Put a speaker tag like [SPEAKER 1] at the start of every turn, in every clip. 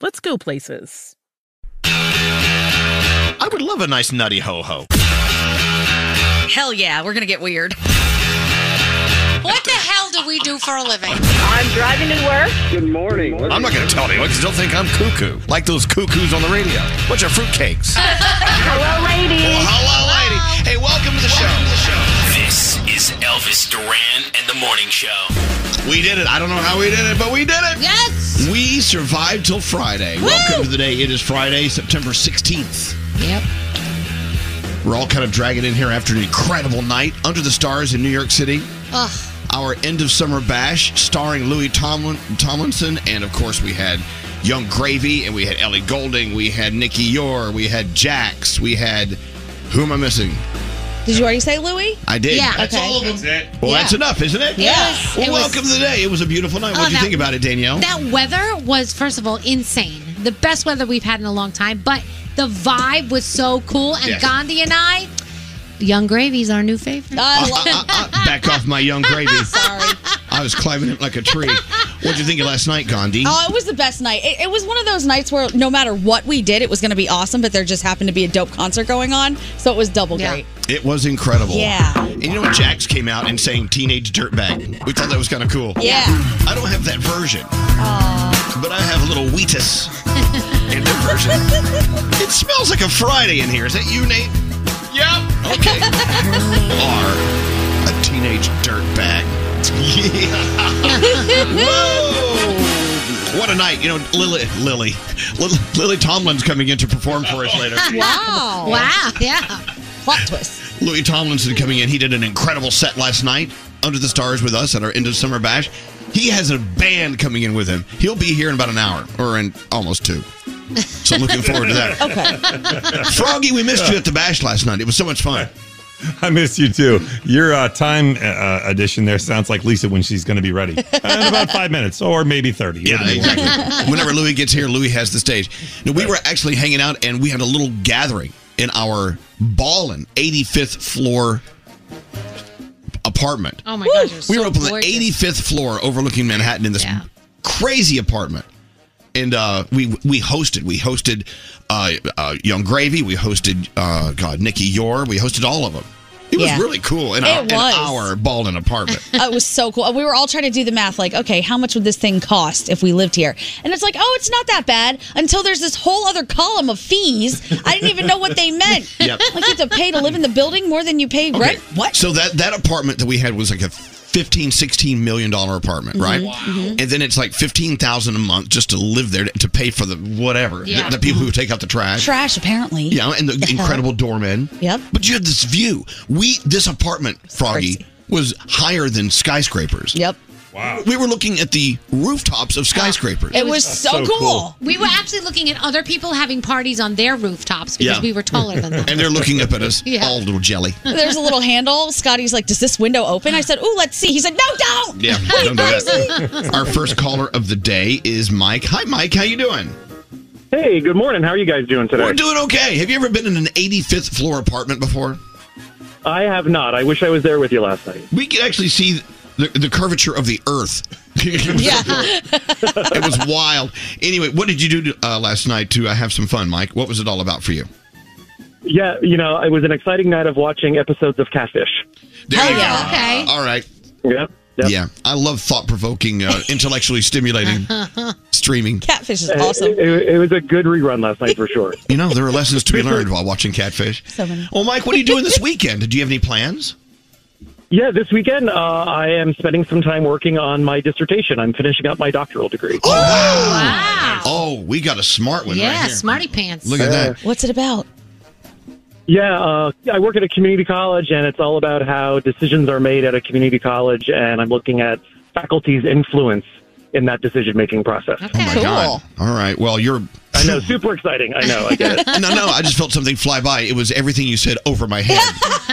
[SPEAKER 1] let's go places.
[SPEAKER 2] I would love a nice nutty ho ho.
[SPEAKER 3] Hell yeah, we're gonna get weird. What the hell do we do for a living?
[SPEAKER 4] I'm driving to work.
[SPEAKER 5] Good morning.
[SPEAKER 2] I'm not going to tell anyone because they'll think I'm cuckoo, like those cuckoos on the radio. Bunch of fruitcakes. well,
[SPEAKER 4] Hello, ladies.
[SPEAKER 2] hello, lady. Hey, welcome to the show.
[SPEAKER 6] This is Elvis Duran and the Morning Show.
[SPEAKER 2] We did it. I don't know how we did it, but we did it.
[SPEAKER 3] Yes.
[SPEAKER 2] We survived till Friday. Welcome to the day. It is Friday, September 16th.
[SPEAKER 3] Yep.
[SPEAKER 2] We're all kind of dragging in here after an incredible night under the stars in New York City.
[SPEAKER 3] Ugh.
[SPEAKER 2] Our end of summer bash starring Louis Tomlin- Tomlinson, and of course we had Young Gravy, and we had Ellie Golding, we had Nikki Yore, we had Jax, we had who am I missing?
[SPEAKER 7] Did you already say Louis?
[SPEAKER 2] I did.
[SPEAKER 3] Yeah.
[SPEAKER 2] That's
[SPEAKER 3] Okay.
[SPEAKER 2] all of them. Well,
[SPEAKER 3] Yeah.
[SPEAKER 2] that's enough, isn't it?
[SPEAKER 3] Yes.
[SPEAKER 2] Well,
[SPEAKER 3] It was-
[SPEAKER 2] welcome to the day. It was a beautiful night. What
[SPEAKER 3] Oh,
[SPEAKER 2] did you
[SPEAKER 3] that-
[SPEAKER 2] think about it, Danielle?
[SPEAKER 3] That weather was, first of all, insane. The best weather we've had in a long time, but the vibe was so cool. And
[SPEAKER 2] Yes.
[SPEAKER 3] Gandhi and I, Young Gravy's our new favorite.
[SPEAKER 7] I
[SPEAKER 8] Oh,
[SPEAKER 2] Uh, uh, uh, back off my young gravy.
[SPEAKER 7] sorry.
[SPEAKER 2] I was climbing it like a tree. What'd you think of last night, Gandhi?
[SPEAKER 7] Oh, it was the best night. It, it was one of those nights where no matter what we did, it was going to be awesome, but there just happened to be a dope concert going on. So it was double
[SPEAKER 3] Yeah.
[SPEAKER 7] great.
[SPEAKER 2] It was incredible.
[SPEAKER 7] Yeah.
[SPEAKER 2] And you know what? Jax came out and sang Teenage Dirtbag. We thought that was kind of cool.
[SPEAKER 7] Yeah.
[SPEAKER 2] I don't have that version. But I have a little wheatus in her version. It smells like a Friday in here. Is that you, Nate? Yep. Okay. You are a teenage dirtbag. Yeah. Whoa.
[SPEAKER 8] What a night. You know, Lily, Lily, Lily, Lily Tomlin's coming in to perform for us uh, later.
[SPEAKER 3] wow. Wow. Yeah. Plot twist.
[SPEAKER 8] Louis Tomlinson coming in. He did an incredible set last night under the stars with us at our end of summer bash. He has a band coming in with him. He'll be here in about an hour or in almost two. So I'm looking forward to that.
[SPEAKER 9] Okay.
[SPEAKER 8] Froggy, we missed you at the bash last night. It was so much fun.
[SPEAKER 9] I miss you too. Your uh, time uh, addition there sounds like Lisa when she's going to be ready in about five minutes or maybe thirty.
[SPEAKER 8] Yeah,
[SPEAKER 9] It'll be worth it.
[SPEAKER 8] exactly. Whenever Louis gets here, Louis has the stage. Now, we were actually hanging out and we had a little gathering in our ballin' 85th floor apartment.
[SPEAKER 3] Oh my gosh. you're
[SPEAKER 8] we
[SPEAKER 3] so
[SPEAKER 8] were up on the
[SPEAKER 3] gorgeous.
[SPEAKER 8] 85th floor overlooking Manhattan in this crazy apartment. And uh, we we hosted. We hosted uh, uh, Young Gravy. We hosted, uh, God, Nikki Yore. We hosted all of them. It was
[SPEAKER 7] Yeah.
[SPEAKER 8] really cool in
[SPEAKER 7] It
[SPEAKER 8] our, in
[SPEAKER 7] was.
[SPEAKER 8] our Ballin apartment.
[SPEAKER 7] Oh, it was so cool. We were all trying to do the math, like, okay, how much would this thing cost if we lived here? And it's like, oh, it's not that bad until there's this whole other column of fees. I didn't even know what they meant.
[SPEAKER 8] Yep.
[SPEAKER 7] Like, you have to pay to live in the building more than you pay rent. What?
[SPEAKER 8] So that that apartment that we had was like a 15 16 million dollar apartment, right?
[SPEAKER 3] Mm-hmm.
[SPEAKER 7] Mhm, Wow. mhm.
[SPEAKER 8] And then it's like 15,000 a month just to live there to, to pay for the whatever, the-
[SPEAKER 7] Yeah.
[SPEAKER 8] the, people who take out the trash.
[SPEAKER 7] Trash, apparently.
[SPEAKER 8] Yeah, and
[SPEAKER 3] Uh-huh.
[SPEAKER 8] the
[SPEAKER 7] hell?
[SPEAKER 8] incredible doorman.
[SPEAKER 7] Yep.
[SPEAKER 8] But you had this view. We this apartment, Froggy, was higher than skyscrapers.
[SPEAKER 7] Yep.
[SPEAKER 8] Wow. We were looking at the rooftops of skyscrapers.
[SPEAKER 3] It was
[SPEAKER 8] That's
[SPEAKER 3] so We were actually looking at other people having parties on their rooftops because
[SPEAKER 8] Yeah.
[SPEAKER 3] we were taller than them.
[SPEAKER 8] And they're looking up at us,
[SPEAKER 3] Yeah.
[SPEAKER 8] all little jelly.
[SPEAKER 7] There's a little handle. Scotty's like, does this window open? I said, ooh, let's see. He said, no, don't.
[SPEAKER 8] Yeah,
[SPEAKER 7] Wait,
[SPEAKER 8] don't do that.
[SPEAKER 7] Rosie.
[SPEAKER 8] Our first caller of the day is Mike. Hi, Mike. How you doing?
[SPEAKER 10] Hey, good morning. How are you guys doing today?
[SPEAKER 8] We're doing okay. Have you ever been in an 85th floor apartment before?
[SPEAKER 10] I have not. I wish I was there with you last night.
[SPEAKER 8] We could actually see the, the curvature of the Earth. yeah, it was wild. Anyway, what did you do uh, last night to uh, have some fun, Mike? What was it all about for you?
[SPEAKER 10] Yeah, you know, it was an exciting night of watching episodes of Catfish.
[SPEAKER 8] There you go. Oh, Okay. All right.
[SPEAKER 10] Yep.
[SPEAKER 8] Yeah, I love thought-provoking, uh, intellectually stimulating streaming.
[SPEAKER 7] Catfish is
[SPEAKER 10] It-
[SPEAKER 7] awesome.
[SPEAKER 10] It, it was a good rerun last night for sure.
[SPEAKER 8] You know, there are lessons to be learned while watching Catfish.
[SPEAKER 7] So many.
[SPEAKER 8] Well, Mike, what are you doing this weekend? Do you have any plans?
[SPEAKER 10] Yeah, this weekend uh, I am spending some time working on my dissertation. I'm finishing up my doctoral degree.
[SPEAKER 8] wow. Oh, we got a smart one
[SPEAKER 3] yeah,
[SPEAKER 8] right here.
[SPEAKER 3] smarty pants.
[SPEAKER 8] Look at that.
[SPEAKER 7] What's it about?
[SPEAKER 10] Yeah, uh, I work at a community college, and it's all about how decisions are made at a community college, and I'm looking at faculty's influence in that decision-making process.
[SPEAKER 8] Oh my God. All right. Well, you're. I
[SPEAKER 10] know. Super exciting. I know. I get it.
[SPEAKER 8] no, no. I just felt something fly by. It was everything you said over my head.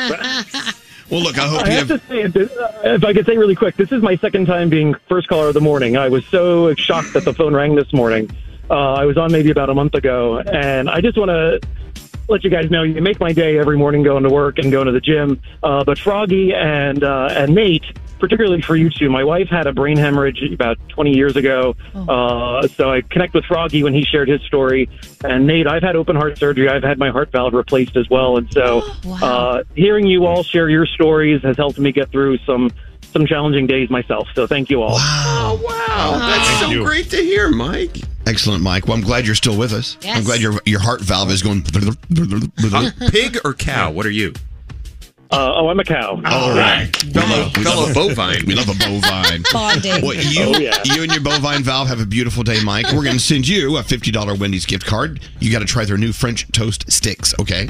[SPEAKER 8] well, look. I hope
[SPEAKER 10] I
[SPEAKER 8] you
[SPEAKER 10] have
[SPEAKER 8] have.
[SPEAKER 10] to say, if this- uh, if I could say really quick, this is my second time being first caller of the morning. I was so shocked that the phone rang this morning. Uh, I was on maybe about a month ago, and I just want to let you guys know you make my day every morning going to work and going to the gym. Uh, but Froggy and uh, and Nate, particularly for you two, my wife had a brain hemorrhage about 20 years ago, uh, so I connect with Froggy when he shared his story. And Nate, I've had open heart surgery. I've had my heart valve replaced as well, and so uh, hearing you all share your stories has helped me get through some some challenging days myself. So thank you all.
[SPEAKER 8] Oh, wow. That's so great to hear, Mike. Excellent, Mike. Well, I'm glad you're still with us.
[SPEAKER 3] Yes.
[SPEAKER 8] I'm glad your your heart valve is going.
[SPEAKER 11] I'm pig or cow? What are you?
[SPEAKER 10] Uh, oh, I'm a cow.
[SPEAKER 8] All right. Fellow,
[SPEAKER 11] fellow bovine.
[SPEAKER 8] We love a bovine.
[SPEAKER 7] Bonding.
[SPEAKER 8] Well, you,
[SPEAKER 10] Oh, yeah.
[SPEAKER 8] you and your bovine valve have a beautiful day, Mike. We're going to send you a $50 Wendy's gift card. You got to try their new French toast sticks, okay?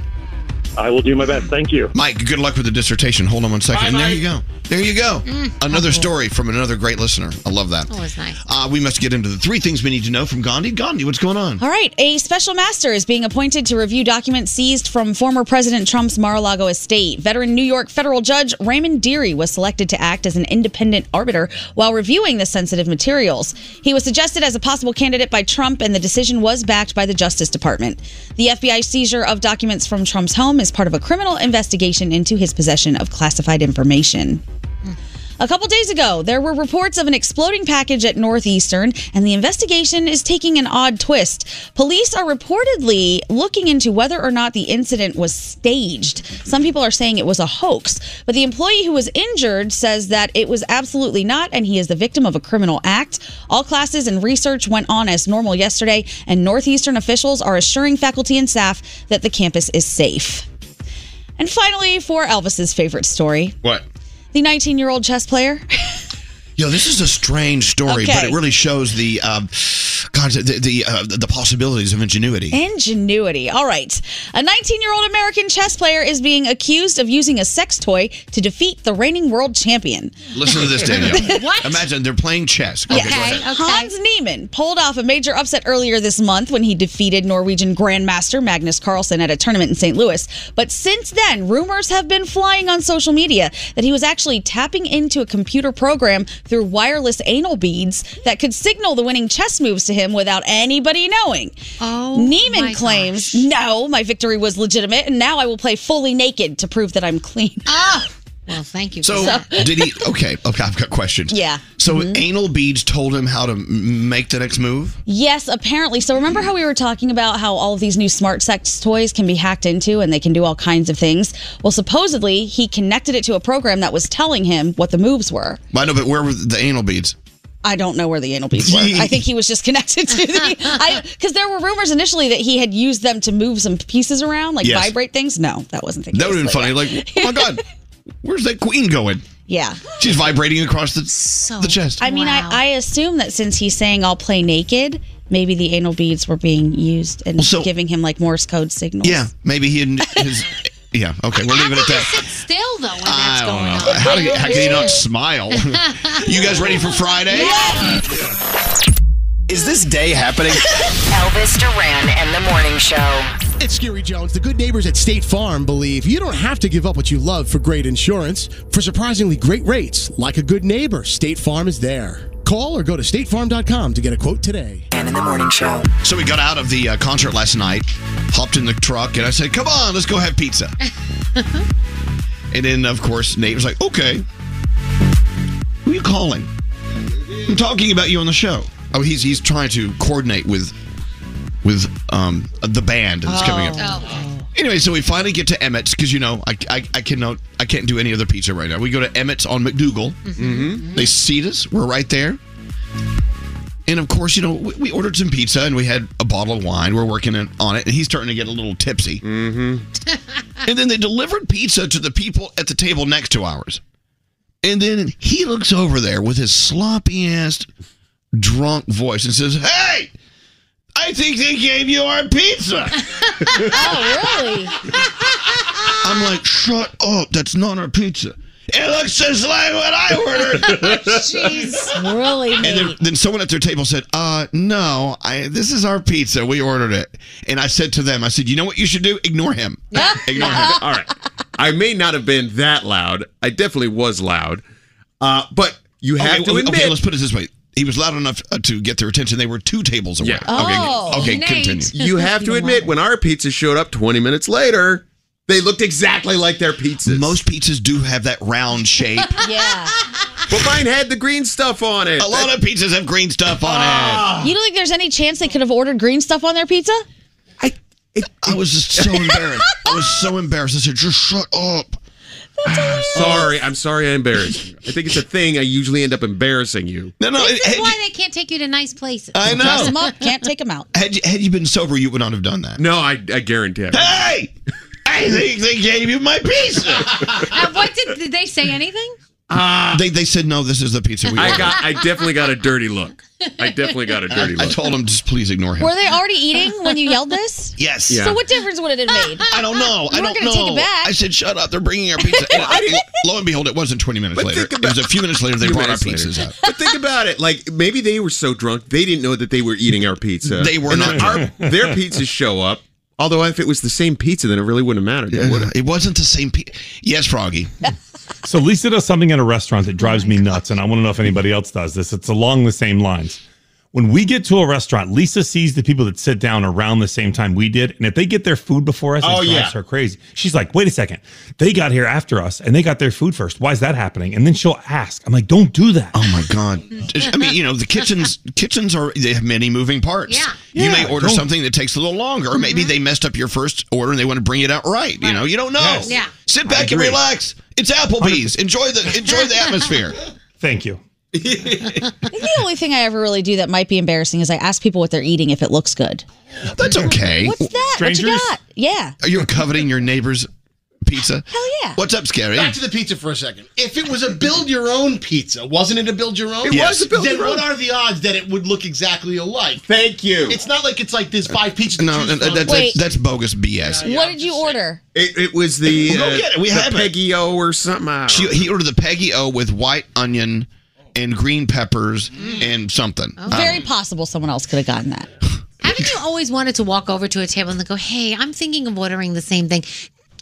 [SPEAKER 10] I will do my best. Thank you.
[SPEAKER 8] Mike, good luck with the dissertation. Hold on one second.
[SPEAKER 10] Bye,
[SPEAKER 8] and there
[SPEAKER 10] Mike.
[SPEAKER 8] you go. There you go. another story from another great listener. I love that.
[SPEAKER 3] That was nice.
[SPEAKER 8] Uh, we must get into the three things we need to know from Gandhi. Gandhi, what's going on?
[SPEAKER 7] All right, a special master is being appointed to review documents seized from former President Trump's Mar-a-Lago estate. Veteran New York federal judge Raymond Deary was selected to act as an independent arbiter while reviewing the sensitive materials. He was suggested as a possible candidate by Trump, and the decision was backed by the Justice Department. The FBI seizure of documents from Trump's home is part of a criminal investigation into his possession of classified information. A couple days ago, there were reports of an exploding package at Northeastern, and the investigation is taking an odd twist. Police are reportedly looking into whether or not the incident was staged. Some people are saying it was a hoax, but the employee who was injured says that it was absolutely not, and he is the victim of a criminal act. All classes and research went on as normal yesterday, and Northeastern officials are assuring faculty and staff that the campus is safe. And finally, for Elvis's favorite story,
[SPEAKER 8] What?
[SPEAKER 7] the 19 year old chess player.
[SPEAKER 8] Yo, this is a strange story, but
[SPEAKER 7] Okay.
[SPEAKER 8] it really shows the um, God, the the, uh, the possibilities of ingenuity.
[SPEAKER 7] Ingenuity. All right. A 19 year old American chess player is being accused of using a sex toy to defeat the reigning world champion.
[SPEAKER 8] Listen to this, Danielle.
[SPEAKER 7] What?
[SPEAKER 8] Imagine they're playing chess. Okay, go ahead.
[SPEAKER 7] Hans Niemann pulled off a major upset earlier this month when he defeated Norwegian Grandmaster Magnus Carlsen at a tournament in St. Louis. But since then, rumors have been flying on social media that he was actually tapping into a computer program through wireless anal beads that could signal the winning chess moves to him without anybody knowing. Oh, Neiman
[SPEAKER 3] my
[SPEAKER 7] claims, "No, my victory was legitimate, and now I will play fully naked to prove that I'm clean."
[SPEAKER 3] Ah. Well, thank you.
[SPEAKER 8] So did he? Okay, okay. I've got questions.
[SPEAKER 7] Yeah. Mm-hmm.
[SPEAKER 8] So anal beads told him how to m- make the next move.
[SPEAKER 7] Yes, apparently. So remember how we were talking about how all of these new smart sex toys can be hacked into and they can do all kinds of things? Well, supposedly he connected it to a program that was telling him what the moves were.
[SPEAKER 8] I know, but where were the anal beads?
[SPEAKER 7] I don't know where the anal beads were. I think he was just connected to the because there were rumors initially that he had used them to move some pieces around, like
[SPEAKER 8] Yes.
[SPEAKER 7] vibrate things. No, that wasn't the case.
[SPEAKER 8] That would have been
[SPEAKER 7] but
[SPEAKER 8] funny.
[SPEAKER 7] yeah.
[SPEAKER 8] Like, oh my god, where's that queen going?
[SPEAKER 7] Yeah.
[SPEAKER 8] She's vibrating across the the chest.
[SPEAKER 7] I mean, I, I assume that since he's saying I'll play naked, maybe the anal beads were being used and giving him like Morse code signals.
[SPEAKER 8] yeah, maybe he and his. yeah. Okay, we're leaving it at that.
[SPEAKER 3] Still though, when
[SPEAKER 8] I
[SPEAKER 3] that's
[SPEAKER 8] don't
[SPEAKER 3] going
[SPEAKER 8] know. How, do you, how can you not smile?
[SPEAKER 3] on.
[SPEAKER 8] you guys ready for Friday? Is this day happening?
[SPEAKER 12] Elvis Duran and the Morning Show.
[SPEAKER 13] It's Scary Jones. The good neighbors at State Farm believe you don't have to give up what you love for great insurance. For surprisingly great rates, like a good neighbor, State Farm is there. Call or go to statefarm.com to get a quote today.
[SPEAKER 8] And in the morning show. So we got out of the uh, concert last night, hopped in the truck, and I said, "Come on, let's go have pizza." and then, of course, Nate was like, "Okay, who are you calling? I'm talking about you on the show." Oh, he's he's trying to coordinate with with um the band that's coming up. Anyway, so we finally get to Emmett's because you know I, I I cannot I can't do any other pizza right now. We go to Emmett's on McDougal. Mm-hmm. They seat us. We're right there. And of course, you know we, we ordered some pizza and we had a bottle of wine. We're working in, on it, and he's starting to get a little tipsy. Mm-hmm. and then they delivered pizza to the people at the table next to ours. And then he looks over there with his sloppy ass, drunk voice and says, "Hey, I think they gave you our pizza."
[SPEAKER 6] oh, really?
[SPEAKER 8] I'm like, shut up. That's not our pizza. It looks just like what I ordered.
[SPEAKER 6] Jeez.
[SPEAKER 7] Really?
[SPEAKER 8] And then, then someone at their table said, uh, no, I, this is our pizza. We ordered it. And I said to them, I said, you know what you should do? Ignore him. Ignore him.
[SPEAKER 11] All right. I may not have been that loud. I definitely was loud. Uh, but you have
[SPEAKER 8] okay,
[SPEAKER 11] to
[SPEAKER 8] okay,
[SPEAKER 11] admit.
[SPEAKER 8] okay, let's put it this way. He was loud enough uh, to get their attention. They were two tables away.
[SPEAKER 11] Yeah.
[SPEAKER 8] Okay, okay continue.
[SPEAKER 11] You have to admit, when our pizza showed up 20 minutes later, they looked exactly like their pizzas.
[SPEAKER 8] Most pizzas do have that round shape.
[SPEAKER 7] yeah.
[SPEAKER 11] but mine had the green stuff on it. Ah.
[SPEAKER 8] A lot of pizzas have green stuff on it.
[SPEAKER 7] You don't think there's any chance they could have ordered green stuff on their pizza?
[SPEAKER 8] I was just so embarrassed. I was so embarrassed. I said, just shut up.
[SPEAKER 11] Oh. Sorry, I'm sorry I embarrassed you. I think it's a thing I usually end up embarrassing you.
[SPEAKER 8] No, no.
[SPEAKER 3] This is why they can't take you to nice places.
[SPEAKER 8] I know. Dress 'em
[SPEAKER 7] up, can't take them out.
[SPEAKER 8] Had you, had you been sober, you would not have done that.
[SPEAKER 11] No, I, I guarantee it.
[SPEAKER 8] Hey! I think they gave you my pizza.
[SPEAKER 3] Uh, what did, did they say anything?
[SPEAKER 8] they, they said, no, this is the pizza we
[SPEAKER 11] Ah. I
[SPEAKER 8] ordered.
[SPEAKER 11] got. I definitely got a dirty look. I definitely got a dirty
[SPEAKER 8] I
[SPEAKER 11] look.
[SPEAKER 8] told him, just please ignore him.
[SPEAKER 7] Were they already eating when you yelled this?
[SPEAKER 8] Yes.
[SPEAKER 7] So what difference would it have made?
[SPEAKER 8] I don't know.
[SPEAKER 7] You
[SPEAKER 8] I
[SPEAKER 7] weren't
[SPEAKER 8] don't know.
[SPEAKER 7] gonna take it back.
[SPEAKER 8] I said, shut up. They're bringing our pizza. And it- lo and behold, it wasn't 20 minutes later. It was a few minutes later they
[SPEAKER 11] Few
[SPEAKER 8] brought our
[SPEAKER 11] minutes later.
[SPEAKER 8] pizzas out.
[SPEAKER 11] But think about it. Like maybe they were so drunk they didn't know that they were eating our pizza.
[SPEAKER 8] They were
[SPEAKER 11] And
[SPEAKER 8] not
[SPEAKER 11] then our-
[SPEAKER 8] drunk.
[SPEAKER 11] their pizzas show up. Although if it was the same pizza, then it really wouldn't have mattered. would
[SPEAKER 8] It wasn't the same pizza. Yes, Froggy.
[SPEAKER 9] So Lisa does something at a restaurant that drives me nuts, and I want to know if anybody else does this. It's along the same lines. When we get to a restaurant, Lisa sees the people that sit down around the same time we did, and if they get their food before us, it
[SPEAKER 11] Oh,
[SPEAKER 9] drives
[SPEAKER 11] yeah.
[SPEAKER 9] her crazy. She's like, "Wait a second, they got here after us, and they got their food first. Why is that happening?" And then she'll ask. I'm like, "Don't do that."
[SPEAKER 8] Oh my god. I mean, you know, the kitchens kitchens are they have many moving parts. Yeah. You
[SPEAKER 9] Yeah,
[SPEAKER 8] may order
[SPEAKER 9] don't-
[SPEAKER 8] something that takes a little longer, or maybe they messed up your first order and they want to bring it out right. You know, you don't know.
[SPEAKER 9] Yes.
[SPEAKER 3] Yeah.
[SPEAKER 8] Sit
[SPEAKER 9] I
[SPEAKER 8] back and
[SPEAKER 9] agree.
[SPEAKER 8] relax. It's Applebee's. Enjoy the enjoy the atmosphere.
[SPEAKER 9] Thank you.
[SPEAKER 7] I think the only thing I ever really do that might be embarrassing is I ask people what they're eating if it looks good.
[SPEAKER 8] That's okay.
[SPEAKER 7] What's that? What you got? Yeah.
[SPEAKER 8] Are you coveting your neighbor's pizza. Hell yeah. What's up, Scary?
[SPEAKER 13] Back to the pizza for a second. If it was a build your own pizza, wasn't it a build your own?
[SPEAKER 8] It Yes. was a build
[SPEAKER 13] Then
[SPEAKER 8] your
[SPEAKER 13] what
[SPEAKER 8] own.
[SPEAKER 13] are the odds that it would look exactly alike?
[SPEAKER 8] Thank you.
[SPEAKER 13] It's not like it's like there's five pizzas. to
[SPEAKER 8] No,
[SPEAKER 13] choose
[SPEAKER 8] that,
[SPEAKER 13] from.
[SPEAKER 8] that's, that's, that's bogus BS.
[SPEAKER 7] What did
[SPEAKER 8] Oh,
[SPEAKER 7] you order?
[SPEAKER 2] It, it was the,
[SPEAKER 8] We'll go
[SPEAKER 2] uh,
[SPEAKER 8] get it. We
[SPEAKER 2] the
[SPEAKER 8] have it.
[SPEAKER 2] Peggy O or something. I don't
[SPEAKER 8] She,
[SPEAKER 2] know.
[SPEAKER 8] he ordered the Peggy O with white onion and green peppers and something.
[SPEAKER 3] Oh.
[SPEAKER 8] Um, I don't
[SPEAKER 7] Oh, Very possible someone else could have gotten that.
[SPEAKER 3] Haven't you always wanted to walk over to a table and go, "Hey, I'm thinking of ordering the same thing.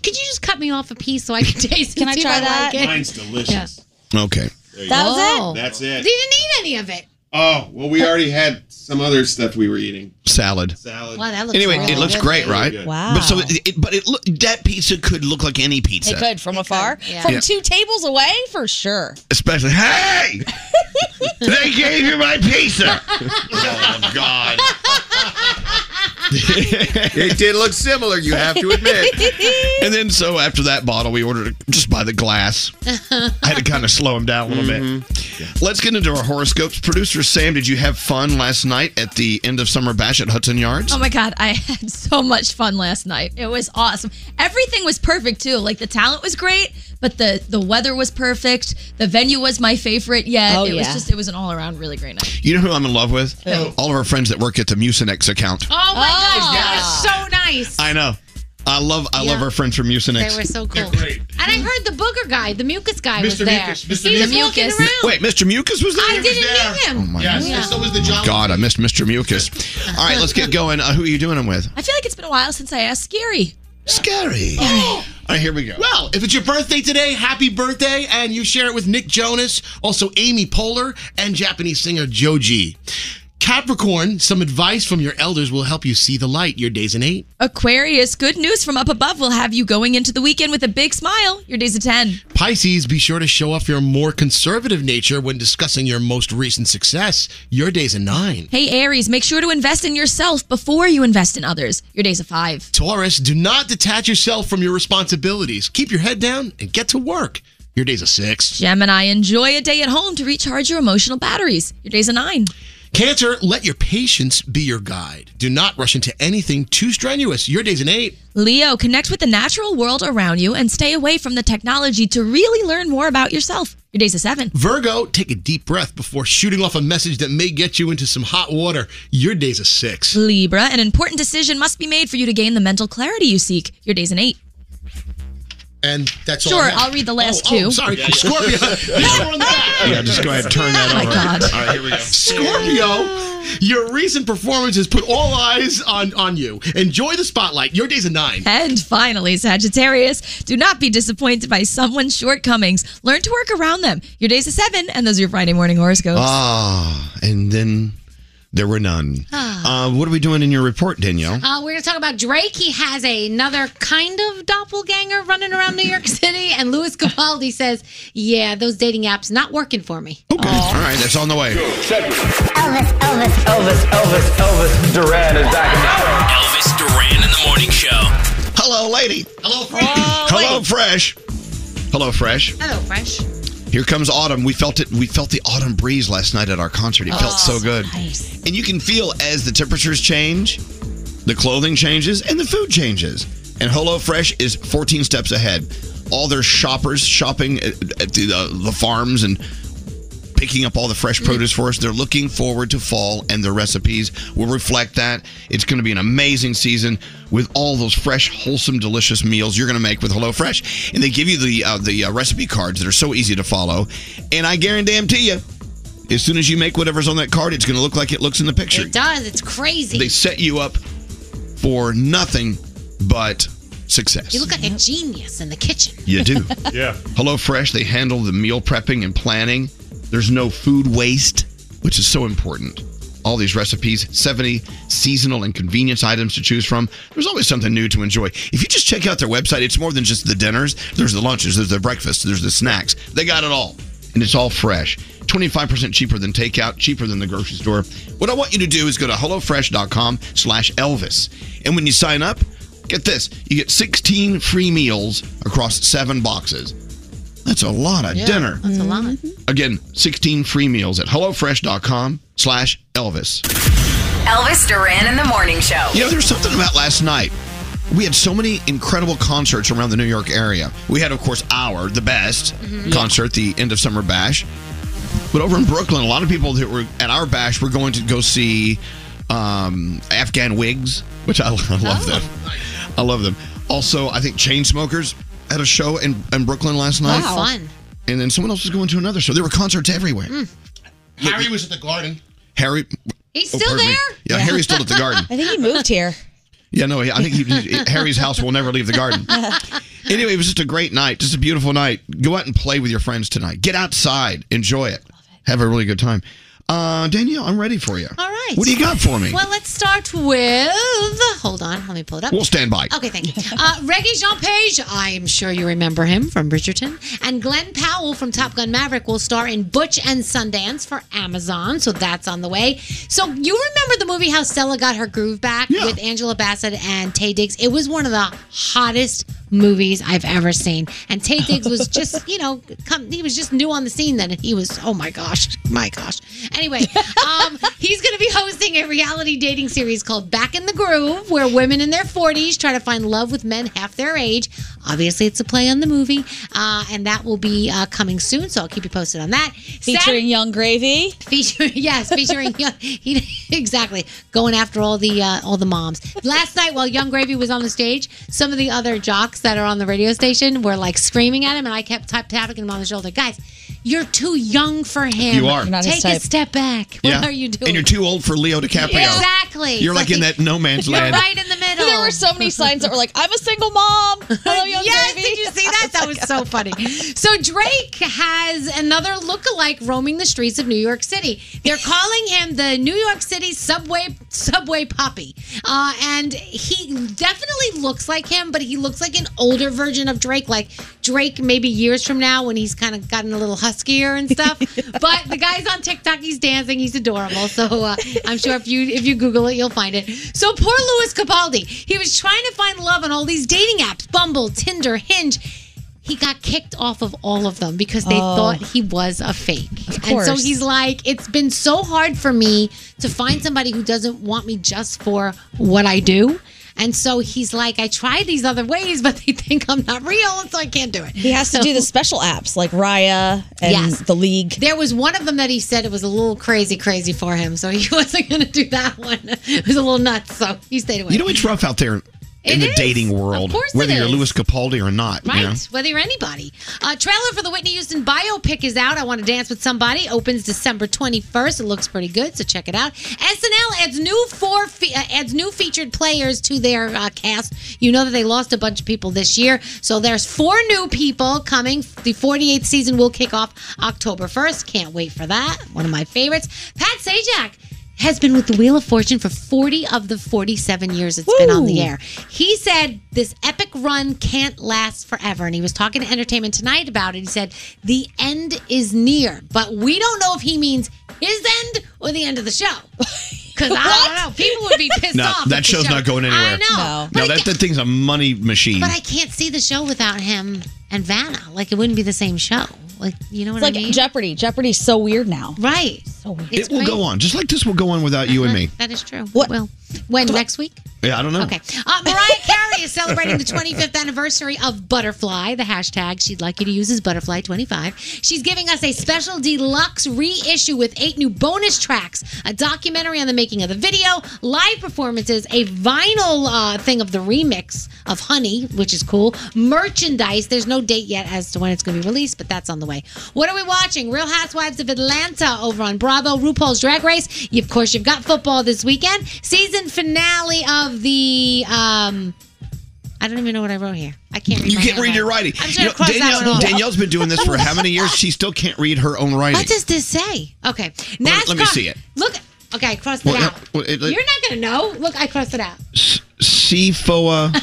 [SPEAKER 3] Could you just cut me off a piece so I can taste it?
[SPEAKER 7] Can I
[SPEAKER 3] see if
[SPEAKER 7] try
[SPEAKER 3] like
[SPEAKER 7] that?
[SPEAKER 3] it?"
[SPEAKER 7] Mine's
[SPEAKER 11] delicious.
[SPEAKER 3] Yeah.
[SPEAKER 8] Okay.
[SPEAKER 3] That was
[SPEAKER 11] Oh.
[SPEAKER 3] it?
[SPEAKER 11] That's
[SPEAKER 3] They
[SPEAKER 11] it.
[SPEAKER 3] didn't eat any of it.
[SPEAKER 11] Oh, well, we already had some other stuff we were eating.
[SPEAKER 8] Salad.
[SPEAKER 11] Salad.
[SPEAKER 3] Wow, that looks
[SPEAKER 8] Anyway,
[SPEAKER 3] really
[SPEAKER 8] it looks
[SPEAKER 3] good.
[SPEAKER 8] great, right?
[SPEAKER 11] good.
[SPEAKER 7] Wow.
[SPEAKER 8] But so, it, it- but it look, that pizza could look like any pizza,
[SPEAKER 7] It could from afar,
[SPEAKER 8] yeah.
[SPEAKER 7] from
[SPEAKER 8] Yeah.
[SPEAKER 7] two tables away, for sure.
[SPEAKER 8] especially. Hey, they gave you my pizza.
[SPEAKER 11] oh, God.
[SPEAKER 2] it did look similar, you have to admit.
[SPEAKER 8] and then, so after that bottle, we ordered it just by the glass. I had to kind of slow him down a little bit. Let's get into our horoscopes. Producer Sam, did you have fun last night at the end of summer bash at Hudson Yards?
[SPEAKER 14] Oh my god, I had so much fun last night. It was awesome. Everything was perfect too. Like the talent was great, but the the weather was perfect. The venue was my favorite yet.
[SPEAKER 8] Oh,
[SPEAKER 14] it was
[SPEAKER 8] yeah.
[SPEAKER 14] just it was an all around really great night.
[SPEAKER 8] You know who I'm in love with?
[SPEAKER 14] Who?
[SPEAKER 8] All of our friends that work at the Mucinex account.
[SPEAKER 3] Oh my gosh,
[SPEAKER 14] Oh.
[SPEAKER 3] that was so nice.
[SPEAKER 8] I know. I love I love
[SPEAKER 3] Yeah.
[SPEAKER 8] our friends from Mucinex.
[SPEAKER 3] They were so cool. And I heard the booger guy, the mucus guy, was
[SPEAKER 13] Mr.
[SPEAKER 3] there.
[SPEAKER 13] Mucus,
[SPEAKER 3] He
[SPEAKER 13] Mr.
[SPEAKER 3] was
[SPEAKER 13] Mucus.
[SPEAKER 3] walking
[SPEAKER 13] Mucus.
[SPEAKER 3] around.
[SPEAKER 8] Wait, Mr. Mucus was there?
[SPEAKER 3] I didn't meet him.
[SPEAKER 8] Oh my
[SPEAKER 3] Yeah.
[SPEAKER 8] God.
[SPEAKER 14] Yeah.
[SPEAKER 13] So was the John.
[SPEAKER 8] God, I missed Mr. Mucus. All right, let's get going. Uh, who are you doing them with?
[SPEAKER 14] I feel like it's been a while since I asked Scary.
[SPEAKER 8] Scary. All
[SPEAKER 13] Oh,
[SPEAKER 8] right, here we go.
[SPEAKER 13] Well, if it's your birthday today, happy birthday, and you share it with Nick Jonas, also Amy Poehler, and Japanese singer Joji. Capricorn, some advice from your elders will help you see the light. Your day's an eight.
[SPEAKER 14] Aquarius, good news from up above will have you going into the weekend with a big smile. Your day's a 10.
[SPEAKER 13] Pisces, be sure to show off your more conservative nature when discussing your most recent success. Your day's a nine.
[SPEAKER 14] Hey Aries, make sure to invest in yourself before you invest in others. Your day's a 5.
[SPEAKER 13] Taurus, do not detach yourself from your responsibilities. Keep your head down and get to work. Your day's a six.
[SPEAKER 14] Gemini, enjoy a day at home to recharge your emotional batteries. Your day's a 9.
[SPEAKER 13] Cancer, let your patience be your guide. Do not rush into anything too strenuous. Your day's an eight.
[SPEAKER 14] Leo, connect with the natural world around you and stay away from the technology to really learn more about yourself. Your day's a seven.
[SPEAKER 13] Virgo, take a deep breath before shooting off a message that may get you into some hot water. Your day's a six.
[SPEAKER 14] Libra, an important decision must be made for you to gain the mental clarity you seek. Your day's an eight.
[SPEAKER 13] And that's all. I
[SPEAKER 14] Sure,
[SPEAKER 13] have.
[SPEAKER 14] I'll read the last
[SPEAKER 13] Oh,
[SPEAKER 14] two.
[SPEAKER 13] oh, sorry, Scorpio. You were on the back.
[SPEAKER 8] Yeah, just go ahead and turn that
[SPEAKER 13] Oh my
[SPEAKER 8] over.
[SPEAKER 13] God.
[SPEAKER 8] All right, here we go.
[SPEAKER 13] Scorpio, your recent performance has put all eyes on on you. Enjoy the spotlight. Your day's a nine.
[SPEAKER 14] And finally, Sagittarius, do not be disappointed by someone's shortcomings. Learn to work around them. Your day's a seven, and those are your Friday morning horoscopes.
[SPEAKER 8] Ah, and then there were none.
[SPEAKER 3] Ah.
[SPEAKER 8] Uh, what are we doing in your report, Danielle?
[SPEAKER 3] Uh, we're going to talk about Drake. He has another kind of doppelganger running around New York City. And Louis Capaldi says, Yeah, those dating apps not working for me.
[SPEAKER 8] All right, that's on the way.
[SPEAKER 12] Elvis, Elvis, Elvis, Elvis, Elvis Duran is back in
[SPEAKER 6] Elvis Duran in the morning show.
[SPEAKER 8] Hello, lady.
[SPEAKER 13] Hello, Frank.
[SPEAKER 8] Hello, Fresh. Hello, Fresh.
[SPEAKER 3] Hello, Fresh.
[SPEAKER 8] Here comes autumn. We felt it. We felt the autumn breeze last night at our concert. It felt so good. And you can feel as the temperatures change, the clothing changes, and the food changes. And HelloFresh is 14 steps ahead. All their shoppers shopping at, at the, uh, the farms and picking up all the
[SPEAKER 3] Mm-hmm.
[SPEAKER 8] fresh produce for us. They're looking forward to fall, and their recipes will reflect that. It's going to be an amazing season with all those fresh, wholesome, delicious meals you're going to make with HelloFresh. And they give you the uh, the uh, recipe cards that are so easy to follow. And I guarantee you, as soon as you make whatever's on that card, it's going to look like it looks in the picture.
[SPEAKER 3] It does. It's crazy.
[SPEAKER 8] They set you up for nothing but success.
[SPEAKER 3] You look like a genius in the kitchen.
[SPEAKER 8] You do. yeah. HelloFresh, they handle the meal prepping and planning. There's no food waste, which is so important. All these recipes, 70 seasonal and convenience items to choose from. There's always something new to enjoy. If you just check out their website, it's more than just the dinners. There's the lunches, there's the breakfast, there's the snacks. They got it all. And it's all fresh. 25% cheaper than takeout, cheaper than the grocery store. What I want you to do is go to HelloFresh.com slash Elvis. And when you sign up, Get this, you get 16 free meals across seven boxes. That's a lot of dinner.
[SPEAKER 3] That's a lot.
[SPEAKER 8] Again, 16 free meals at HelloFresh.com slash Elvis.
[SPEAKER 12] Elvis Duran in the morning show.
[SPEAKER 8] You know, there's something about last night. we had so many incredible concerts around the New York area. We had, of course, our the best
[SPEAKER 3] Mm-hmm.
[SPEAKER 2] Mhm.
[SPEAKER 8] concert, the end of summer bash. But over in Brooklyn, a lot of people that were at our bash were going to go see um, Afghan Wigs, which I, I
[SPEAKER 3] Oh.
[SPEAKER 8] love them. I love them. Also, I think Chainsmokers had a show in, in Brooklyn last night.
[SPEAKER 3] Wow. Fun.
[SPEAKER 8] And then someone else was going to another show. There were concerts everywhere.
[SPEAKER 3] Hmm.
[SPEAKER 13] Harry was at the garden.
[SPEAKER 8] Harry.
[SPEAKER 3] He's
[SPEAKER 8] oh,
[SPEAKER 3] still
[SPEAKER 8] pardon me.
[SPEAKER 3] there?
[SPEAKER 8] Yeah, Harry's still at the garden.
[SPEAKER 7] I think he moved here.
[SPEAKER 8] Yeah, no, I think he, he- Harry's house will never leave the garden. Anyway, it was just a great night, just a beautiful night. Go out and play with your friends tonight. Get outside, enjoy it, have a really good time. Uh, Danielle, I'm ready for you.
[SPEAKER 3] All right.
[SPEAKER 8] What do you got for me?
[SPEAKER 3] Well, let's start with. Hold on, let me pull it up.
[SPEAKER 8] We'll stand by.
[SPEAKER 3] Okay, thank you. Uh, Reggie Jean Page, I'm sure you remember him from Bridgerton, and Glenn Powell from Top Gun Maverick will star in Butch and Sundance for Amazon, so that's on the way. So you remember the movie how Stella got her groove back with Angela Bassett and Tay Diggs? It was one of the hottest movies I've ever seen, and Tay Diggs was just, you know, come, he was just new on the scene then, and he was, oh my gosh, my gosh. Anyway, um, he's going to be hosting a reality dating series called Back in the Groove, where women in their 40s try to find love with men half their age. Obviously, it's a play on the movie, uh, and that will be uh, coming soon, so I'll keep you posted on that.
[SPEAKER 7] Featuring Young Gravy.
[SPEAKER 3] Featuring yes, featuring young, he, exactly going after all the uh, all the moms. Last night, while Young Gravy was on the stage, some of the other jocks that are on the radio station were like screaming at him, and I kept tap- tapping him on the shoulder. Guys, you're too young for him.
[SPEAKER 8] You are. You're not his
[SPEAKER 3] Take a
[SPEAKER 8] type."
[SPEAKER 3] step back. What are you
[SPEAKER 8] And
[SPEAKER 3] doing?
[SPEAKER 8] you're too old for Leo DiCaprio.
[SPEAKER 3] Exactly.
[SPEAKER 8] You're like in that no man's land.
[SPEAKER 3] in the middle.
[SPEAKER 7] There were so many signs that were like, "I'm a single mom." Hello, young
[SPEAKER 3] yes,
[SPEAKER 7] gravy.
[SPEAKER 3] did you see that? That was so funny. So Drake has another lookalike roaming the streets of New York City. They're calling him the New York City subway subway poppy, uh, and he definitely looks like him, but he looks like an older version of Drake, like Drake maybe years from now when he's kind of gotten a little huskier and stuff. But the guy's on TikTok, he's dancing, he's adorable. So uh, I'm sure if you if you Google it, you'll find it. So poor Louis Capaldi, he was trying to find love on all these dating apps, Bumble, Tinder, Hinge. He got kicked off of all of them because they
[SPEAKER 7] Oh.
[SPEAKER 3] thought he was a fake. And so
[SPEAKER 7] course.
[SPEAKER 3] he's like, it's been so hard for me to find somebody who doesn't want me just for what I do. And so he's like, I tried these other ways, but they think I'm not real, and so I can't do it.
[SPEAKER 7] He has to
[SPEAKER 3] So-
[SPEAKER 7] do the special apps like Raya and
[SPEAKER 3] Yes.
[SPEAKER 7] the League.
[SPEAKER 3] There was one of them that he said it was a little crazy, crazy for him, so he wasn't going to do that one. It was a little nuts, so he stayed away.
[SPEAKER 8] You know it's rough out there in
[SPEAKER 3] It
[SPEAKER 8] the
[SPEAKER 3] is.
[SPEAKER 8] dating world,
[SPEAKER 3] Of course
[SPEAKER 8] whether
[SPEAKER 3] it
[SPEAKER 8] you're
[SPEAKER 3] is.
[SPEAKER 8] Louis Capaldi or not. you
[SPEAKER 3] Right,
[SPEAKER 8] know?
[SPEAKER 3] whether you're anybody. Uh, trailer for the Whitney Houston biopic is out. I Want to Dance with Somebody opens December 21st. It looks pretty good, so check it out. SNL adds new four fe- uh, adds new featured players to their uh, cast. You know that they lost a bunch of people this year, so there's four new people coming. The 48th season will kick off October 1st. Can't wait for that. One of my favorites, Pat Sajak. Has been with the Wheel of Fortune for 40 of the 47 years it's been on the
[SPEAKER 7] Woo.
[SPEAKER 3] air. He said this epic run can't last forever. And he was talking to Entertainment Tonight about it. He said, the end is near, but we don't know if he means his end or the end of the show. Because I don't know. People would be pissed
[SPEAKER 8] No,
[SPEAKER 3] off. if
[SPEAKER 8] that
[SPEAKER 3] the
[SPEAKER 8] show's
[SPEAKER 3] show-
[SPEAKER 8] not going anywhere.
[SPEAKER 3] I know.
[SPEAKER 8] No, that, that thing's a money machine.
[SPEAKER 3] But I can't see the show without him and Vanna. Like, it wouldn't be the same show. Like, you know what
[SPEAKER 7] It's like
[SPEAKER 3] I mean?
[SPEAKER 7] Jeopardy. Jeopardy's so weird now.
[SPEAKER 3] Right.
[SPEAKER 7] So weird.
[SPEAKER 8] it will go on, just like this will go on without you and me.
[SPEAKER 3] That is true. What? Well, when? Next week?
[SPEAKER 8] Yeah, I don't know.
[SPEAKER 3] Uh-huh. Okay. Uh, Mariah Carey is celebrating the 25th anniversary of Butterfly. The hashtag she'd like you to use is Butterfly25. She's giving us a special deluxe reissue with eight new bonus tracks, a documentary on the making of the video, live performances, a vinyl uh, thing of the remix of Honey, which is cool, merchandise. There's no date yet as to when it's going to be released, but that's on the way. What are we watching? Real Housewives of Atlanta over on Bravo, RuPaul's Drag Race. You- Of course, you've got football this weekend. Season finale of the. Um, I don't even know what I wrote here. I can't read.
[SPEAKER 8] You
[SPEAKER 3] my
[SPEAKER 8] can't read
[SPEAKER 3] handwriting.
[SPEAKER 8] your writing.
[SPEAKER 3] I'm just
[SPEAKER 8] You
[SPEAKER 3] gonna
[SPEAKER 8] know,
[SPEAKER 3] cross that one off.
[SPEAKER 8] Danielle's been doing this for how many years? She still can't read her own writing.
[SPEAKER 3] What does this say? Okay, NASCAR.
[SPEAKER 8] Let- let me see it.
[SPEAKER 3] Look. Okay, I crossed
[SPEAKER 8] Well,
[SPEAKER 3] it out.
[SPEAKER 8] no, well, it-
[SPEAKER 3] You're not gonna know. Look, I crossed it out.
[SPEAKER 8] Seafoa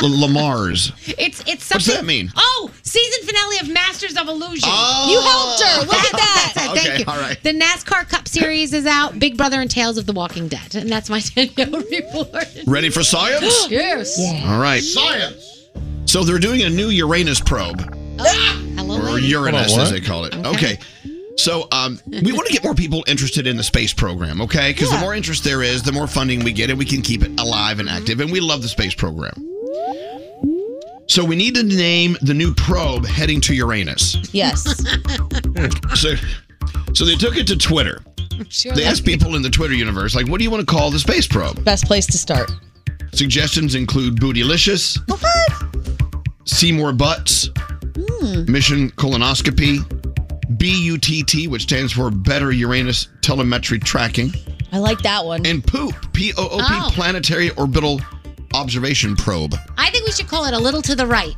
[SPEAKER 8] L- Lamar's.
[SPEAKER 3] It's it's something.
[SPEAKER 8] What's that mean?
[SPEAKER 3] Oh, season finale of Masters of Illusion.
[SPEAKER 8] Oh.
[SPEAKER 3] you helped her. Look at that. That's it. Thank
[SPEAKER 8] Okay,
[SPEAKER 3] you.
[SPEAKER 8] all right.
[SPEAKER 3] The NASCAR Cup Series is out. Big Brother and Tales of the Walking Dead, and that's my Danielle report.
[SPEAKER 8] Ready for science?
[SPEAKER 3] yes.
[SPEAKER 8] All right.
[SPEAKER 3] Science.
[SPEAKER 8] So they're doing a new Uranus probe,
[SPEAKER 3] Hello.
[SPEAKER 8] or
[SPEAKER 3] lady.
[SPEAKER 8] Uranus
[SPEAKER 2] Hold on, what?
[SPEAKER 8] as they call it.
[SPEAKER 3] Okay.
[SPEAKER 8] Okay. So um, we want to get more people interested in the space program, okay? Because the more interest there is, the more funding we get, and we can keep it alive and active. And we love the space program. So we need to name the new probe heading to Uranus.
[SPEAKER 7] Yes.
[SPEAKER 8] So, so they took it to Twitter.
[SPEAKER 7] sure
[SPEAKER 8] They
[SPEAKER 7] that-
[SPEAKER 8] asked people in the Twitter universe, like, what do you want to call the space probe?
[SPEAKER 7] Best place to start.
[SPEAKER 8] Suggestions include Bootylicious, Seymour Butts,
[SPEAKER 7] Hmm.
[SPEAKER 8] Mission Colonoscopy, BUTT, which stands for Better Uranus Telemetry Tracking,
[SPEAKER 7] I like that one.
[SPEAKER 8] and POOP, P O O
[SPEAKER 3] Oh.
[SPEAKER 8] P, Planetary Orbital Observation Probe.
[SPEAKER 3] I think we should call it a little to the right.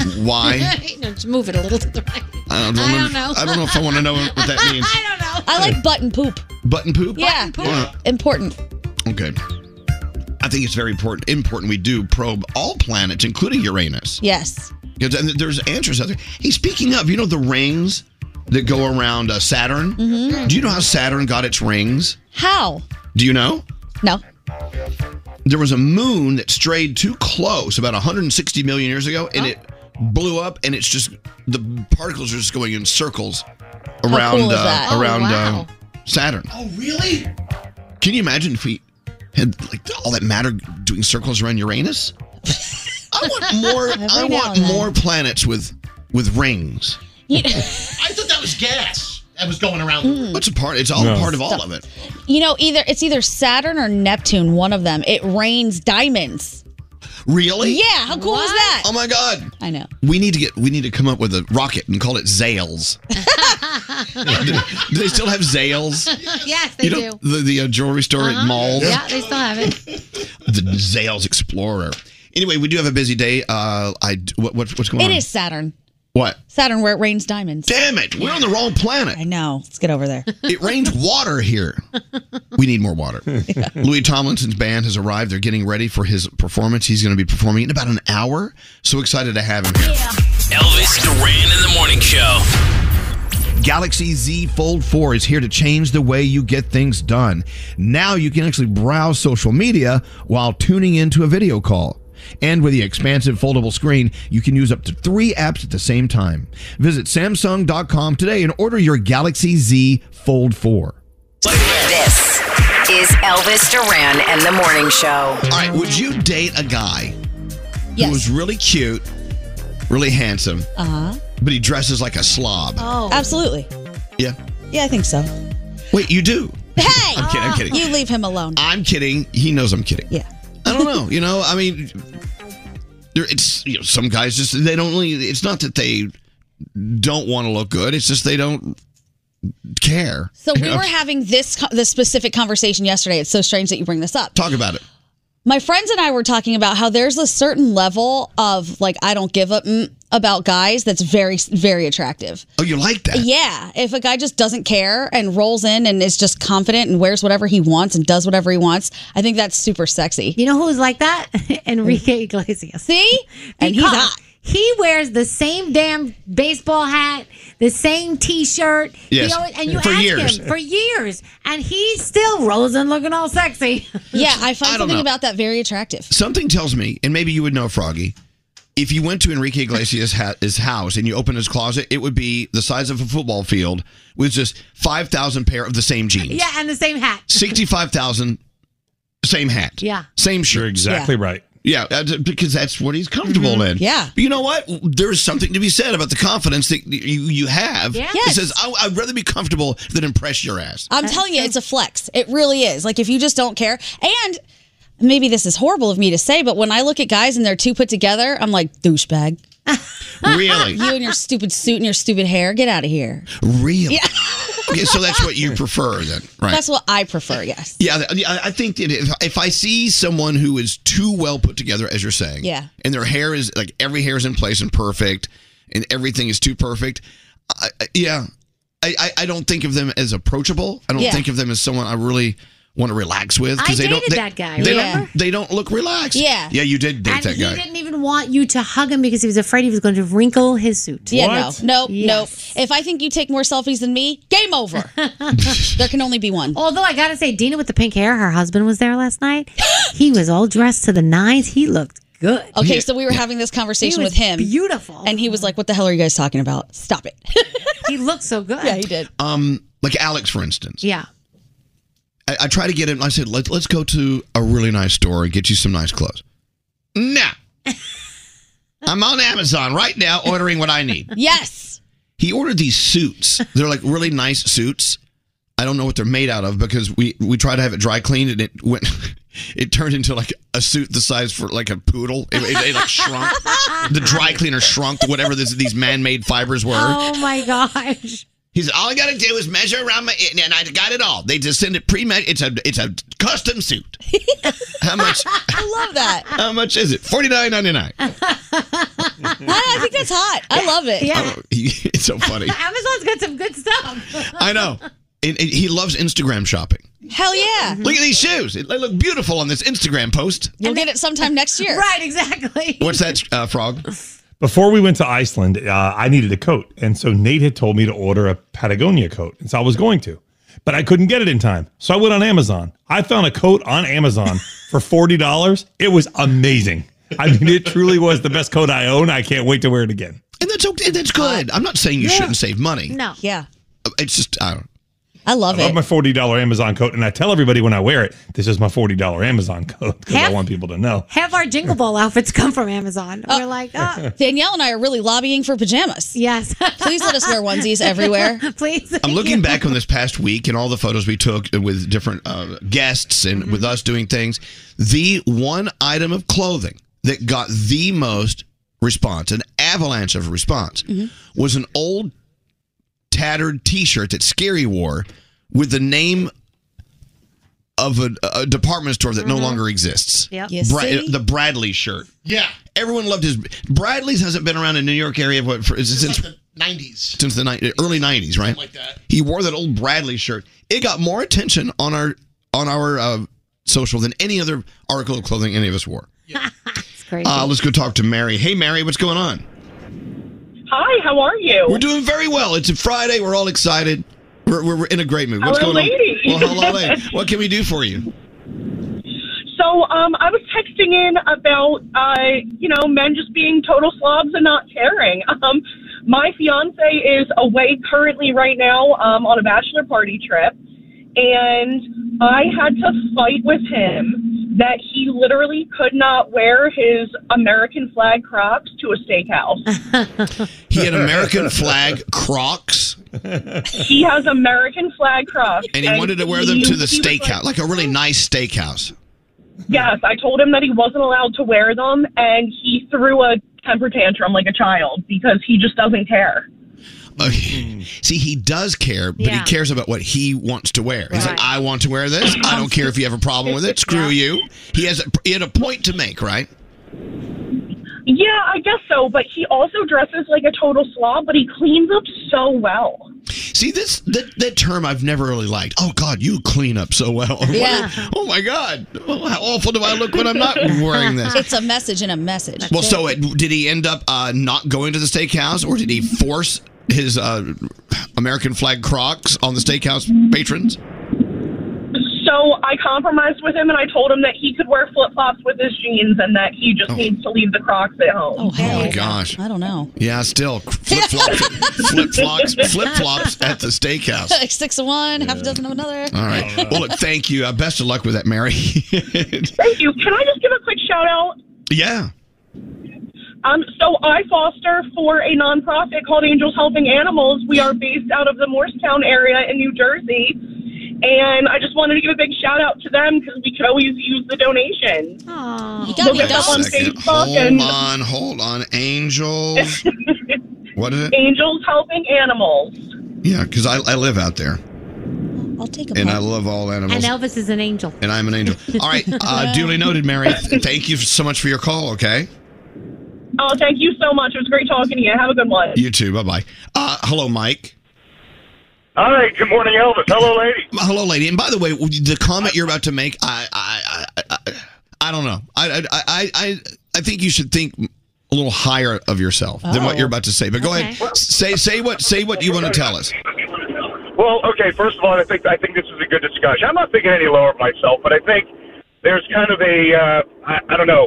[SPEAKER 8] Why?
[SPEAKER 3] no, just move it a little to the right.
[SPEAKER 8] I don't,
[SPEAKER 3] I
[SPEAKER 8] wanna-
[SPEAKER 3] don't know.
[SPEAKER 8] I don't know if I want to know what that means.
[SPEAKER 7] I like button poop.
[SPEAKER 8] Button poop?
[SPEAKER 7] Yeah.
[SPEAKER 8] Yeah.
[SPEAKER 7] Important.
[SPEAKER 8] Okay. I think it's very important important we do probe all planets, including Uranus.
[SPEAKER 7] Yes.
[SPEAKER 8] Because and there's answers out there. Hey, speaking of, you know the rings that go around uh, Saturn?
[SPEAKER 13] Mm-hmm.
[SPEAKER 7] Mhm.
[SPEAKER 8] Do you know how Saturn got its rings?
[SPEAKER 7] How?
[SPEAKER 8] Do you know?
[SPEAKER 7] No.
[SPEAKER 8] There was a moon that strayed too close about 160 million years ago,
[SPEAKER 13] Oh.
[SPEAKER 8] and it blew up, and it's just the particles are just going in circles
[SPEAKER 13] How
[SPEAKER 8] around
[SPEAKER 13] cool is
[SPEAKER 8] uh,
[SPEAKER 13] that? Oh,
[SPEAKER 8] around
[SPEAKER 13] wow.
[SPEAKER 8] uh, Saturn.
[SPEAKER 13] Oh, really?
[SPEAKER 8] Can you imagine if we had like all that matter doing circles around Uranus? I want more. I want more planets with with rings.
[SPEAKER 13] I thought that was gas that was going around.
[SPEAKER 8] What's a part? It's all
[SPEAKER 13] No.
[SPEAKER 8] part of all
[SPEAKER 7] Stop.
[SPEAKER 8] of it.
[SPEAKER 7] You know, either it's either Saturn or Neptune, one of them. It rains diamonds.
[SPEAKER 8] Really?
[SPEAKER 7] Yeah, how cool is that?
[SPEAKER 8] Oh my god.
[SPEAKER 7] I know.
[SPEAKER 8] We need to get. We need to come up with a rocket and call it Zales. do, do they still have Zales?
[SPEAKER 3] yes, they
[SPEAKER 8] you
[SPEAKER 3] do.
[SPEAKER 8] know, The the uh, jewelry store
[SPEAKER 3] Uh-huh.
[SPEAKER 8] at malls.
[SPEAKER 3] Yeah, they still have it.
[SPEAKER 8] The Zales Explorer. Anyway, we do have a busy day. Uh, I d- what, what what's going
[SPEAKER 7] It
[SPEAKER 8] on?
[SPEAKER 7] is Saturn.
[SPEAKER 8] What?
[SPEAKER 7] Saturn where it rains diamonds.
[SPEAKER 8] Damn it. We're on the wrong planet.
[SPEAKER 7] I know. Let's get over there.
[SPEAKER 8] It rains water here. We need more water. Louis Tomlinson's band has arrived. They're getting ready for his performance. He's going to be performing in about an hour. So excited to have him here.
[SPEAKER 15] Elvis Duran in the morning show.
[SPEAKER 8] Galaxy Z Fold 4 is here to change the way you get things done. Now you can actually browse social media while tuning into a video call. And with the expansive foldable screen, you can use up to three apps at the same time. Visit Samsung.com today and order your Galaxy Z Fold 4.
[SPEAKER 12] This is Elvis Duran and the Morning Show.
[SPEAKER 8] All right, would you date a guy
[SPEAKER 7] Yes.
[SPEAKER 8] who was really cute, really handsome,
[SPEAKER 7] Uh huh.
[SPEAKER 8] but he dresses like a slob?
[SPEAKER 7] Oh. Absolutely.
[SPEAKER 8] Yeah.
[SPEAKER 7] Yeah, I think so.
[SPEAKER 8] Wait, you do?
[SPEAKER 7] Hey! Uh,
[SPEAKER 8] I'm kidding, I'm kidding.
[SPEAKER 7] You leave him alone.
[SPEAKER 8] I'm kidding. He knows I'm kidding.
[SPEAKER 7] Yeah.
[SPEAKER 8] I don't know. You know, I mean, there, it's you know, some guys just they don't really. It's not that they don't want to look good. It's just they don't care.
[SPEAKER 7] So we
[SPEAKER 8] You know?
[SPEAKER 7] were having this co- this specific conversation yesterday. It's so strange that you bring this up.
[SPEAKER 8] talk about it.
[SPEAKER 7] My friends and I were talking about how there's a certain level of like I don't give a mm about guys that's very very attractive.
[SPEAKER 8] Oh, you like that?
[SPEAKER 7] Yeah, if a guy just doesn't care and rolls in and is just confident and wears whatever he wants and does whatever he wants, I think that's super sexy. You
[SPEAKER 3] know who's like that? Enrique Iglesias.
[SPEAKER 7] See? And he's
[SPEAKER 3] Because
[SPEAKER 7] hot.
[SPEAKER 3] He wears the same damn baseball hat, the same T-shirt. He
[SPEAKER 7] Yes.
[SPEAKER 3] always- and you
[SPEAKER 7] For
[SPEAKER 3] ask
[SPEAKER 7] years.
[SPEAKER 3] him for years, and he still rolls in looking all sexy.
[SPEAKER 7] Yeah, I
[SPEAKER 8] I
[SPEAKER 7] find
[SPEAKER 8] don't
[SPEAKER 7] something
[SPEAKER 8] know.
[SPEAKER 7] about that very attractive.
[SPEAKER 8] Something tells me, and maybe you would know, Froggy. If you went to Enrique Iglesias' ha- his house and you opened his closet, it would be the size of a football field with just five thousand pair of the same jeans.
[SPEAKER 3] Yeah, and the same hat.
[SPEAKER 8] Sixty-five thousand, same hat.
[SPEAKER 3] Yeah.
[SPEAKER 8] Same shirt. You're
[SPEAKER 9] exactly
[SPEAKER 8] yeah.
[SPEAKER 9] right.
[SPEAKER 8] Yeah, that's- because that's what he's comfortable in.
[SPEAKER 7] Mm-hmm. Yeah.
[SPEAKER 8] But you know what? There is something to be said about the confidence that you, you have.
[SPEAKER 7] Yeah.
[SPEAKER 8] It
[SPEAKER 7] Yes.
[SPEAKER 8] says, I, I'd rather be comfortable than impress your ass.
[SPEAKER 7] I'm telling you, it's a flex. It really is. Like if you just don't care, and maybe this is horrible of me to say, but when I look at guys and they're too put together, I'm like douchebag.
[SPEAKER 8] Really?
[SPEAKER 7] you and your stupid suit and your stupid hair, get out of here.
[SPEAKER 8] Really?
[SPEAKER 7] Yeah,
[SPEAKER 8] Okay, so that's what you prefer then, right?
[SPEAKER 7] that's what I prefer. Yes.
[SPEAKER 8] yeah, th- yeah, I I think that if, if I see someone who is too well put together, as you're saying,
[SPEAKER 7] Yeah.
[SPEAKER 8] and their hair is like every hair is in place and perfect, and everything is too perfect, I, I- yeah, I, I, I don't think of them as approachable. I don't
[SPEAKER 7] Yeah.
[SPEAKER 8] think of them as someone I really want to relax with
[SPEAKER 3] I
[SPEAKER 8] they don't.
[SPEAKER 3] dated
[SPEAKER 8] They,
[SPEAKER 3] that guy,
[SPEAKER 8] They
[SPEAKER 3] remember?
[SPEAKER 8] don't. They don't look relaxed.
[SPEAKER 3] Yeah.
[SPEAKER 8] Yeah, you did date
[SPEAKER 3] and
[SPEAKER 8] that
[SPEAKER 3] he
[SPEAKER 8] guy.
[SPEAKER 3] didn't even want you to hug him because he was afraid he was going to wrinkle his suit.
[SPEAKER 7] Yeah, no, nope, nope. If I think you take more selfies than me, game over. there can only be one.
[SPEAKER 3] Although I gotta say, Dina with the pink hair, her husband was there last night. he was all dressed to the nines. He looked good.
[SPEAKER 7] Okay, so we were having this conversation
[SPEAKER 3] He was
[SPEAKER 7] with him. Beautiful. And he was like, What the hell are you guys talking about? Stop it.
[SPEAKER 3] He looked so good. Yeah, he did.
[SPEAKER 8] Um, like Alex, for instance.
[SPEAKER 3] Yeah.
[SPEAKER 8] I, I try to get him. I said, let's let's go to a really nice store and get you some nice clothes. Nah. I'm on Amazon right now ordering what I need.
[SPEAKER 7] Yes.
[SPEAKER 8] He ordered these suits. They're like really nice suits. I don't know what they're made out of because we we tried to have it dry cleaned and it went. It turned into like a suit the size for like a poodle. It, it- it, like shrunk. The dry cleaner shrunk. Whatever this, these man-made fibers were.
[SPEAKER 3] Oh my gosh.
[SPEAKER 8] He said, "All I gotta do is measure around my, and I got it all. They just send it pre-made. It's a, it's a custom suit. How much?
[SPEAKER 7] I love that.
[SPEAKER 8] How much is it? Forty nine ninety nine.
[SPEAKER 3] Uh,
[SPEAKER 7] I think that's hot. I love it.
[SPEAKER 3] Yeah.
[SPEAKER 8] Oh, It's so funny.
[SPEAKER 3] Amazon's got some good stuff.
[SPEAKER 8] I know. And, and he loves Instagram shopping.
[SPEAKER 7] Hell yeah.
[SPEAKER 3] Mm-hmm. Uh-huh.
[SPEAKER 8] Look at these shoes. They look beautiful on this Instagram post.
[SPEAKER 7] You'll get it sometime next year.
[SPEAKER 3] Right, exactly.
[SPEAKER 8] What's that, uh, Frog?
[SPEAKER 9] Before we went to Iceland, uh, I needed a coat. And so Nate had told me to order a Patagonia coat. And so I was going to, but I couldn't get it in time. So I went on Amazon. I found a coat on Amazon for $40. It was amazing. I mean, it truly was the best coat I own. I can't wait to wear it again. Uh,
[SPEAKER 8] And that's okay. That's good. I'm not saying you
[SPEAKER 9] Yeah.
[SPEAKER 8] shouldn't save money.
[SPEAKER 3] No.
[SPEAKER 7] Yeah.
[SPEAKER 8] It's just I don't.
[SPEAKER 7] I love
[SPEAKER 9] I love
[SPEAKER 7] it.
[SPEAKER 9] my forty dollar Amazon coat, and I tell everybody when I wear it, this is my forty dollar Amazon coat because I
[SPEAKER 3] Half-
[SPEAKER 9] want people to know.
[SPEAKER 3] Have our Jingle Ball outfits come from Amazon. We're like, oh.
[SPEAKER 7] Danielle and I are really lobbying for pajamas.
[SPEAKER 3] Yes.
[SPEAKER 7] Please let us wear onesies everywhere.
[SPEAKER 3] Please.
[SPEAKER 8] I'm looking back on this past week and all the photos we took with different uh, guests and with us doing things. The one item of clothing that got the most response, an avalanche of response, was an old tattered T-shirt that Scary wore with the name of a, a department store that no longer exists.
[SPEAKER 16] Yep. You see?
[SPEAKER 8] the Bradley shirt. Yeah, everyone loved his. Bradley's hasn't been around in New York area what for, since
[SPEAKER 13] Nineties.
[SPEAKER 8] since the ni- early '90s, right?
[SPEAKER 13] Something like that.
[SPEAKER 8] He wore that old Bradley shirt. It got more attention on our on our uh, social than any other article of clothing any of us wore.
[SPEAKER 3] It's crazy.
[SPEAKER 8] Uh, let's go talk to Mary. Hey, Mary, what's going on?
[SPEAKER 17] Hi, how are you?
[SPEAKER 8] We're doing very well. It's a Friday. We're all excited. We're, we're, we're in a great mood. What's
[SPEAKER 17] Hello,
[SPEAKER 8] going
[SPEAKER 17] lady.
[SPEAKER 8] on? Well, hello, lady. What can we do for you?
[SPEAKER 17] So, um, I was texting in about, uh, you know, men just being total slobs and not caring. Um, my fiance is away currently right now um, on a bachelor party trip, and I had to fight with him that he literally could not wear his American flag Crocs to a steakhouse.
[SPEAKER 8] He had American flag Crocs, and
[SPEAKER 17] he has American flag Crocs,
[SPEAKER 8] he wanted to wear them to the
[SPEAKER 17] he was like,
[SPEAKER 8] steakhouse, like a really nice steakhouse.
[SPEAKER 17] Yes, I told him that he wasn't allowed to wear them, and he threw a temper tantrum like a child because he just doesn't care.
[SPEAKER 8] Uh, See, he does care, but
[SPEAKER 17] Yeah.
[SPEAKER 8] he cares about what he wants to wear. He's like, I want to wear this. I don't care if you have a problem with it. Screw you. He has a, he had a point to make, right?
[SPEAKER 17] Yeah, I guess so, but he also dresses like a total slob, but he cleans up so well.
[SPEAKER 8] See, this that, that term I've never really liked. Oh God, you clean up so well.
[SPEAKER 7] Yeah.
[SPEAKER 8] Oh my God, Oh, how awful do I look when I'm not wearing this?
[SPEAKER 7] It's a message and a message.
[SPEAKER 8] well, so it, did he end up uh, not going to the steakhouse, or did he force his uh, American flag Crocs on the steakhouse patrons?
[SPEAKER 17] So I compromised with him, and I told him that he could wear flip flops with his jeans, and that he just needs to leave the Crocs at home.
[SPEAKER 8] Oh my gosh.
[SPEAKER 7] Oh. I don't know.
[SPEAKER 8] Yeah, still flip flops, flip flops, flip flops at the steakhouse.
[SPEAKER 7] like six of one, half a dozen of another.
[SPEAKER 8] All right. Well, look, thank you. Uh, best of luck with that, Mary.
[SPEAKER 17] Thank you. Can I just give a quick shout out?
[SPEAKER 8] yeah.
[SPEAKER 17] Um, so I foster for a nonprofit called Angels Helping Animals. We are based out of the Morristown area in New Jersey. And I just wanted to give a big shout out to them because we could always use the donation.
[SPEAKER 7] You
[SPEAKER 17] Look us up on
[SPEAKER 8] Second.
[SPEAKER 17] Facebook
[SPEAKER 8] Hold
[SPEAKER 17] and
[SPEAKER 8] on, hold on. Angels. What is it?
[SPEAKER 17] Angels Helping Animals.
[SPEAKER 8] Yeah, because I, I live out there
[SPEAKER 7] I'll take
[SPEAKER 8] and I love all
[SPEAKER 3] And
[SPEAKER 8] animals.
[SPEAKER 3] Elvis is an angel.
[SPEAKER 8] And I'm an angel. All right. Uh, duly noted, Mary. Thank you so much for your call, okay?
[SPEAKER 17] Oh, thank you so much. It was great talking to you. Have a good one.
[SPEAKER 8] You too. Bye bye. Uh, hello, Mike.
[SPEAKER 18] Hi, good morning, Elvis. Hello, lady.
[SPEAKER 8] Hello, lady. And by the way, the comment you're about to make, I, I, I, I, I don't know. I, I, I, I, I think you should think a little higher of yourself than what
[SPEAKER 18] Oh.
[SPEAKER 8] you're about to say. But go ahead. Say, say what, say what you want to tell us.
[SPEAKER 18] Well, okay. First of all, I think I think this is a good discussion. I'm not thinking any lower of myself, but I think there's kind of a uh, I, I don't know.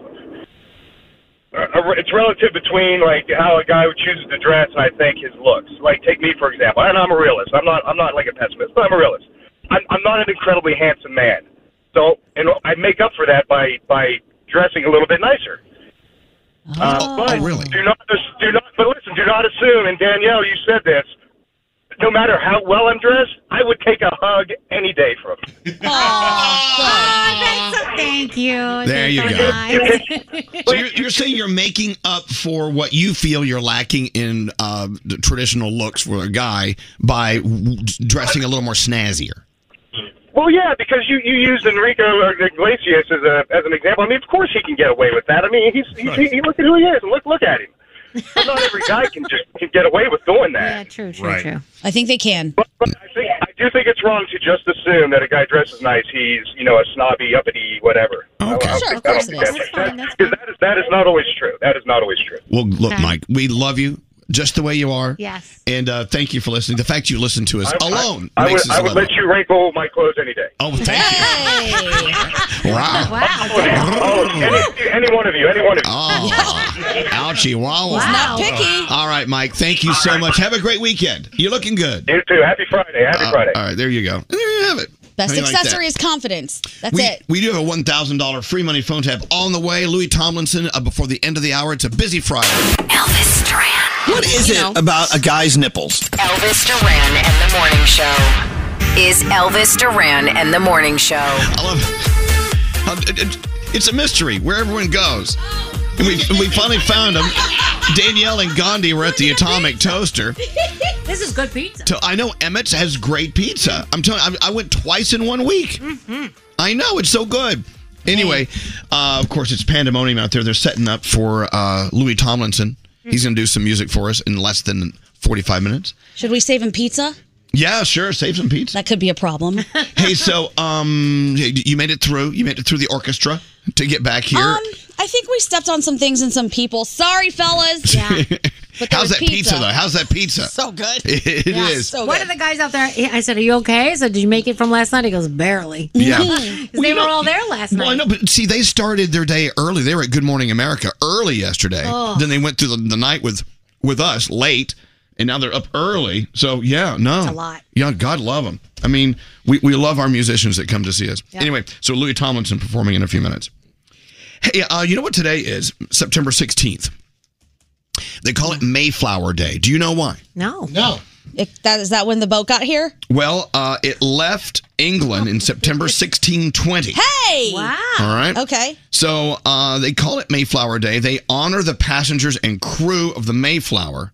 [SPEAKER 18] a- it's relative between like how a guy who chooses to dress and I think his looks. Like take me for example, and I'm a realist. I'm not I'm not like a pessimist, but I'm a realist. I'm, I'm not an incredibly handsome man, so and I make up for that by by dressing a little bit nicer. Uh, but really? do not do not. But listen, do not assume. And Danielle, you said this. No matter how well I'm dressed, I would take a hug any day from.
[SPEAKER 3] Thank you.
[SPEAKER 8] There you go. So you're, you're saying you're making up for what you feel you're lacking in uh, the traditional looks for a guy by w- dressing a little more snazzier.
[SPEAKER 18] Well, yeah, because you you used Enrico Iglesias as a as an example. I mean, of course he can get away with that. I mean, he's, he's he, he look at who he is and look look at him. But not every guy can just can get away with doing that. Yeah,
[SPEAKER 7] true,
[SPEAKER 18] true, Right. true.
[SPEAKER 7] I think they can.
[SPEAKER 18] I do think it's wrong to just assume that a guy dresses nice. He's you know a snobby uppity whatever. Okay,
[SPEAKER 7] sure, of course it is.
[SPEAKER 18] Because that is that is not always true. That is not always true.
[SPEAKER 8] Well, look, Mike, we love you just the way you are.
[SPEAKER 18] Yes.
[SPEAKER 8] And uh, thank you for listening. The fact you listen to us
[SPEAKER 18] I- I-
[SPEAKER 8] alone
[SPEAKER 18] I,
[SPEAKER 8] makes
[SPEAKER 18] would,
[SPEAKER 8] us
[SPEAKER 18] I would
[SPEAKER 8] love
[SPEAKER 18] let you wrinkle my clothes any day.
[SPEAKER 8] Oh, thank you. Wow.
[SPEAKER 18] Oh, any, any one of you, any one of you.
[SPEAKER 8] Oh, Ouchie, wow.
[SPEAKER 18] He's not picky.
[SPEAKER 8] All right, Mike. Thank you so much. Have a great weekend. You're looking good. Uh,
[SPEAKER 18] You too. Happy Friday. Happy Friday.
[SPEAKER 8] All right, there you go. There you have it.
[SPEAKER 7] Best
[SPEAKER 8] How do you like that?
[SPEAKER 7] accessory is confidence. That's
[SPEAKER 8] we,
[SPEAKER 7] it.
[SPEAKER 8] We do have a one thousand dollar free money phone tab on the way. Louis Tomlinson uh, before the end of the hour. It's a busy Friday. Elvis Duran. What is
[SPEAKER 12] You
[SPEAKER 8] it
[SPEAKER 12] know.
[SPEAKER 8] about a guy's nipples?
[SPEAKER 12] Elvis Duran and the Morning Show is Elvis Duran and the Morning Show.
[SPEAKER 8] I love Um, it- it- It's a mystery where everyone goes. And we we finally found them. Danielle and Gandhi were at the Atomic Toaster.
[SPEAKER 3] this is good pizza.
[SPEAKER 8] To, I know Emmett's has great pizza. I'm telling. I, I went twice in one week. I know it's so good. Anyway, uh, of course, it's pandemonium out there. They're setting up for uh, Louis Tomlinson. He's going to do some music for us in less than 45 minutes.
[SPEAKER 7] Should we save him pizza?
[SPEAKER 8] Yeah, sure. Save some pizza.
[SPEAKER 7] That could be a problem.
[SPEAKER 8] hey, so um, you made it through. You made it through the orchestra to get back here.
[SPEAKER 7] Um, I think we stepped on some things and some people. Sorry, fellas. But there
[SPEAKER 8] How's
[SPEAKER 7] was
[SPEAKER 8] that pizza.
[SPEAKER 7] pizza.
[SPEAKER 8] though? How's that pizza?
[SPEAKER 7] So good.
[SPEAKER 8] It is.
[SPEAKER 3] Yeah. One of the guys out there, I said, "Are you okay?" I said, "Did you make it from last night?" He goes, "Barely."
[SPEAKER 8] Yeah.
[SPEAKER 3] Because
[SPEAKER 8] Well,
[SPEAKER 3] they
[SPEAKER 8] you
[SPEAKER 3] were
[SPEAKER 8] know-
[SPEAKER 3] all there last
[SPEAKER 8] Well, I
[SPEAKER 3] night.
[SPEAKER 8] know, but see, they started their day early. They were at Good Morning America early yesterday.
[SPEAKER 3] Oh.
[SPEAKER 8] Then they went through the, the night with with us late, and now they're up early. So yeah, no,
[SPEAKER 3] It's a lot.
[SPEAKER 8] Yeah, God love them. I mean, we we love our musicians that come to see us. Anyway, so Louis Tomlinson performing in a few minutes. Hey, uh, you know what today is? September sixteenth. They call it Mayflower Day. Do you know why?
[SPEAKER 3] No.
[SPEAKER 7] No. If that is that when the boat got here?
[SPEAKER 8] Well, uh, it left England in September 1620.
[SPEAKER 7] Hey. Wow.
[SPEAKER 8] All right.
[SPEAKER 7] Okay.
[SPEAKER 8] So uh, they call it Mayflower Day. They honor the passengers and crew of the Mayflower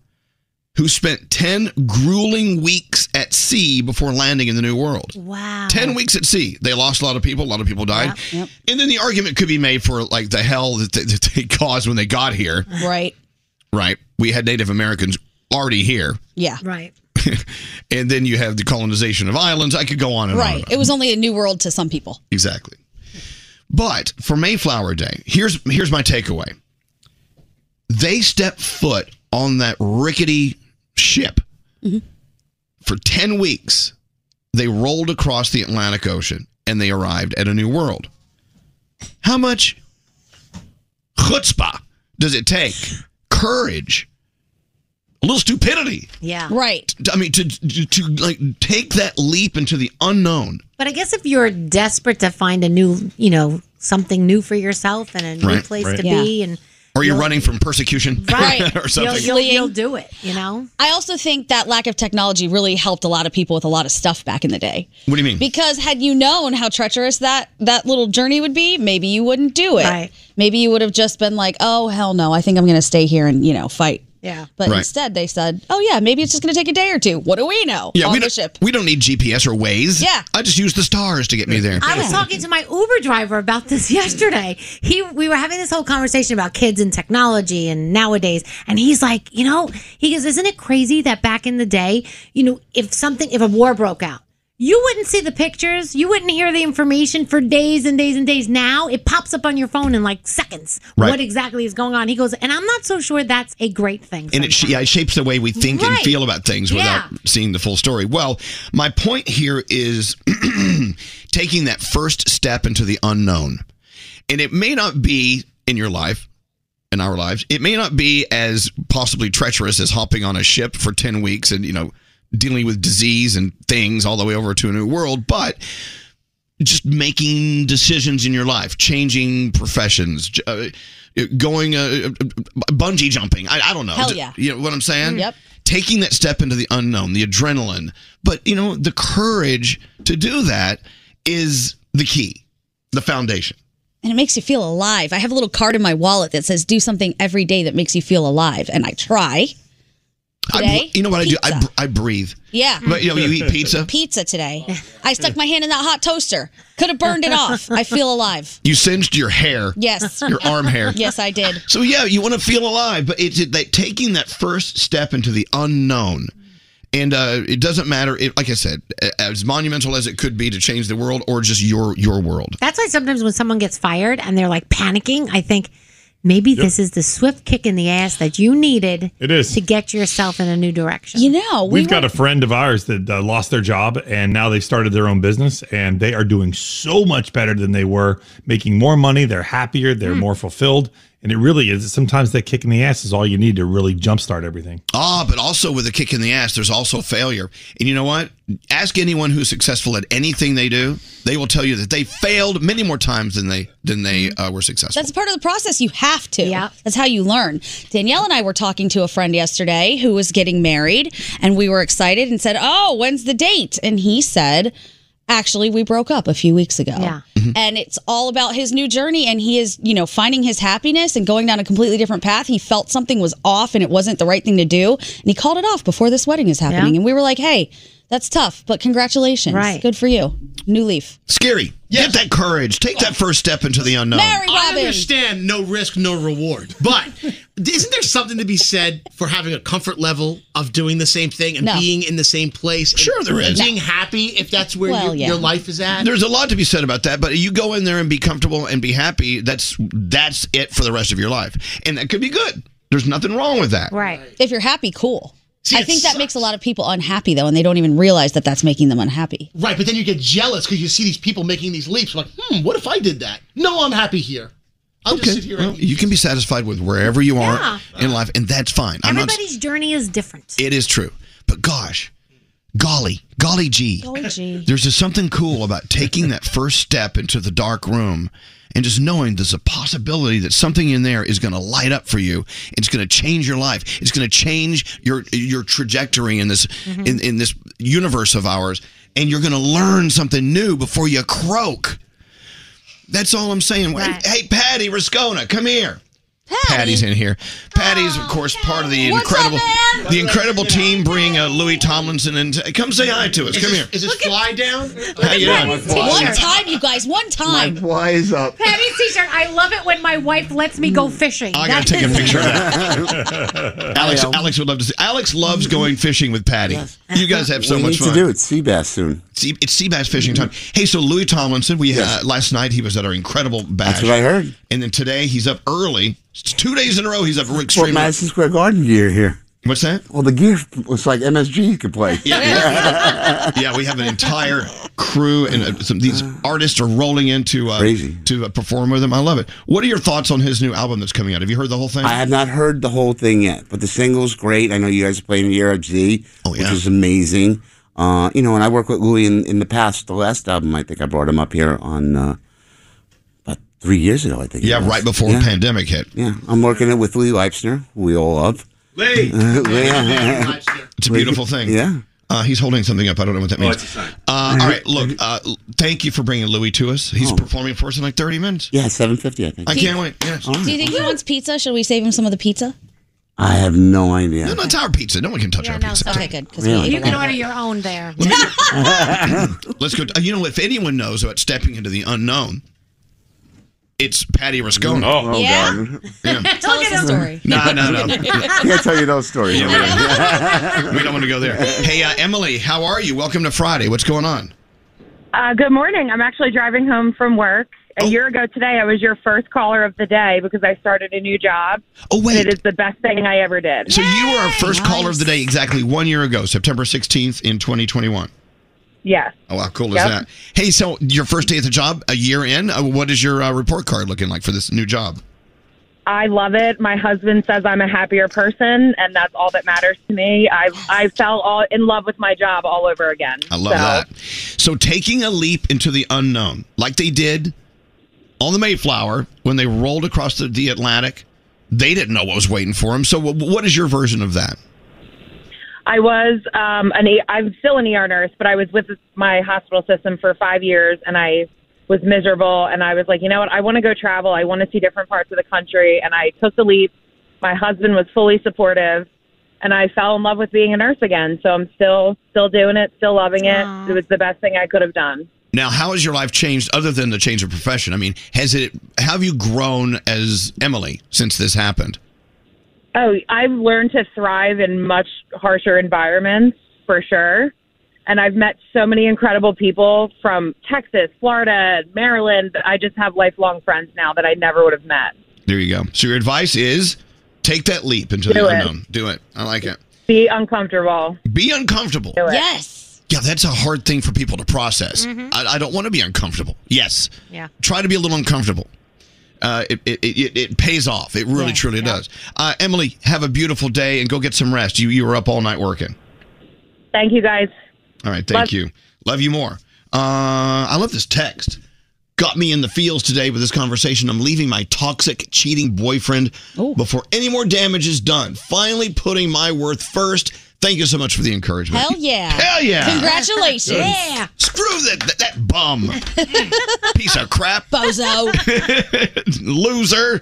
[SPEAKER 8] who spent 10 grueling weeks at sea before landing in the New World.
[SPEAKER 3] Wow.
[SPEAKER 8] 10 weeks at sea. They lost a lot of people. A lot of people died. And then the argument could be made for like the hell that they, that they caused when they got here.
[SPEAKER 7] Right.
[SPEAKER 8] Right. We had Native Americans already here.
[SPEAKER 7] Yeah.
[SPEAKER 3] Right.
[SPEAKER 8] And then you have the colonization of islands. I could go on and on.
[SPEAKER 7] Right. It was only a new world to some people.
[SPEAKER 8] Exactly. But for Mayflower Day, here's here's my takeaway. They stepped foot on that rickety ship for 10 weeks. They rolled across the Atlantic Ocean and they arrived at a new world. How much chutzpah does it take? Courage. A little stupidity.
[SPEAKER 3] Yeah.
[SPEAKER 7] Right.
[SPEAKER 8] I mean to to, to like take that leap into the unknown.
[SPEAKER 3] But I guess if you're desperate to find a new, you know, something new for yourself and a new
[SPEAKER 8] Right,
[SPEAKER 3] place
[SPEAKER 8] right.
[SPEAKER 3] to
[SPEAKER 8] Yeah.
[SPEAKER 3] be, and
[SPEAKER 8] Or you're running from persecution,
[SPEAKER 7] Right.
[SPEAKER 8] or something.
[SPEAKER 3] you'll, you'll do it. You know.
[SPEAKER 7] I also think that lack of technology really helped a lot of people with a lot of stuff back in the day.
[SPEAKER 8] What do you mean?
[SPEAKER 7] Because had you known how treacherous that that little journey would be, maybe you wouldn't do it. Right. Maybe you would have just been like, "Oh hell no, I think I'm going to stay here and you know fight."
[SPEAKER 3] Yeah.
[SPEAKER 7] But
[SPEAKER 8] Right.
[SPEAKER 7] instead, they said, "Oh yeah, maybe it's just going to take a day or two. What do we know?"
[SPEAKER 8] yeah,
[SPEAKER 7] On
[SPEAKER 8] we
[SPEAKER 7] the
[SPEAKER 8] don't,
[SPEAKER 7] ship.
[SPEAKER 8] we don't need GPS or Waze.
[SPEAKER 7] Yeah.
[SPEAKER 8] I just use the stars to get me there.
[SPEAKER 3] I was talking to my Uber driver about this yesterday. He we were having this whole conversation about kids and technology and nowadays, and he's like, you know, he goes, isn't it crazy that back in the day, you know, if something if a war broke out, you wouldn't see the pictures, you wouldn't hear the information for days and days and days. Now it pops up on your phone in like seconds.
[SPEAKER 8] Right.
[SPEAKER 3] What exactly is going on? He goes, and I'm not so sure that's a great thing.
[SPEAKER 8] and it, sh- yeah, it shapes the way we think and
[SPEAKER 3] Right.
[SPEAKER 8] feel about things without
[SPEAKER 3] Yeah.
[SPEAKER 8] seeing the full story. Well, my point here is taking that first step into the unknown. And it may not be in your life in our lives. It may not be as possibly treacherous as hopping on a ship for 10 weeks and, you know, dealing with disease and things all the way over to a new world, but just making decisions in your life, changing professions, j- uh, going uh, bungee jumping. I, I don't know.
[SPEAKER 7] Hell
[SPEAKER 8] J-
[SPEAKER 7] yeah. Mm-hmm.
[SPEAKER 8] You know what I'm saying?
[SPEAKER 7] Yep.
[SPEAKER 8] Taking that step into the unknown, the adrenaline, but you know, the courage to do that is the key, the foundation.
[SPEAKER 7] And it makes you feel alive. I have a little card in my wallet that says do something every day that makes you feel alive. And I try.
[SPEAKER 8] I,
[SPEAKER 7] Today,
[SPEAKER 8] br- you know what I do? I, br- I breathe.
[SPEAKER 7] Yeah.
[SPEAKER 8] But you know, you eat pizza.
[SPEAKER 7] Pizza today. I stuck my hand in that hot toaster. Could have burned it off. I feel alive.
[SPEAKER 8] You singed your hair.
[SPEAKER 7] Yes.
[SPEAKER 8] Your arm hair.
[SPEAKER 7] Yes, I did.
[SPEAKER 8] So yeah, you want to feel alive, but it's it, that taking that first step into the unknown. And uh, it doesn't matter. It, like I said, a- as monumental as it could be to change the world, or just your your world.
[SPEAKER 3] That's why sometimes when someone gets fired and they're like panicking, I think maybe
[SPEAKER 8] Yep.
[SPEAKER 3] this is the swift kick in the ass that you needed
[SPEAKER 9] It is.
[SPEAKER 3] to get yourself in a new direction.
[SPEAKER 7] You know,
[SPEAKER 9] We've got a friend of ours that uh, lost their job and now they've started their own business and they are doing so much better than they were, making more money. They're happier, they're
[SPEAKER 3] Hmm.
[SPEAKER 9] more fulfilled. And it really is sometimes that kick in the ass is all you need to really jumpstart everything.
[SPEAKER 8] Ah, but also with a kick in the ass, there's also failure. And you know what? Ask anyone who's successful at anything they do; they will tell you that they failed many more times than they than they uh, were successful.
[SPEAKER 7] That's part of the process. You have to. Yeah. That's how you learn. Danielle and I were talking to a friend yesterday who was getting married, and we were excited and said, Oh, when's the date? And he said, Actually, we broke up a few weeks ago. Yeah. And it's all about his new journey, and he is, you know, finding his happiness and going down a completely different path. He felt something was off and it wasn't the right thing to do. And he called it off before this wedding is happening.
[SPEAKER 3] Yeah.
[SPEAKER 7] And we were like, Hey, that's tough, but congratulations.
[SPEAKER 3] Right.
[SPEAKER 7] Good for you. New leaf.
[SPEAKER 8] Scary. Get that courage. Take that first step into the unknown.
[SPEAKER 13] I understand no risk, no reward. But isn't there something to be said for having a comfort level of doing the same thing and
[SPEAKER 8] No.
[SPEAKER 13] being in the same place? Sure,
[SPEAKER 8] there is.
[SPEAKER 13] Being happy if that's where
[SPEAKER 8] Well,
[SPEAKER 13] your,
[SPEAKER 8] yeah.
[SPEAKER 13] your life is at.
[SPEAKER 8] There's a lot to be said about that, but you go in there and be comfortable and be happy. That's that's it for the rest of your life, and that could be good. There's nothing wrong with that.
[SPEAKER 3] Right.
[SPEAKER 7] If you're happy, cool.
[SPEAKER 13] See,
[SPEAKER 7] I
[SPEAKER 13] it
[SPEAKER 7] think that makes a lot of people unhappy though, and they don't even realize that that's making them unhappy.
[SPEAKER 13] Right, but then you get jealous because you see these people making these leaps. Like, hmm, what if I did that? No, I'm happy here. I'll just sit here.
[SPEAKER 8] Well, you can be satisfied with wherever you are in life, and that's fine. I'm not.
[SPEAKER 3] Everybody's journey is different.
[SPEAKER 8] It is true, but gosh, golly, golly gee,
[SPEAKER 7] Oh,
[SPEAKER 8] there's just something cool about taking that first step into the dark room. And just knowing there's a possibility that something in there is going to light up for you. It's going to change your life. It's going to change your your trajectory in this
[SPEAKER 19] Mhm.
[SPEAKER 8] in, in this universe of ours. And you're going to learn something new before you croak. That's all I'm saying. Hey, Patty Rascona, come here. Patty's in here. Patty's, of course, part of the incredible the incredible team. Bring uh, Louis Tomlinson and uh, come say hi to us.
[SPEAKER 13] Is
[SPEAKER 8] Come
[SPEAKER 13] this-
[SPEAKER 8] here.
[SPEAKER 13] Is this fly down?
[SPEAKER 8] How you doing?
[SPEAKER 7] One time, you guys, one time.
[SPEAKER 8] fly is up.
[SPEAKER 3] Patty's t-shirt. I love it when my wife lets me
[SPEAKER 13] Mm.
[SPEAKER 3] go fishing.
[SPEAKER 8] I gotta take a picture of that. Alex,
[SPEAKER 20] Hello.
[SPEAKER 8] Alex would love to see. Alex loves going fishing with Patty. You guys have so
[SPEAKER 20] we
[SPEAKER 8] much
[SPEAKER 20] need
[SPEAKER 8] fun.
[SPEAKER 20] to do it. Sea bass soon.
[SPEAKER 8] Sea- It's sea bass fishing
[SPEAKER 20] Mm-hmm.
[SPEAKER 8] time. Hey, so Louis Tomlinson, we uh, last night he was at our incredible bash.
[SPEAKER 20] That's what I heard.
[SPEAKER 8] And then today he's up early. It's two days in a row he's up
[SPEAKER 20] Well,
[SPEAKER 8] extremely.
[SPEAKER 20] Madison Square Garden gear here.
[SPEAKER 8] What's that?
[SPEAKER 20] Well, the gear was like MSG could play.
[SPEAKER 8] Yeah, yeah, we have an entire crew, and uh, some these artists are rolling into uh,
[SPEAKER 20] Crazy.
[SPEAKER 8] to uh, perform with him. I love it. What are your thoughts on his new album that's coming out? Have you heard the whole thing?
[SPEAKER 20] I have not heard the whole thing yet, but the single's great. I know you guys are playing the RFG,
[SPEAKER 8] Oh,
[SPEAKER 20] which is amazing. Uh, you know, and I worked with Louis in, in the past. The last album, I think I brought him up here on uh, about three years ago. I think. it
[SPEAKER 8] Yeah,
[SPEAKER 20] was.
[SPEAKER 8] right before pandemic hit.
[SPEAKER 20] Yeah, I'm working it with Lee Leipsner, who we all love.
[SPEAKER 8] Lee! It's a beautiful thing.
[SPEAKER 20] Yeah.
[SPEAKER 8] Uh, he's holding something up. I don't know what that
[SPEAKER 20] Oh,
[SPEAKER 8] means.
[SPEAKER 20] it's a sign.
[SPEAKER 8] Uh, all right, look. Uh, l- thank you for bringing Louis to us. He's performing for us in like thirty minutes.
[SPEAKER 20] Oh. Yeah, seven fifty. I think. Oh
[SPEAKER 8] I can't wait. Yes.
[SPEAKER 6] Mm.
[SPEAKER 7] Do you think he wants pizza? Should we save him some of the pizza?
[SPEAKER 20] I have no idea.
[SPEAKER 8] No, no, it's our pizza. No one can touch our pizza.
[SPEAKER 7] Okay, good. 'cause
[SPEAKER 20] Really?
[SPEAKER 7] we ate a
[SPEAKER 20] You
[SPEAKER 7] lot.
[SPEAKER 3] can order your own there.
[SPEAKER 8] Let's go. you know, if anyone knows about stepping into the unknown, it's Patty Rascone.
[SPEAKER 20] Oh, oh, Yeah? God.
[SPEAKER 7] Tell us the story.
[SPEAKER 8] No, no, no.
[SPEAKER 20] can't tell you those stories.
[SPEAKER 8] Yeah, we, don't, we don't want to go there. Hey, uh, Emily, how are you? Welcome to Friday. What's going on?
[SPEAKER 21] Uh, good morning. I'm actually driving home from work.
[SPEAKER 8] Oh.
[SPEAKER 21] A year ago today, I was your first caller of the day because I started a new job.
[SPEAKER 8] Oh, wait.
[SPEAKER 21] And it is the best thing I ever did.
[SPEAKER 8] So you were our first caller of the day exactly one year ago, September 16th in 2021.
[SPEAKER 21] Yes.
[SPEAKER 8] Oh, how cool
[SPEAKER 21] Yep.
[SPEAKER 8] is that? Hey, so your first day at the job, a year in, uh, what is your uh, report card looking like for this new job?
[SPEAKER 21] I love it. My husband says I'm a happier person, and that's all that matters to me. I I fell all in love with my job all over again.
[SPEAKER 8] I love
[SPEAKER 21] So-
[SPEAKER 8] that. So taking a leap into the unknown, like they did on the Mayflower when they rolled across the, the Atlantic, they didn't know what was waiting for them. So wh- what is your version of that?
[SPEAKER 21] I was um, an e- I'm still an ER nurse, but I was with my hospital system for five years, and I was miserable. And I was like, you know what? I want to go travel. I want to see different parts of the country. And I took the leap. My husband was fully supportive, and I fell in love with being a nurse again. So I'm still still doing it, still loving it. It was the best thing I could have done.
[SPEAKER 8] Now, how has your life changed other than the change of profession? I mean, has it? How have you grown as Emily since this happened?
[SPEAKER 21] Oh, I've learned to thrive in much harsher environments for sure. And I've met so many incredible people from Texas, Florida, Maryland. I just have lifelong friends now that I never would have met.
[SPEAKER 8] There you go. So your advice is take that leap into the
[SPEAKER 21] Do it.
[SPEAKER 8] unknown. Do it. I like it.
[SPEAKER 21] Be uncomfortable.
[SPEAKER 8] Be uncomfortable.
[SPEAKER 21] Yes.
[SPEAKER 8] Yeah, that's a hard thing for people to process. I, I don't want to be uncomfortable. Yes.
[SPEAKER 21] Yeah.
[SPEAKER 8] Try to be a little uncomfortable. Uh, it, it, it, it pays off. It really, truly does. Uh, Emily, have a beautiful day and go get some rest. You you were up all night working.
[SPEAKER 21] Thank you guys.
[SPEAKER 8] All right. Thank
[SPEAKER 21] Love-
[SPEAKER 8] you. Love you more. Uh, I love this text. Got me in the feels today with this conversation. I'm leaving my toxic, cheating boyfriend before any more damage is done. Finally putting my worth first. Thank you so much for the encouragement.
[SPEAKER 7] Hell yeah.
[SPEAKER 8] Hell yeah.
[SPEAKER 7] Congratulations.
[SPEAKER 8] Good. Screw that, that, that bum. Piece of crap.
[SPEAKER 7] Bozo.
[SPEAKER 8] Loser.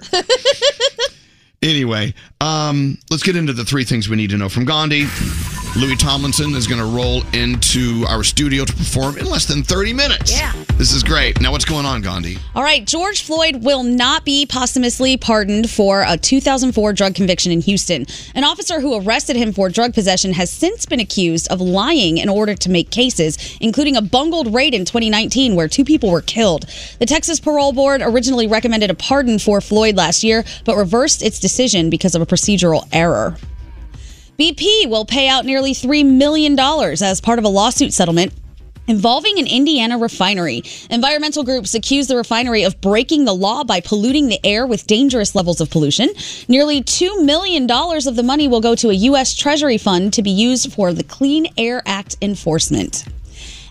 [SPEAKER 8] anyway, um, let's get into the three things we need to know from Gandhi. Louis Tomlinson is going to roll into our studio to perform in less than 30 minutes. Yeah. This is great. Now, what's going on, Gandhi?
[SPEAKER 7] All right, George Floyd will not be posthumously pardoned for a 2004 drug conviction in Houston. An officer who arrested him for drug possession has since been accused of lying in order to make cases, including a bungled raid in 2019 where two people were killed. The Texas Parole Board originally recommended a pardon for Floyd last year, but reversed its decision because of a procedural error. BP will pay out nearly $3 million as part of a lawsuit settlement. Involving an Indiana refinery. Environmental groups accuse the refinery of breaking the law by polluting the air with dangerous levels of pollution. Nearly $2 million of the money will go to a U.S. Treasury fund to be used for the Clean Air Act enforcement.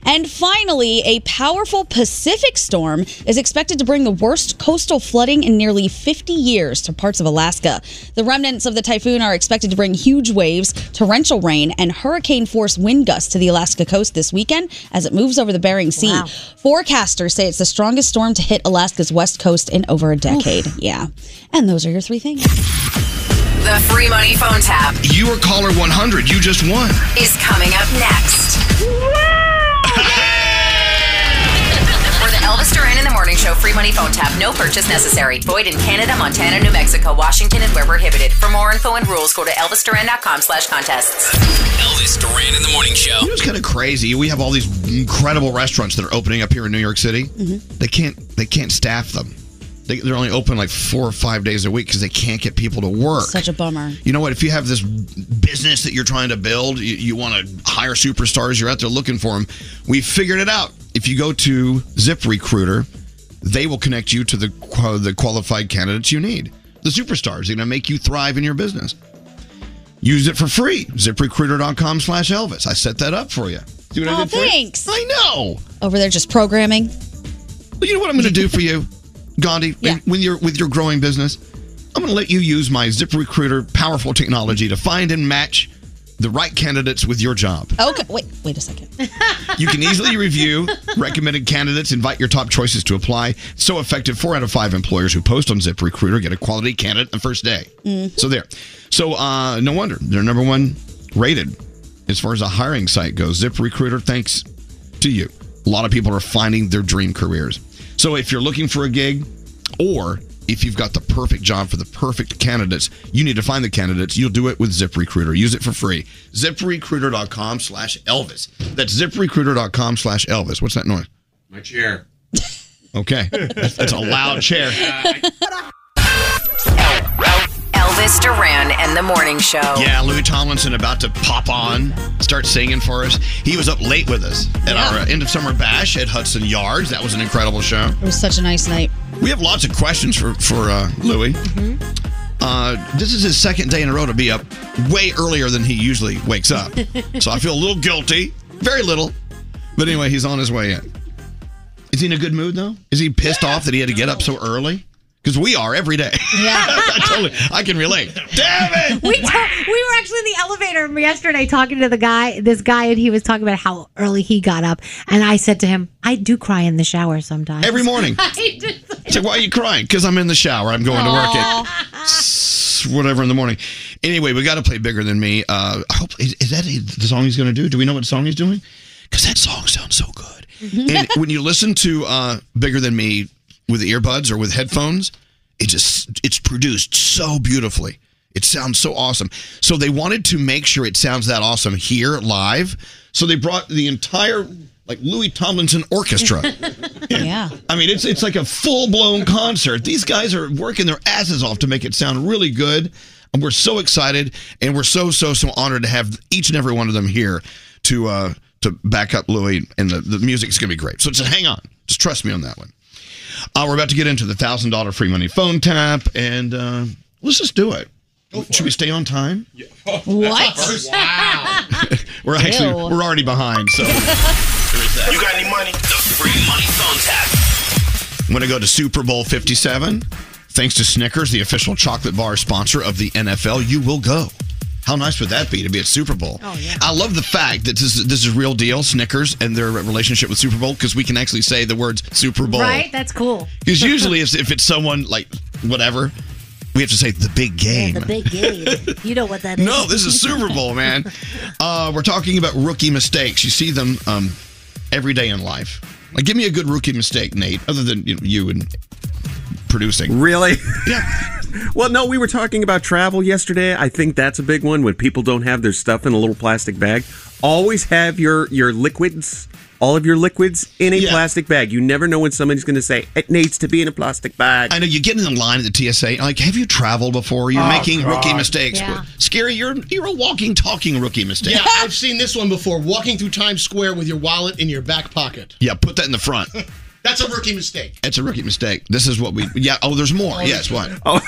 [SPEAKER 7] And finally, a powerful Pacific storm is expected to bring the worst coastal flooding in nearly 50 years to parts of Alaska. The remnants of the typhoon are expected to bring huge waves, torrential rain, and hurricane force wind gusts to the Alaska coast this weekend as it moves over the Bering Sea. Forecasters say it's the strongest storm to hit Alaska's west coast in over a decade. Yeah. And those are your three things.
[SPEAKER 12] The free money phone tap
[SPEAKER 8] You are caller 100. You just won.
[SPEAKER 12] is coming up next. For the Elvis Duran in the Morning Show free money phone tap, no purchase necessary. Void in Canada, Montana, New Mexico, Washington, and where prohibited. For more info and rules, go to elvisduran.com slash contests.
[SPEAKER 15] Elvis Duran in the Morning Show.
[SPEAKER 8] You know, it's kind of crazy. We have all these incredible restaurants that are opening up here in New York City. They can't they can't staff them. They, they're only open like four or five days a week because they can't get people to work.
[SPEAKER 7] Such a bummer.
[SPEAKER 8] You know what? If you have this business that you're trying to build, you, you want to hire superstars, you're out there looking for them. We figured it out. If you go to ZipRecruiter, they will connect you to the qua- the qualified candidates you need. The superstars, they're going to make you thrive in your business. Use it for free. ZipRecruiter.com slash Elvis. I set that up for you. See what I
[SPEAKER 7] Oh,
[SPEAKER 8] did Oh. for you?
[SPEAKER 7] thanks.
[SPEAKER 8] I know.
[SPEAKER 7] Over there just programming.
[SPEAKER 8] Well, you know what I'm going to do for you, Gandhi, when- when you're with your growing business? I'm going to let you use my ZipRecruiter powerful technology to find and match the right candidates with your job.
[SPEAKER 7] Okay. Wait, wait a second.
[SPEAKER 8] You can easily review recommended candidates, invite your top choices to apply. So effective, four out of five employers who post on ZipRecruiter get a quality candidate the first day.
[SPEAKER 11] Mhm.
[SPEAKER 8] So there. So uh, no wonder they're number one rated as far as a hiring site goes. ZipRecruiter, thanks to you. A lot of people are finding their dream careers. So if you're looking for a gig, or if you've got the perfect job for the perfect candidates, you need to find the candidates. You'll do it with ZipRecruiter. Use it for free. ZipRecruiter.com slash Elvis. That's ZipRecruiter.com slash Elvis. What's that noise?
[SPEAKER 22] My chair.
[SPEAKER 8] Okay. That's that's a loud chair.
[SPEAKER 12] Elvis Duran and the Morning Show.
[SPEAKER 8] Yeah, Louis Tomlinson about to pop on, start singing for us. He was up late with us at our uh, end of summer bash at Hudson Yards. That was an incredible show.
[SPEAKER 7] It was such a nice night.
[SPEAKER 8] We have lots of questions for for uh, Louis. Uh, this is his second day in a row to be up way earlier than he usually wakes up. So I feel a little guilty, very little. But anyway, he's on his way in. Is he in a good mood though? Is he pissed off that he had to get up so early? Because we are every day. Yeah, I, totally, I can relate. Damn it!
[SPEAKER 3] We, ta- we were actually in the elevator yesterday talking to the guy, this guy, and he was talking about how early he got up. And I said to him, I do cry in the shower sometimes.
[SPEAKER 8] Every morning.
[SPEAKER 3] I just-
[SPEAKER 8] So why are you crying? Because I'm in the shower. I'm going to work at s- whatever in the morning. Anyway, we got to play bigger than me. Uh, I hope is, is that the song he's going to do? Do we know what song he's doing? Because that song sounds so good. and when you listen to uh, bigger than me with earbuds or with headphones, it just it's produced so beautifully. It sounds so awesome. So they wanted to make sure it sounds that awesome here live. So they brought the entire like Louis Tomlinson orchestra.
[SPEAKER 7] yeah.
[SPEAKER 8] I mean, it's it's like a full blown concert. These guys are working their asses off to make it sound really good, and we're so excited and we're so so so honored to have each and every one of them here to uh, to back up Louis, and the the music's gonna be great. So just hang on, just trust me on that one. Uh, we're about to get into the thousand dollar free money phone tap, and uh, let's just do it. Should we stay on time?
[SPEAKER 7] What?
[SPEAKER 14] Wow.
[SPEAKER 8] We're actually
[SPEAKER 15] Ew.
[SPEAKER 8] we're already behind, so.
[SPEAKER 15] You got any money? The free money phone tap.
[SPEAKER 8] I'm going to go to Super Bowl 57. Thanks to Snickers, the official chocolate bar sponsor of the NFL, you will go. How nice would that be to be at Super Bowl? Oh, yeah. I love the fact that this, this is real deal, Snickers and their relationship with Super Bowl, because we can actually say the words Super Bowl.
[SPEAKER 3] Right? That's cool.
[SPEAKER 8] Because usually, if, if it's someone like whatever, we have to say the big game.
[SPEAKER 3] The big game. You know what that is.
[SPEAKER 8] No, this is Super Bowl, man. Uh, we're talking about rookie mistakes. You see them um, every day in life. Like, give me a good rookie mistake, Nate, other than you, know, you and producing.
[SPEAKER 11] Really? Yeah. well, no, we were talking about travel yesterday. I think that's a big one when people don't have their stuff in a little plastic bag. Always have your your liquids, all of your liquids in a plastic bag. You never know when somebody's going to say it needs to be in a plastic bag.
[SPEAKER 8] I know you get in the line at the TSA. Like, have you traveled before? You're
[SPEAKER 11] Oh,
[SPEAKER 8] making rookie
[SPEAKER 11] God.
[SPEAKER 8] mistakes.
[SPEAKER 13] Yeah.
[SPEAKER 8] Scary, you're you're a walking, talking rookie mistake.
[SPEAKER 13] Yeah, I've seen this one before. Walking through Times Square with your wallet in your back pocket.
[SPEAKER 8] yeah. Put that in the front.
[SPEAKER 13] That's a rookie mistake.
[SPEAKER 8] It's a rookie mistake. This is what we. Yeah. Oh, there's more.
[SPEAKER 13] Oh,
[SPEAKER 8] yes. What?
[SPEAKER 11] Oh.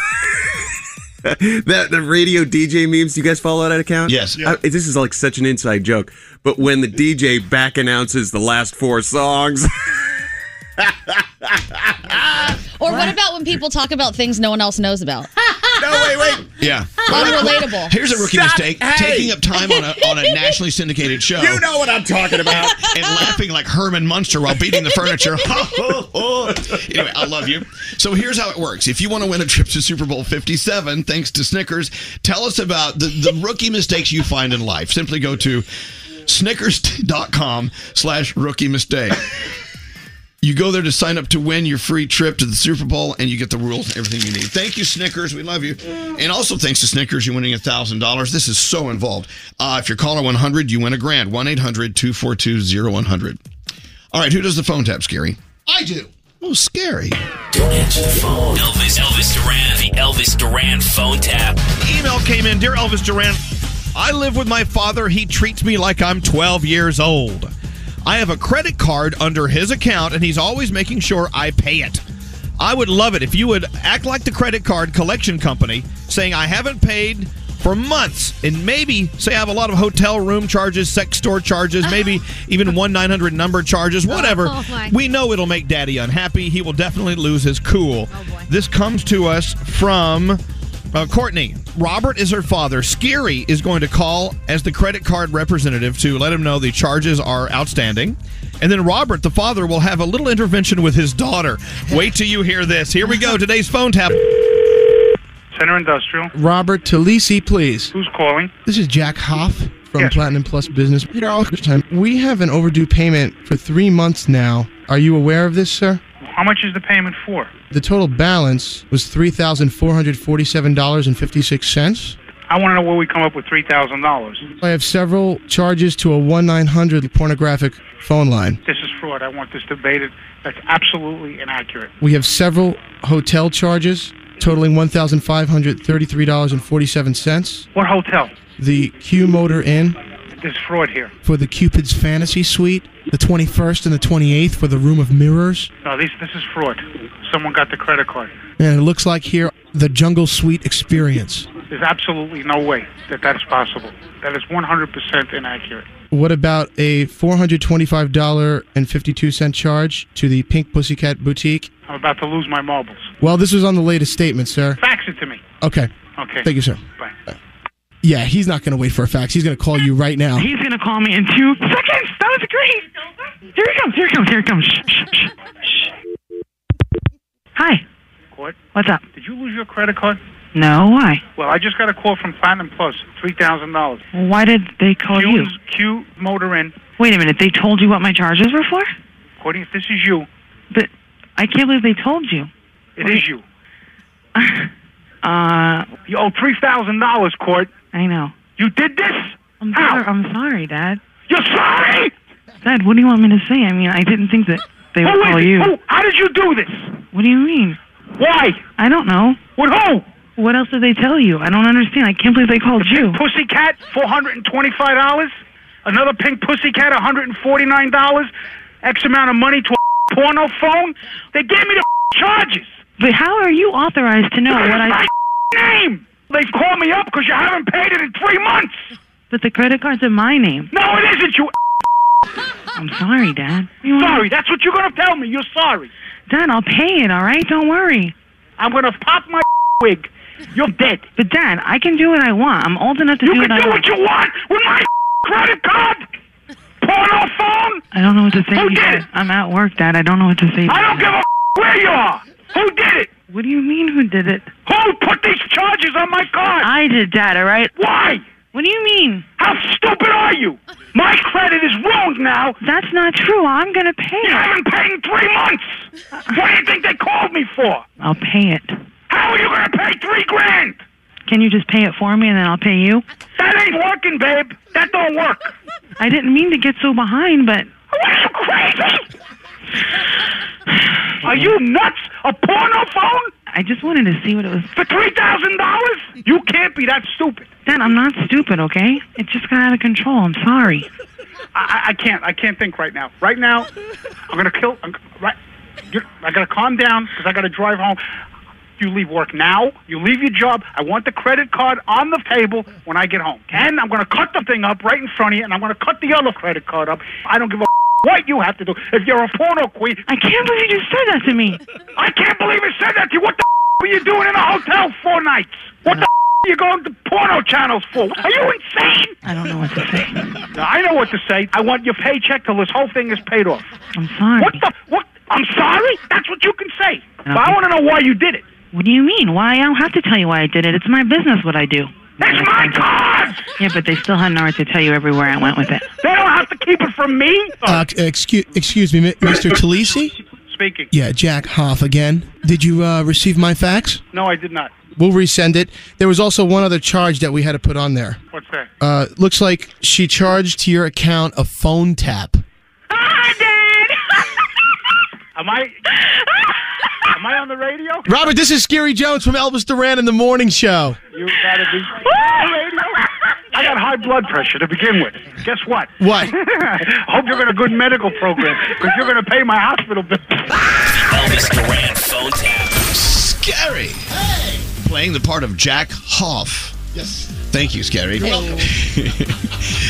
[SPEAKER 11] that the radio DJ memes. Do you guys follow that account?
[SPEAKER 8] Yes.
[SPEAKER 11] I- this is like such an inside joke. But when the DJ back announces the last four songs,
[SPEAKER 7] Or what about when people talk about things no one else knows about?
[SPEAKER 11] no, wait, wait.
[SPEAKER 8] Yeah.
[SPEAKER 7] Unrelatable.
[SPEAKER 8] Here's a rookie
[SPEAKER 7] Stop-
[SPEAKER 8] mistake:
[SPEAKER 7] hey!
[SPEAKER 8] taking up time on a on a nationally syndicated show.
[SPEAKER 11] You know what I'm talking about.
[SPEAKER 8] and laughing like Herman Munster while beating the furniture. anyway, I love you. So here's how it works: if you want to win a trip to Super Bowl 57, thanks to Snickers, tell us about the the rookie mistakes you find in life. Simply go to snickers.com slash rookie mistake. You go there to sign up to win your free trip to the Super Bowl, and you get the rules and everything you need. Thank you, Snickers. We love you. And also thanks to Snickers, you're winning $1,000. This is so involved. Uh, if you're caller 100, you win a grand. 1 800 242 0100. All right, who does the phone tap, Scary?
[SPEAKER 13] I do.
[SPEAKER 8] Oh, scary.
[SPEAKER 15] Don't answer the phone. Elvis, Elvis Duran, the Elvis Duran phone tap.
[SPEAKER 8] Email came in Dear Elvis Duran, I live with my father. He treats me like I'm 12 years old. I have a credit card under his account, and he's always making sure I pay it. I would love it if you would act like the credit card collection company, saying I haven't paid for months, and maybe say I have a lot of hotel room charges, sex store charges, maybe even one nine hundred number charges, whatever.
[SPEAKER 23] Oh, my.
[SPEAKER 8] we know it'll make Daddy unhappy. He will definitely lose his cool. This comes to us from uh, Courtney. Robert is her father. Scary is going to call as the credit card representative to let him know the charges are outstanding. And then Robert, the father, will have a little intervention with his daughter. Wait till you hear this. Here we go. Today's phone tap.
[SPEAKER 24] Center Industrial.
[SPEAKER 13] Robert Talisi, please.
[SPEAKER 24] Who's calling?
[SPEAKER 13] This is Jack Hoff from Platinum Plus Business. Peter Alkerson, we have an overdue payment for three months now. Are you aware of this, sir?
[SPEAKER 24] How much is the payment for?
[SPEAKER 13] The total balance was three thousand four hundred forty-seven dollars and fifty-six cents.
[SPEAKER 24] I want to know where we come up with three thousand dollars.
[SPEAKER 13] I have several charges to a one nine hundred pornographic phone line.
[SPEAKER 24] This is fraud. I want this debated. That's absolutely inaccurate.
[SPEAKER 13] We have several hotel charges totaling one thousand five hundred thirty-three dollars and forty-seven cents.
[SPEAKER 24] What hotel?
[SPEAKER 13] The Q Motor Inn
[SPEAKER 24] There's fraud here.
[SPEAKER 13] for the Cupid's Fantasy Suite. The twenty-first and the twenty-eighth for the Room of Mirrors.
[SPEAKER 24] No, this this is fraud. Someone got the credit card.
[SPEAKER 13] And it looks like here
[SPEAKER 25] the Jungle Suite experience.
[SPEAKER 24] There's absolutely no way that that's possible. That is 100% inaccurate.
[SPEAKER 25] What about a $425.52 charge to the Pink Pussycat Boutique?
[SPEAKER 24] I'm about to lose my marbles.
[SPEAKER 25] Well, this was on the latest statement, sir.
[SPEAKER 24] Fax it to me.
[SPEAKER 25] Okay.
[SPEAKER 24] Okay.
[SPEAKER 25] Thank you, sir.
[SPEAKER 24] Bye.
[SPEAKER 25] Yeah, he's not going to wait for a fax. He's going to call you right now.
[SPEAKER 23] He's going to call me in two seconds. That was great. Here he comes. Here he comes. Here he comes. Shh, shh, shh, shh. Hi.
[SPEAKER 24] Court,
[SPEAKER 23] What's up?
[SPEAKER 24] did you lose your credit card?
[SPEAKER 23] No, why?
[SPEAKER 24] Well, I just got a call from Platinum Plus, $3,000.
[SPEAKER 23] Why did they call you?
[SPEAKER 24] Q Motor in.
[SPEAKER 23] Wait a minute. They told you what my charges were for?
[SPEAKER 24] Courtney, if this is you,
[SPEAKER 23] But I can't believe they told you.
[SPEAKER 24] it is you.
[SPEAKER 23] Uh,
[SPEAKER 24] You owe $3,000, Court.
[SPEAKER 23] I know.
[SPEAKER 24] You did this?
[SPEAKER 23] I'm sorry. I'm sorry, Dad.
[SPEAKER 24] You're sorry?
[SPEAKER 23] Dad, what do you want me to say? I mean, I didn't think that they would
[SPEAKER 24] Who is
[SPEAKER 23] call
[SPEAKER 24] it?
[SPEAKER 23] you.
[SPEAKER 24] Who? How did you do this?
[SPEAKER 23] What do you mean?
[SPEAKER 24] Why?
[SPEAKER 23] I don't know.
[SPEAKER 24] With who?
[SPEAKER 23] What else did they tell you? I don't understand. I can't believe they called you.
[SPEAKER 24] Pussycat, $425. Another pink pussycat, $149. X amount of money to a porno phone. They gave me the charges.
[SPEAKER 23] But how are you authorized to know
[SPEAKER 24] It's
[SPEAKER 23] what I?
[SPEAKER 24] my name. They called me up because you haven't paid it in three months.
[SPEAKER 23] But the credit card's in my name.
[SPEAKER 24] No, it isn't, you
[SPEAKER 23] I'm sorry, Dad.
[SPEAKER 24] Sorry, that's what you're going to tell me. You're sorry.
[SPEAKER 23] Dad, I'll pay it. All right, don't worry.
[SPEAKER 24] I'm going to pop my wig. You're dead.
[SPEAKER 23] But Dad, I can do what I want. I'm old enough to
[SPEAKER 24] You
[SPEAKER 23] do
[SPEAKER 24] can
[SPEAKER 23] what I
[SPEAKER 24] do
[SPEAKER 23] want.
[SPEAKER 24] what you want with my credit card, porno phone.
[SPEAKER 23] I don't know what to say.
[SPEAKER 24] Who
[SPEAKER 23] to you,
[SPEAKER 24] did
[SPEAKER 23] Dad.
[SPEAKER 24] it?
[SPEAKER 23] I'm at work, Dad. I don't know what to say. to
[SPEAKER 24] I don't
[SPEAKER 23] you.
[SPEAKER 24] give a where you are. Who did it?
[SPEAKER 23] What do you mean? Who did it?
[SPEAKER 24] Who put these charges on my card?
[SPEAKER 23] I did, Dad. All right.
[SPEAKER 24] Why?
[SPEAKER 23] What do you mean?
[SPEAKER 24] How stupid are you? My credit is ruined now.
[SPEAKER 23] That's not true. I'm gonna pay
[SPEAKER 24] You
[SPEAKER 23] it.
[SPEAKER 24] haven't paid in three months. What do you think they called me for?
[SPEAKER 23] I'll pay it.
[SPEAKER 24] How are you going to pay three grand?
[SPEAKER 23] Can you just pay it for me and then I'll pay you?
[SPEAKER 24] That ain't working, babe. That don't work.
[SPEAKER 23] I didn't mean to get so behind, but
[SPEAKER 24] What are you crazy? Are you nuts? A porno phone
[SPEAKER 23] I just wanted to see what it was.
[SPEAKER 24] for three thousand dollars? You can't be that stupid.
[SPEAKER 23] Dad, I'm not stupid, okay? It just got out of control. I'm sorry.
[SPEAKER 24] I, I I can't. I can't think right now. Right now, I'm gonna kill. I'm, right, you're, I gotta calm down because I gotta drive home. You leave work now. You leave your job. I want the credit card on the table when I get home. And I'm gonna cut the thing up right in front of you, and I'm gonna cut the other credit card up. I don't give a what you have to do. If you're a porno queen,
[SPEAKER 23] I can't believe you just said that to me.
[SPEAKER 24] I can't believe it said that to you. What the were you doing in a hotel four nights? What the are you going to porno channels for? Are you insane?
[SPEAKER 23] I don't know what to say.
[SPEAKER 24] Now, I know what to say. I want your paycheck till this whole thing is paid off.
[SPEAKER 23] I'm sorry.
[SPEAKER 24] What the? What? I'm sorry. That's what you can say.
[SPEAKER 23] Okay.
[SPEAKER 24] But I want to know why you did it.
[SPEAKER 23] What do you mean? Why? I don't have to tell you why I did it. It's my business what I do.
[SPEAKER 24] That's my card.
[SPEAKER 23] Yeah, but they still had an right to tell you everywhere I went with it.
[SPEAKER 24] They don't have to keep it from me.
[SPEAKER 25] Uh, excuse, excuse me, mi- Mr. Talisi?
[SPEAKER 24] Speaking.
[SPEAKER 25] Yeah, Jack Hoff again. Did you uh, receive my fax?
[SPEAKER 24] No, I did not.
[SPEAKER 25] We'll resend it. There was also one other charge that we had to put on there.
[SPEAKER 24] What's that?
[SPEAKER 25] Uh, looks like she charged to your account a phone tap.
[SPEAKER 24] Am I? Am I on the radio?
[SPEAKER 25] Robert, this is Scary Jones from Elvis Duran in the Morning Show.
[SPEAKER 24] You gotta be. radio. I got high blood pressure to begin with. Guess what?
[SPEAKER 25] What?
[SPEAKER 24] Hope you're in a good medical program because you're going to pay my hospital bill.
[SPEAKER 15] Elvis Duran phone tap.
[SPEAKER 2] Scary.
[SPEAKER 8] Playing the part of Jack Hoff.
[SPEAKER 22] Yes.
[SPEAKER 8] Thank you, Scary.
[SPEAKER 22] You're welcome.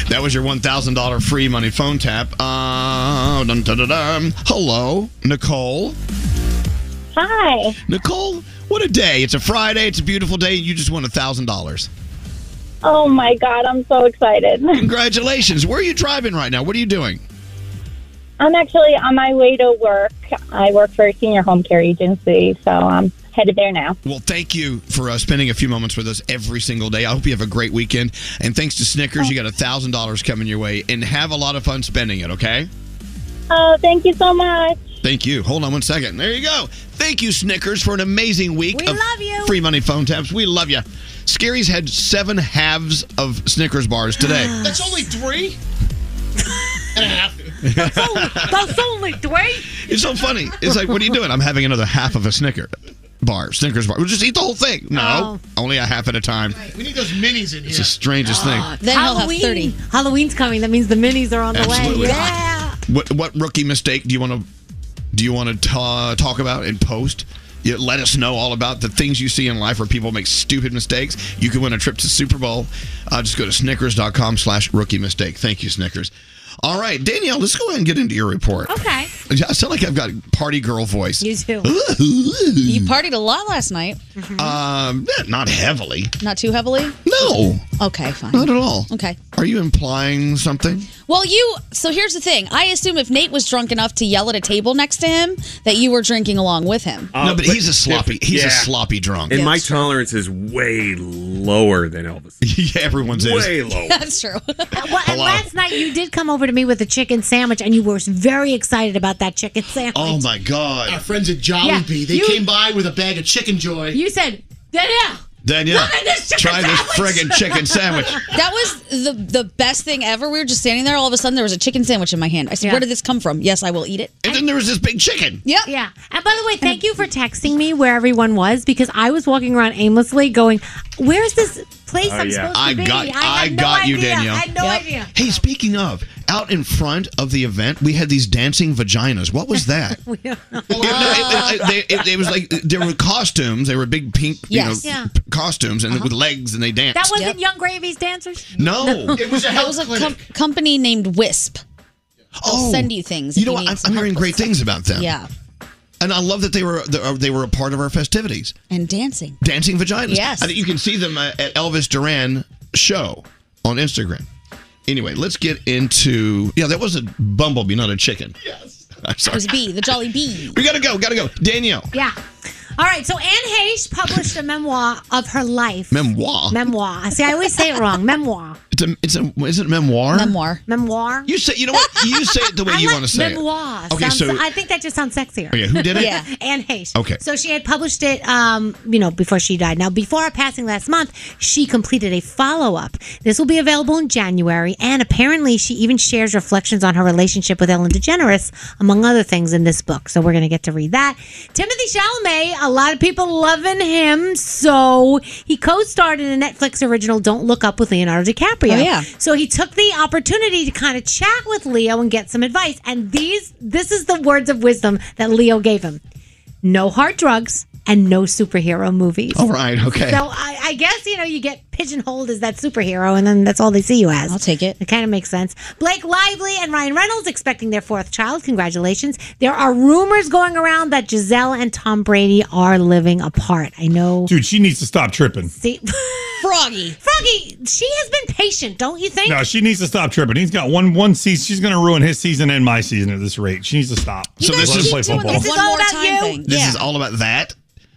[SPEAKER 8] that was your $1,000 free money phone tap. Uh, dun, dun, dun, dun. Hello, Nicole.
[SPEAKER 10] Hi.
[SPEAKER 8] Nicole, what a day. It's a Friday. It's a beautiful day. You just won $1,000.
[SPEAKER 10] Oh my God, I'm so excited.
[SPEAKER 8] Congratulations. Where are you driving right now? What are you doing?
[SPEAKER 10] I'm actually on my way to work. I work for a senior home care agency, so I'm headed there now.
[SPEAKER 8] Well, thank you for uh, spending a few moments with us every single day. I hope you have a great weekend. And thanks to Snickers, you got $1,000 coming your way. And have a lot of fun spending it, okay?
[SPEAKER 10] Oh, thank you so much.
[SPEAKER 8] Thank you. Hold on one second. There you go. Thank you, Snickers, for an amazing week
[SPEAKER 10] We
[SPEAKER 8] of
[SPEAKER 10] love you.
[SPEAKER 8] free money phone taps. We love you. Scary's had seven halves of Snickers bars today.
[SPEAKER 13] That's only three and a half.
[SPEAKER 8] it's
[SPEAKER 10] only three.
[SPEAKER 8] so funny. It's like, what are you doing? I'm having another half of a Snicker bar, Snickers bar. Well, just eat the whole thing. No,
[SPEAKER 10] Oh.
[SPEAKER 8] only a half at a time.
[SPEAKER 13] We need those minis in
[SPEAKER 8] It's
[SPEAKER 13] here.
[SPEAKER 8] the strangest
[SPEAKER 3] Ah,
[SPEAKER 8] thing.
[SPEAKER 3] Halloween. Halloween's coming. That means the minis are on
[SPEAKER 8] Absolutely.
[SPEAKER 3] the way. Yeah.
[SPEAKER 8] What what rookie mistake do you want to do you want to ta- talk about in post? You let us know all about the things you see in life where people make stupid mistakes. You can win a trip to Super Bowl. Uh, just go to snickers.com slash rookie mistake. Thank you, Snickers. All right, Danielle, let's go ahead and get into your report.
[SPEAKER 7] Okay.
[SPEAKER 8] I sound like I've got party girl voice.
[SPEAKER 7] You too. you partied a lot last night. Uh,
[SPEAKER 8] Um, not heavily.
[SPEAKER 7] Not too heavily?
[SPEAKER 8] No.
[SPEAKER 7] Okay, fine.
[SPEAKER 8] Not at all.
[SPEAKER 7] Okay.
[SPEAKER 8] Are you implying something?
[SPEAKER 7] Well, you. So here's the thing. I assume if Nate was drunk enough to yell at a table next to him, that you were drinking along with him.
[SPEAKER 8] no, but, he's a sloppy. He's a
[SPEAKER 11] Yeah.
[SPEAKER 8] sloppy drunk.
[SPEAKER 11] And my tolerance is way lower than Elvis.
[SPEAKER 8] yeah, everyone's is.
[SPEAKER 11] way lower.
[SPEAKER 7] That's true.
[SPEAKER 3] Uh, well, and last night you did come over to me with a chicken sandwich, and you were very excited about that chicken sandwich.
[SPEAKER 8] Oh my God!
[SPEAKER 13] Our friends at Jollibee,
[SPEAKER 3] Yeah,
[SPEAKER 13] they
[SPEAKER 3] you-
[SPEAKER 13] came by with a bag of chicken joy.
[SPEAKER 3] You said, Danielle.
[SPEAKER 8] Danielle,
[SPEAKER 7] Look at this chicken
[SPEAKER 8] try this
[SPEAKER 7] sandwich.
[SPEAKER 8] friggin' chicken sandwich.
[SPEAKER 7] That was the the best thing ever. We were just standing there. All of a sudden, there was a chicken sandwich in my hand. I said,
[SPEAKER 3] Yeah.
[SPEAKER 7] "Where did this come from?" Yes, I will eat it.
[SPEAKER 8] And then there was this big chicken.
[SPEAKER 7] Yep.
[SPEAKER 3] Yeah. And by the way, thank you for texting me where everyone was because I was walking around aimlessly going, where's this place
[SPEAKER 8] Oh,
[SPEAKER 3] I'm
[SPEAKER 8] yeah.
[SPEAKER 3] supposed
[SPEAKER 8] I
[SPEAKER 3] to be?
[SPEAKER 8] got- I
[SPEAKER 3] had no
[SPEAKER 8] got you,
[SPEAKER 3] idea.
[SPEAKER 8] Danielle.
[SPEAKER 3] I had no
[SPEAKER 8] Yep.
[SPEAKER 3] idea.
[SPEAKER 8] Hey, speaking of, out in front of the event, we had these dancing vaginas. What was that? It- it, it- it was like there were costumes. They were big pink,
[SPEAKER 3] Yes.
[SPEAKER 8] you know,
[SPEAKER 3] Yeah. Uh-huh.
[SPEAKER 8] p- costumes, and with legs, and they danced.
[SPEAKER 3] That wasn't Young Gravy's dancers?
[SPEAKER 8] No. It was a
[SPEAKER 7] that
[SPEAKER 8] health
[SPEAKER 7] was a com- company named Wisp. I'll
[SPEAKER 8] Oh.
[SPEAKER 7] send you things.
[SPEAKER 8] You
[SPEAKER 7] if
[SPEAKER 8] know,
[SPEAKER 7] need
[SPEAKER 8] I'm,
[SPEAKER 7] some
[SPEAKER 8] I'm hearing
[SPEAKER 7] help
[SPEAKER 8] great
[SPEAKER 7] with stuff.
[SPEAKER 8] things about them.
[SPEAKER 7] Yeah,
[SPEAKER 8] and I love that they were they were a part of our festivities.
[SPEAKER 7] and dancing.
[SPEAKER 8] Dancing vaginas.
[SPEAKER 7] Yes.
[SPEAKER 8] I think you can see them uh, at Elvis Duran show on Instagram. Anyway, let's get into yeah. That was a bumblebee, not a chicken. Yes. I'm
[SPEAKER 7] It
[SPEAKER 8] sorry.
[SPEAKER 7] was B, the Jolly Bee.
[SPEAKER 8] We gotta go. Gotta go. Danielle.
[SPEAKER 3] Yeah. All right. So Anne Heche published a memoir of her life.
[SPEAKER 8] Memoir.
[SPEAKER 3] Memoir. See, I always say it wrong. Memoir.
[SPEAKER 8] It's a. It's a. Is it memoir?
[SPEAKER 7] Memoir.
[SPEAKER 3] Memoir.
[SPEAKER 8] You say. You know what? You say it the way you want to say
[SPEAKER 3] memoir.
[SPEAKER 8] it. Okay.
[SPEAKER 3] Sounds-
[SPEAKER 8] So
[SPEAKER 3] I think that just sounds sexier.
[SPEAKER 8] Okay, who did it? Yeah.
[SPEAKER 3] Anne Hayes.
[SPEAKER 8] Okay.
[SPEAKER 3] So she had published it, um, you know, before she died. Now, before her passing last month, she completed a follow up. This will be available in January, and apparently, she even shares reflections on her relationship with Ellen DeGeneres, among other things, in this book. So we're going to get to read that. Timothy Chalamet, a lot of people loving him, so he co-starred in a Netflix original, Don't Look Up, with Leonardo DiCaprio.
[SPEAKER 7] Oh, yeah.
[SPEAKER 3] So he took the opportunity to kind of chat with Leo and get some advice. And these, this is the words of wisdom that Leo gave him: no hard drugs and no superhero movies.
[SPEAKER 8] All right. Okay.
[SPEAKER 3] So I, I guess you know you get pigeonholed as that superhero, and then that's all they see you as. I'll take it. It kind of makes sense. Blake Lively and Ryan Reynolds expecting their fourth child. Congratulations. There are rumors going around that Giselle and Tom Brady are living apart. I know.
[SPEAKER 9] Dude, she needs to stop tripping.
[SPEAKER 3] See,
[SPEAKER 7] Froggy.
[SPEAKER 3] Froggy, she has been patient, don't you think?
[SPEAKER 9] No, she needs to stop tripping. He's got one one season. She's going to ruin his season and my season at this rate. She needs to stop.
[SPEAKER 3] You So guys this
[SPEAKER 9] Let her
[SPEAKER 3] keep
[SPEAKER 9] play
[SPEAKER 3] doing
[SPEAKER 9] football.
[SPEAKER 3] this is One all more about time you. thing.
[SPEAKER 8] This is all about that.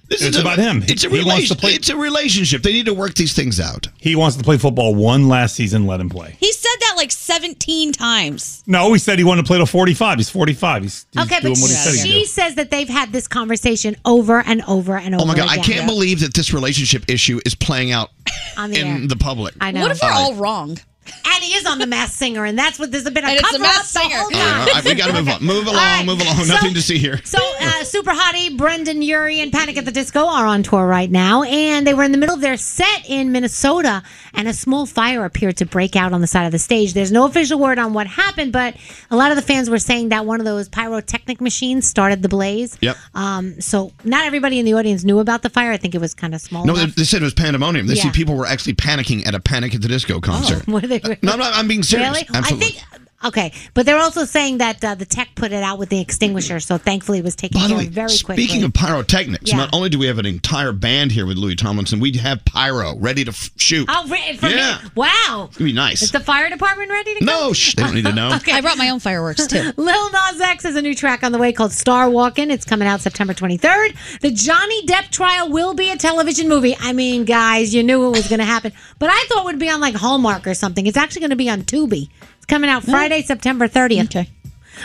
[SPEAKER 8] This
[SPEAKER 9] It's
[SPEAKER 8] is a-
[SPEAKER 9] about him.
[SPEAKER 8] It's a
[SPEAKER 9] He wants to
[SPEAKER 8] relationship. It's a relationship. They need to work these things out.
[SPEAKER 9] He wants to play football one last season. Let him play.
[SPEAKER 7] He said that like 17 times.
[SPEAKER 9] No, he said he wanted to play till 45. He's 45. He's, he's
[SPEAKER 3] okay,
[SPEAKER 9] doing
[SPEAKER 3] but
[SPEAKER 9] what he said
[SPEAKER 3] she,
[SPEAKER 9] he would do.
[SPEAKER 3] says that they've had this conversation over and over and over.
[SPEAKER 8] Oh my god! I
[SPEAKER 3] again.
[SPEAKER 8] can't believe that this relationship issue is playing out
[SPEAKER 3] On the
[SPEAKER 8] in
[SPEAKER 3] air.
[SPEAKER 8] the public.
[SPEAKER 3] I know.
[SPEAKER 7] wrong?
[SPEAKER 3] And he is on the Mass Singer, and that's what this has been a
[SPEAKER 7] And it's
[SPEAKER 3] cover
[SPEAKER 7] The Masked
[SPEAKER 3] up the
[SPEAKER 7] Singer.
[SPEAKER 3] whole
[SPEAKER 8] All
[SPEAKER 3] time.
[SPEAKER 8] right, we got to move on. Move along.
[SPEAKER 3] right,
[SPEAKER 8] Move along. Nothing to see here.
[SPEAKER 3] So, uh, Super Hottie, Brendan Urie, and Panic at the Disco are on tour right now, and they were in the middle of their set in Minnesota, and a small fire appeared to break out on the side of the stage. There's no official word on what happened, but a lot of the fans were saying that one of those pyrotechnic machines started the blaze.
[SPEAKER 8] Yep.
[SPEAKER 3] Um, so, not everybody in the audience knew about the fire. I think it was kind of small.
[SPEAKER 8] No, they,
[SPEAKER 3] enough.
[SPEAKER 8] they said it was pandemonium. They see
[SPEAKER 3] Yeah. Oh,
[SPEAKER 8] people were actually panicking at a Panic at the Disco concert.
[SPEAKER 3] What are they?
[SPEAKER 8] No, no, I'm being serious.
[SPEAKER 3] Really?
[SPEAKER 8] Absolutely.
[SPEAKER 3] I think. Okay, but they're also saying that uh, the tech put it out with the extinguisher, so thankfully it was taken
[SPEAKER 8] By the
[SPEAKER 3] care
[SPEAKER 8] way,
[SPEAKER 3] of very quickly.
[SPEAKER 8] speaking of pyrotechnics,
[SPEAKER 3] Yeah.
[SPEAKER 8] not only do we have an entire band here with Louis Tomlinson, we have pyro ready to f- shoot.
[SPEAKER 3] oh, re- for
[SPEAKER 8] Yeah.
[SPEAKER 3] me, wow,
[SPEAKER 8] It's gonna be nice.
[SPEAKER 3] Is the fire department ready to go?
[SPEAKER 8] No, shh, they don't need to know.
[SPEAKER 7] I brought my own fireworks too.
[SPEAKER 3] Lil Nas X has a new track on the way called Star Walkin'. It's coming out September 23rd. The Johnny Depp trial will be a television movie. I mean, guys, you knew it was going to happen, but I thought it would be on like Hallmark or something. It's actually going to be on Tubi. It's coming out Friday, September 30th. Okay.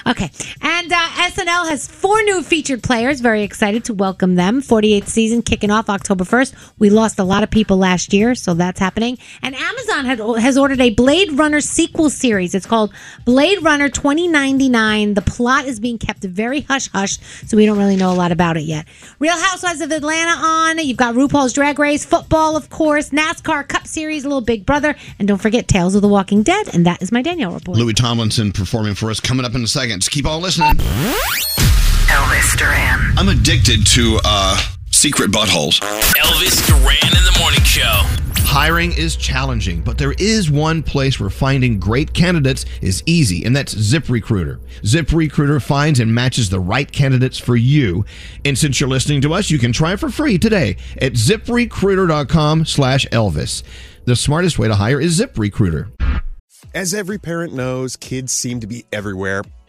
[SPEAKER 3] Okay. And uh, SNL has four new featured players. Very excited to welcome them. 48th season kicking off October 1st. We lost a lot of people last year, so that's happening. And Amazon had, has ordered a Blade Runner sequel series. It's called Blade Runner 2099. The plot is being kept very hush hush, so we don't really know a lot about it yet. Real Housewives of Atlanta on. You've got RuPaul's Drag Race, football, of course, NASCAR Cup Series, Little Big Brother, and don't forget Tales of the Walking Dead. And that is my Danielle report.
[SPEAKER 8] Louis Tomlinson performing for us coming up in a second. Just keep on listening.
[SPEAKER 26] Elvis Duran.
[SPEAKER 8] I'm addicted to uh, secret buttholes.
[SPEAKER 6] Elvis Duran in the morning show.
[SPEAKER 27] Hiring is challenging, but there is one place where finding great candidates is easy, and that's ZipRecruiter. ZipRecruiter finds and matches the right candidates for you. And since you're listening to us, you can try it for free today at ziprecruiter.com slash Elvis. The smartest way to hire is ZipRecruiter.
[SPEAKER 11] As every parent knows, kids seem to be everywhere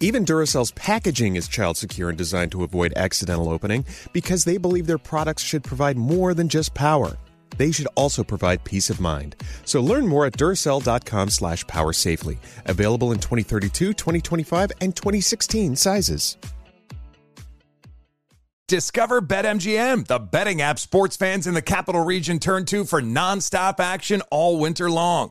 [SPEAKER 11] Even Duracell's packaging is child secure and designed to avoid accidental opening because they believe their products should provide more than just power. They should also provide peace of mind. So learn more at Duracell.com slash power safely. Available in 2032, 2025, and 2016 sizes.
[SPEAKER 16] Discover BetMGM, the betting app sports fans in the capital region turn to for nonstop action all winter long.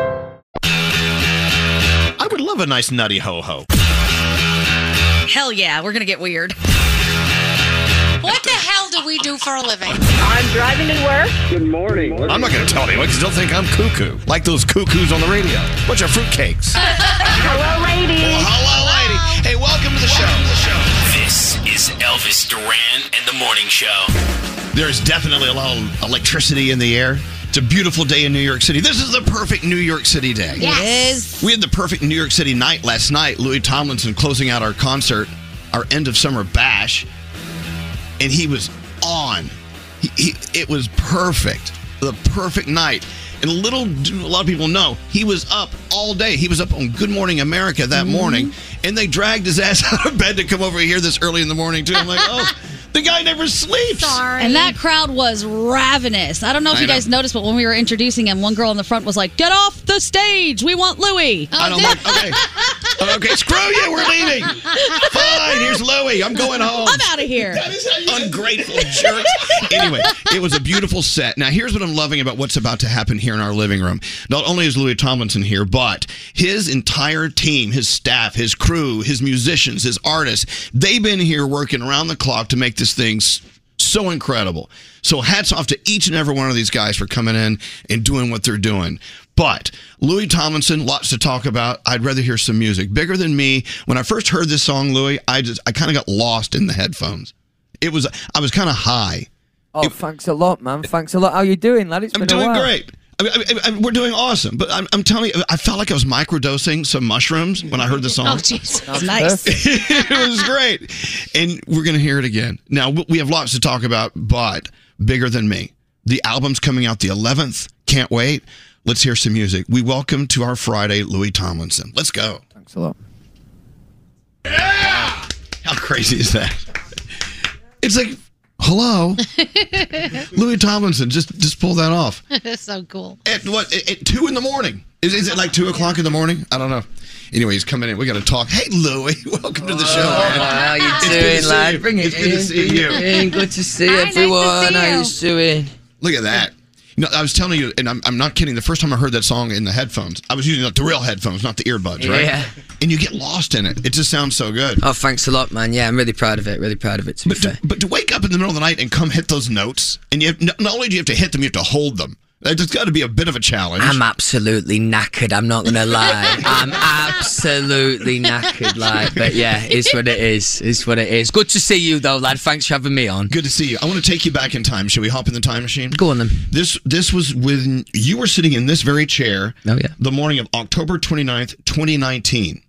[SPEAKER 27] I would love a nice nutty ho-ho.
[SPEAKER 7] Hell yeah, we're gonna get weird.
[SPEAKER 28] What the hell do we do for a living?
[SPEAKER 13] I'm driving to work.
[SPEAKER 27] Good morning. I'm not going to tell anyone because they'll think I'm cuckoo. Like those cuckoos on the radio. Bunch of fruitcakes.
[SPEAKER 13] Hello, ladies.
[SPEAKER 8] hello, lady. Hey, welcome to the show.
[SPEAKER 6] This is Elvis Duran and the morning show.
[SPEAKER 8] There's definitely a lot of electricity in the air. It's a beautiful day in New York City. This is the perfect New York City day.
[SPEAKER 7] It is.
[SPEAKER 8] We had the perfect New York City night last night. Louis Tomlinson closing out our concert, our end of summer bash, and he was on. He, he, it was perfect, the perfect night. And little do a lot of people know he was up all day. He was up on Good Morning America that morning, and they dragged his ass out of bed to come over here this early in the morning too. I'm like, oh, the guy never sleeps. Sorry.
[SPEAKER 7] And that crowd was ravenous. I don't know if
[SPEAKER 8] I
[SPEAKER 7] you guys
[SPEAKER 8] know.
[SPEAKER 7] noticed, but when we were introducing him, one girl in the front was like, "Get off the stage! We want Louis."
[SPEAKER 8] I don't like.
[SPEAKER 7] Oh,
[SPEAKER 8] Okay. Okay, screw you. We're leaving. Fine. Here's Louie. I'm going home.
[SPEAKER 7] I'm out of here.
[SPEAKER 8] Ungrateful jerk. anyway, it was a beautiful set. Now, here's what I'm loving about what's about to happen here in our living room. Not only is Louis Tomlinson here, but his entire team, his staff, his crew, his musicians, his artists, they've been here working around the clock to make this thing s- so incredible. So, hats off to each and every one of these guys for coming in and doing what they're doing. But Louis Tomlinson, lots to talk about. I'd rather hear some music. Bigger than me. When I first heard this song, Louis, I just I kind of got lost in the headphones. It was I was kind of high.
[SPEAKER 19] Oh, thanks a lot, man. Thanks a lot. How you doing, lad? It's
[SPEAKER 8] I'm
[SPEAKER 19] been a
[SPEAKER 8] doing
[SPEAKER 19] while.
[SPEAKER 8] great. I mean, I mean, I mean, we're doing awesome, but I'm, I'm telling you, I felt like I was microdosing some mushrooms when I heard the song.
[SPEAKER 3] Oh, jeez. That's nice.
[SPEAKER 8] it was great. And we're going to hear it again. Now, w- we have lots to talk about, but bigger than me. The album's coming out the 11th. Can't wait. Let's hear some music. We welcome to our Friday, Louis Tomlinson. Let's go. Thanks
[SPEAKER 19] a lot.
[SPEAKER 8] How crazy is that? It's like, hello, Louis Tomlinson. Just just pull that off.
[SPEAKER 3] so cool.
[SPEAKER 8] At what? At, at two in the morning. Is, is it like two o'clock in the morning? I don't know. Anyway, he's coming in. We got to talk. Hey, Louis, welcome to the show. man.
[SPEAKER 19] Oh, How you
[SPEAKER 8] It's good to
[SPEAKER 19] doing,
[SPEAKER 8] see
[SPEAKER 19] lad?
[SPEAKER 8] Oh, you.
[SPEAKER 19] Bring it
[SPEAKER 8] It's good to
[SPEAKER 19] in,
[SPEAKER 8] see
[SPEAKER 19] bring
[SPEAKER 8] you.
[SPEAKER 19] it in. Good to see Hi, nice to see everyone. How you you. doing?
[SPEAKER 8] Look at that. You know, I was telling you, and I'm, I'm not kidding. The first time I heard that song in the headphones, I was using like, the real headphones, not the earbuds, right?
[SPEAKER 19] Yeah.
[SPEAKER 8] And you get lost in it. It just sounds so good.
[SPEAKER 19] Oh, thanks a lot, man. Yeah, I'm really proud of it. Really proud of it. To be fair.
[SPEAKER 8] But to wake up in the middle of the night and come hit those notes, and you have, not not only do you have to hit them, you have to hold them. It's got to be a bit of a challenge.
[SPEAKER 19] I'm absolutely knackered. I'm not gonna lie. I'm absolutely knackered, like. But yeah, it's what it is. It's what it is. Good to see you, though, lad. Thanks for having me on.
[SPEAKER 8] Good to see you. I want to take you back in time. Shall we hop in the time machine?
[SPEAKER 19] Go on then.
[SPEAKER 8] This this was when you were sitting in this very chair.
[SPEAKER 19] Oh yeah.
[SPEAKER 8] The morning of October 29th, 2019.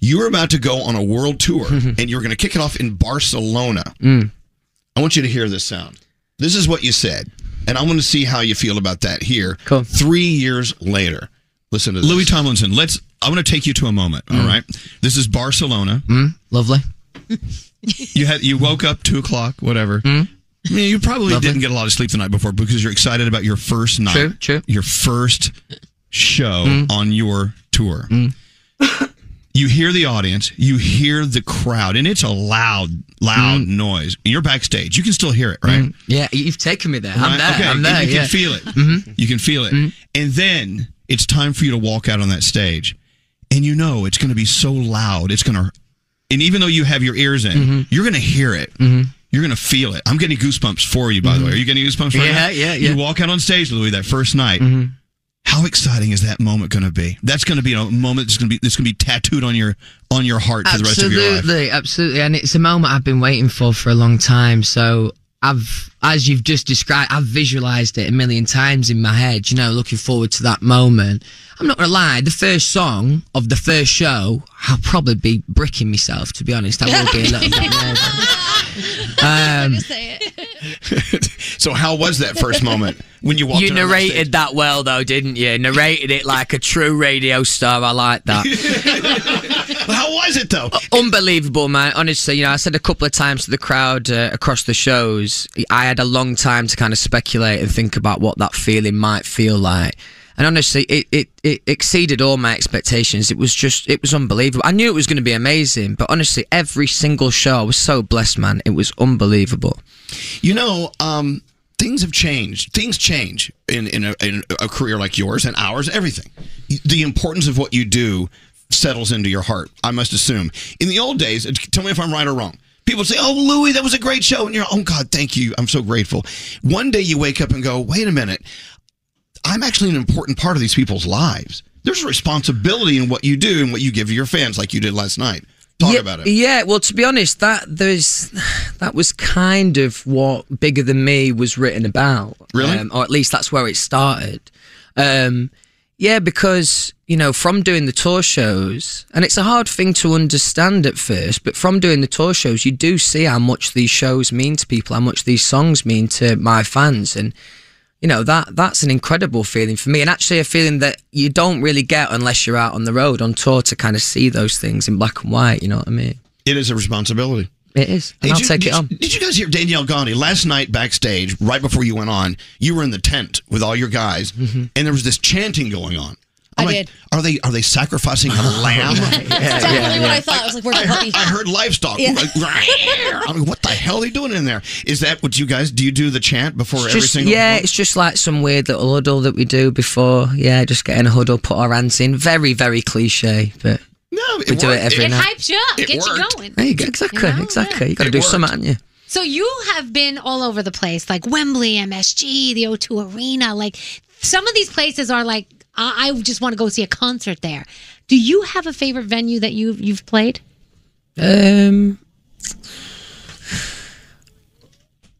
[SPEAKER 8] You were about to go on a world tour
[SPEAKER 19] Mm-hmm.
[SPEAKER 8] and you were going to kick it off in Barcelona.
[SPEAKER 19] Mm.
[SPEAKER 8] I want you to hear this sound. This is what you said. And I want to see how you feel about that here. 3 years later. Listen to this. Louis Tomlinson, let's I want to take you to a moment, all right? This is Barcelona.
[SPEAKER 19] Mm, lovely.
[SPEAKER 8] you had you woke up two o'clock, whatever.
[SPEAKER 19] Mm.
[SPEAKER 8] I mean, you probably didn't get a lot of sleep the night before because you're excited about your first night,
[SPEAKER 19] True, true.
[SPEAKER 8] your first show
[SPEAKER 19] Mm.
[SPEAKER 8] on your tour. you hear the audience, you hear the crowd, and it's a loud,
[SPEAKER 19] Mm.
[SPEAKER 8] loud noise. You're backstage, you can still hear it, right?
[SPEAKER 19] Yeah, you've taken me there.
[SPEAKER 8] Right?
[SPEAKER 19] I'm there.
[SPEAKER 8] Okay,
[SPEAKER 19] I'm
[SPEAKER 8] and
[SPEAKER 19] there.
[SPEAKER 8] You
[SPEAKER 19] yeah.
[SPEAKER 8] can feel it.
[SPEAKER 19] Mm-hmm.
[SPEAKER 8] You can feel it.
[SPEAKER 19] Mm.
[SPEAKER 8] And then it's time for you to walk out on that stage, and you know it's going to be so loud. It's going to, and even though you have your ears in,
[SPEAKER 19] Mhm.
[SPEAKER 8] you're going to hear it.
[SPEAKER 19] Mm-hmm.
[SPEAKER 8] You're going to feel it. I'm getting goosebumps for you, by the way. Are you getting goosebumps right
[SPEAKER 19] Yeah, yeah,
[SPEAKER 8] now?
[SPEAKER 19] yeah. Mm-hmm.
[SPEAKER 8] You walk out on stage, Louis, that first night. How exciting is that moment going to be? That's going to be a moment that's going to be that's going to be tattooed on your on your heart for
[SPEAKER 19] absolutely,
[SPEAKER 8] the rest of your life.
[SPEAKER 19] Absolutely, and it's a moment I've been waiting for for a long time. So I've, as you've just described, I've visualized it a million times in my head. You know, looking forward to that moment. I'm not gonna lie, the first song of the first show, I'll probably be bricking myself. To be honest, I will be a little bit nervous. Um,
[SPEAKER 8] So how was that first moment when you walked
[SPEAKER 19] you
[SPEAKER 8] out on that stage?
[SPEAKER 19] narrated that well, though, didn't you? Narrated it like a true radio star. I like that.
[SPEAKER 8] How was it though?
[SPEAKER 19] Unbelievable, man. Honestly, you know, I said a couple of times to the crowd uh, across the shows, I had a long time to kind of speculate and think about what that feeling might feel like. And honestly, it, it, it exceeded all my expectations. It was just, it was unbelievable. I knew it was going to be amazing, but honestly, every single show, I was so blessed, man. It was unbelievable.
[SPEAKER 8] You know, um, things have changed. Things change in in a, in a career like yours and ours. Everything. The importance of what you do settles into your heart. I must assume. In the old days, and tell me if I'm right or wrong. People say, "Oh, Louis, that was a great show," and you're, "Oh God, thank you. I'm so grateful." One day you wake up and go, "Wait a minute, I'm actually an important part of these people's lives." There's a responsibility in what you do and what you give to your fans, like you did last night. Talk
[SPEAKER 19] yeah,
[SPEAKER 8] about it.
[SPEAKER 19] Yeah, well, to be honest, that there's that was kind of what Bigger Than Me was written about.
[SPEAKER 8] Really?
[SPEAKER 19] Um, or at least that's where it started. Um, yeah, because you know, from doing the tour shows, and it's a hard thing to understand at first, but from doing the tour shows, you do see how much these shows mean to people, how much these songs mean to my fans, and you know that that's an incredible feeling for me and actually a feeling that you don't really get unless you're out on the road on tour to kind of see those things in black and white you know what i mean
[SPEAKER 8] It is a responsibility.
[SPEAKER 19] it is and
[SPEAKER 8] Did
[SPEAKER 19] i'll
[SPEAKER 8] you-
[SPEAKER 19] take
[SPEAKER 8] did
[SPEAKER 19] it on
[SPEAKER 8] you- did you guys hear Danielle Gandhi last night backstage, right before you went on? You were in the tent with all your guys,
[SPEAKER 19] Mm-hmm.
[SPEAKER 8] and there was this chanting going on. I'm
[SPEAKER 14] I
[SPEAKER 8] like,
[SPEAKER 14] did.
[SPEAKER 8] Are they are they sacrificing a lamb?
[SPEAKER 14] That's definitely what I thought. I was like, we're
[SPEAKER 8] I
[SPEAKER 14] puppy.
[SPEAKER 8] heard, I heard livestock.
[SPEAKER 14] Yeah.
[SPEAKER 8] Like, I'm like, what the hell are they doing in there? Is that what you guys do? You do the chant before
[SPEAKER 19] It's
[SPEAKER 8] every
[SPEAKER 19] just-
[SPEAKER 8] single?
[SPEAKER 19] yeah it's just like some weird little huddle that we do before yeah just getting a huddle put our hands in very very cliche but
[SPEAKER 8] no
[SPEAKER 19] we do it every
[SPEAKER 3] it
[SPEAKER 19] night
[SPEAKER 3] hypes you up,
[SPEAKER 19] It
[SPEAKER 3] gets you
[SPEAKER 19] worked.
[SPEAKER 3] going.
[SPEAKER 19] there you go exactly exactly you gotta do something haven't you
[SPEAKER 3] So you have been all over the place, like Wembley, MSG, the O2 Arena. Like some of these places are like, I, I just want to go see a concert there. Do you have a favorite venue that you you've played?
[SPEAKER 19] Um,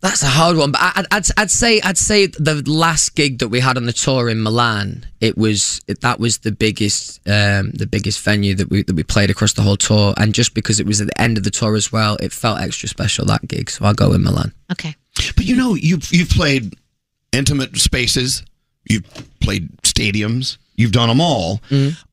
[SPEAKER 19] That's a hard one, but I, I'd, I'd I'd say I'd say the last gig that we had on the tour in Milan, it was it, that was the biggest um, the biggest venue that we that we played across the whole tour, and just because it was at the end of the tour as well, it felt extra special that gig. So I'll go with Milan.
[SPEAKER 3] Okay.
[SPEAKER 8] But you know, you've you've played intimate spaces, you've played stadiums, you've done them all.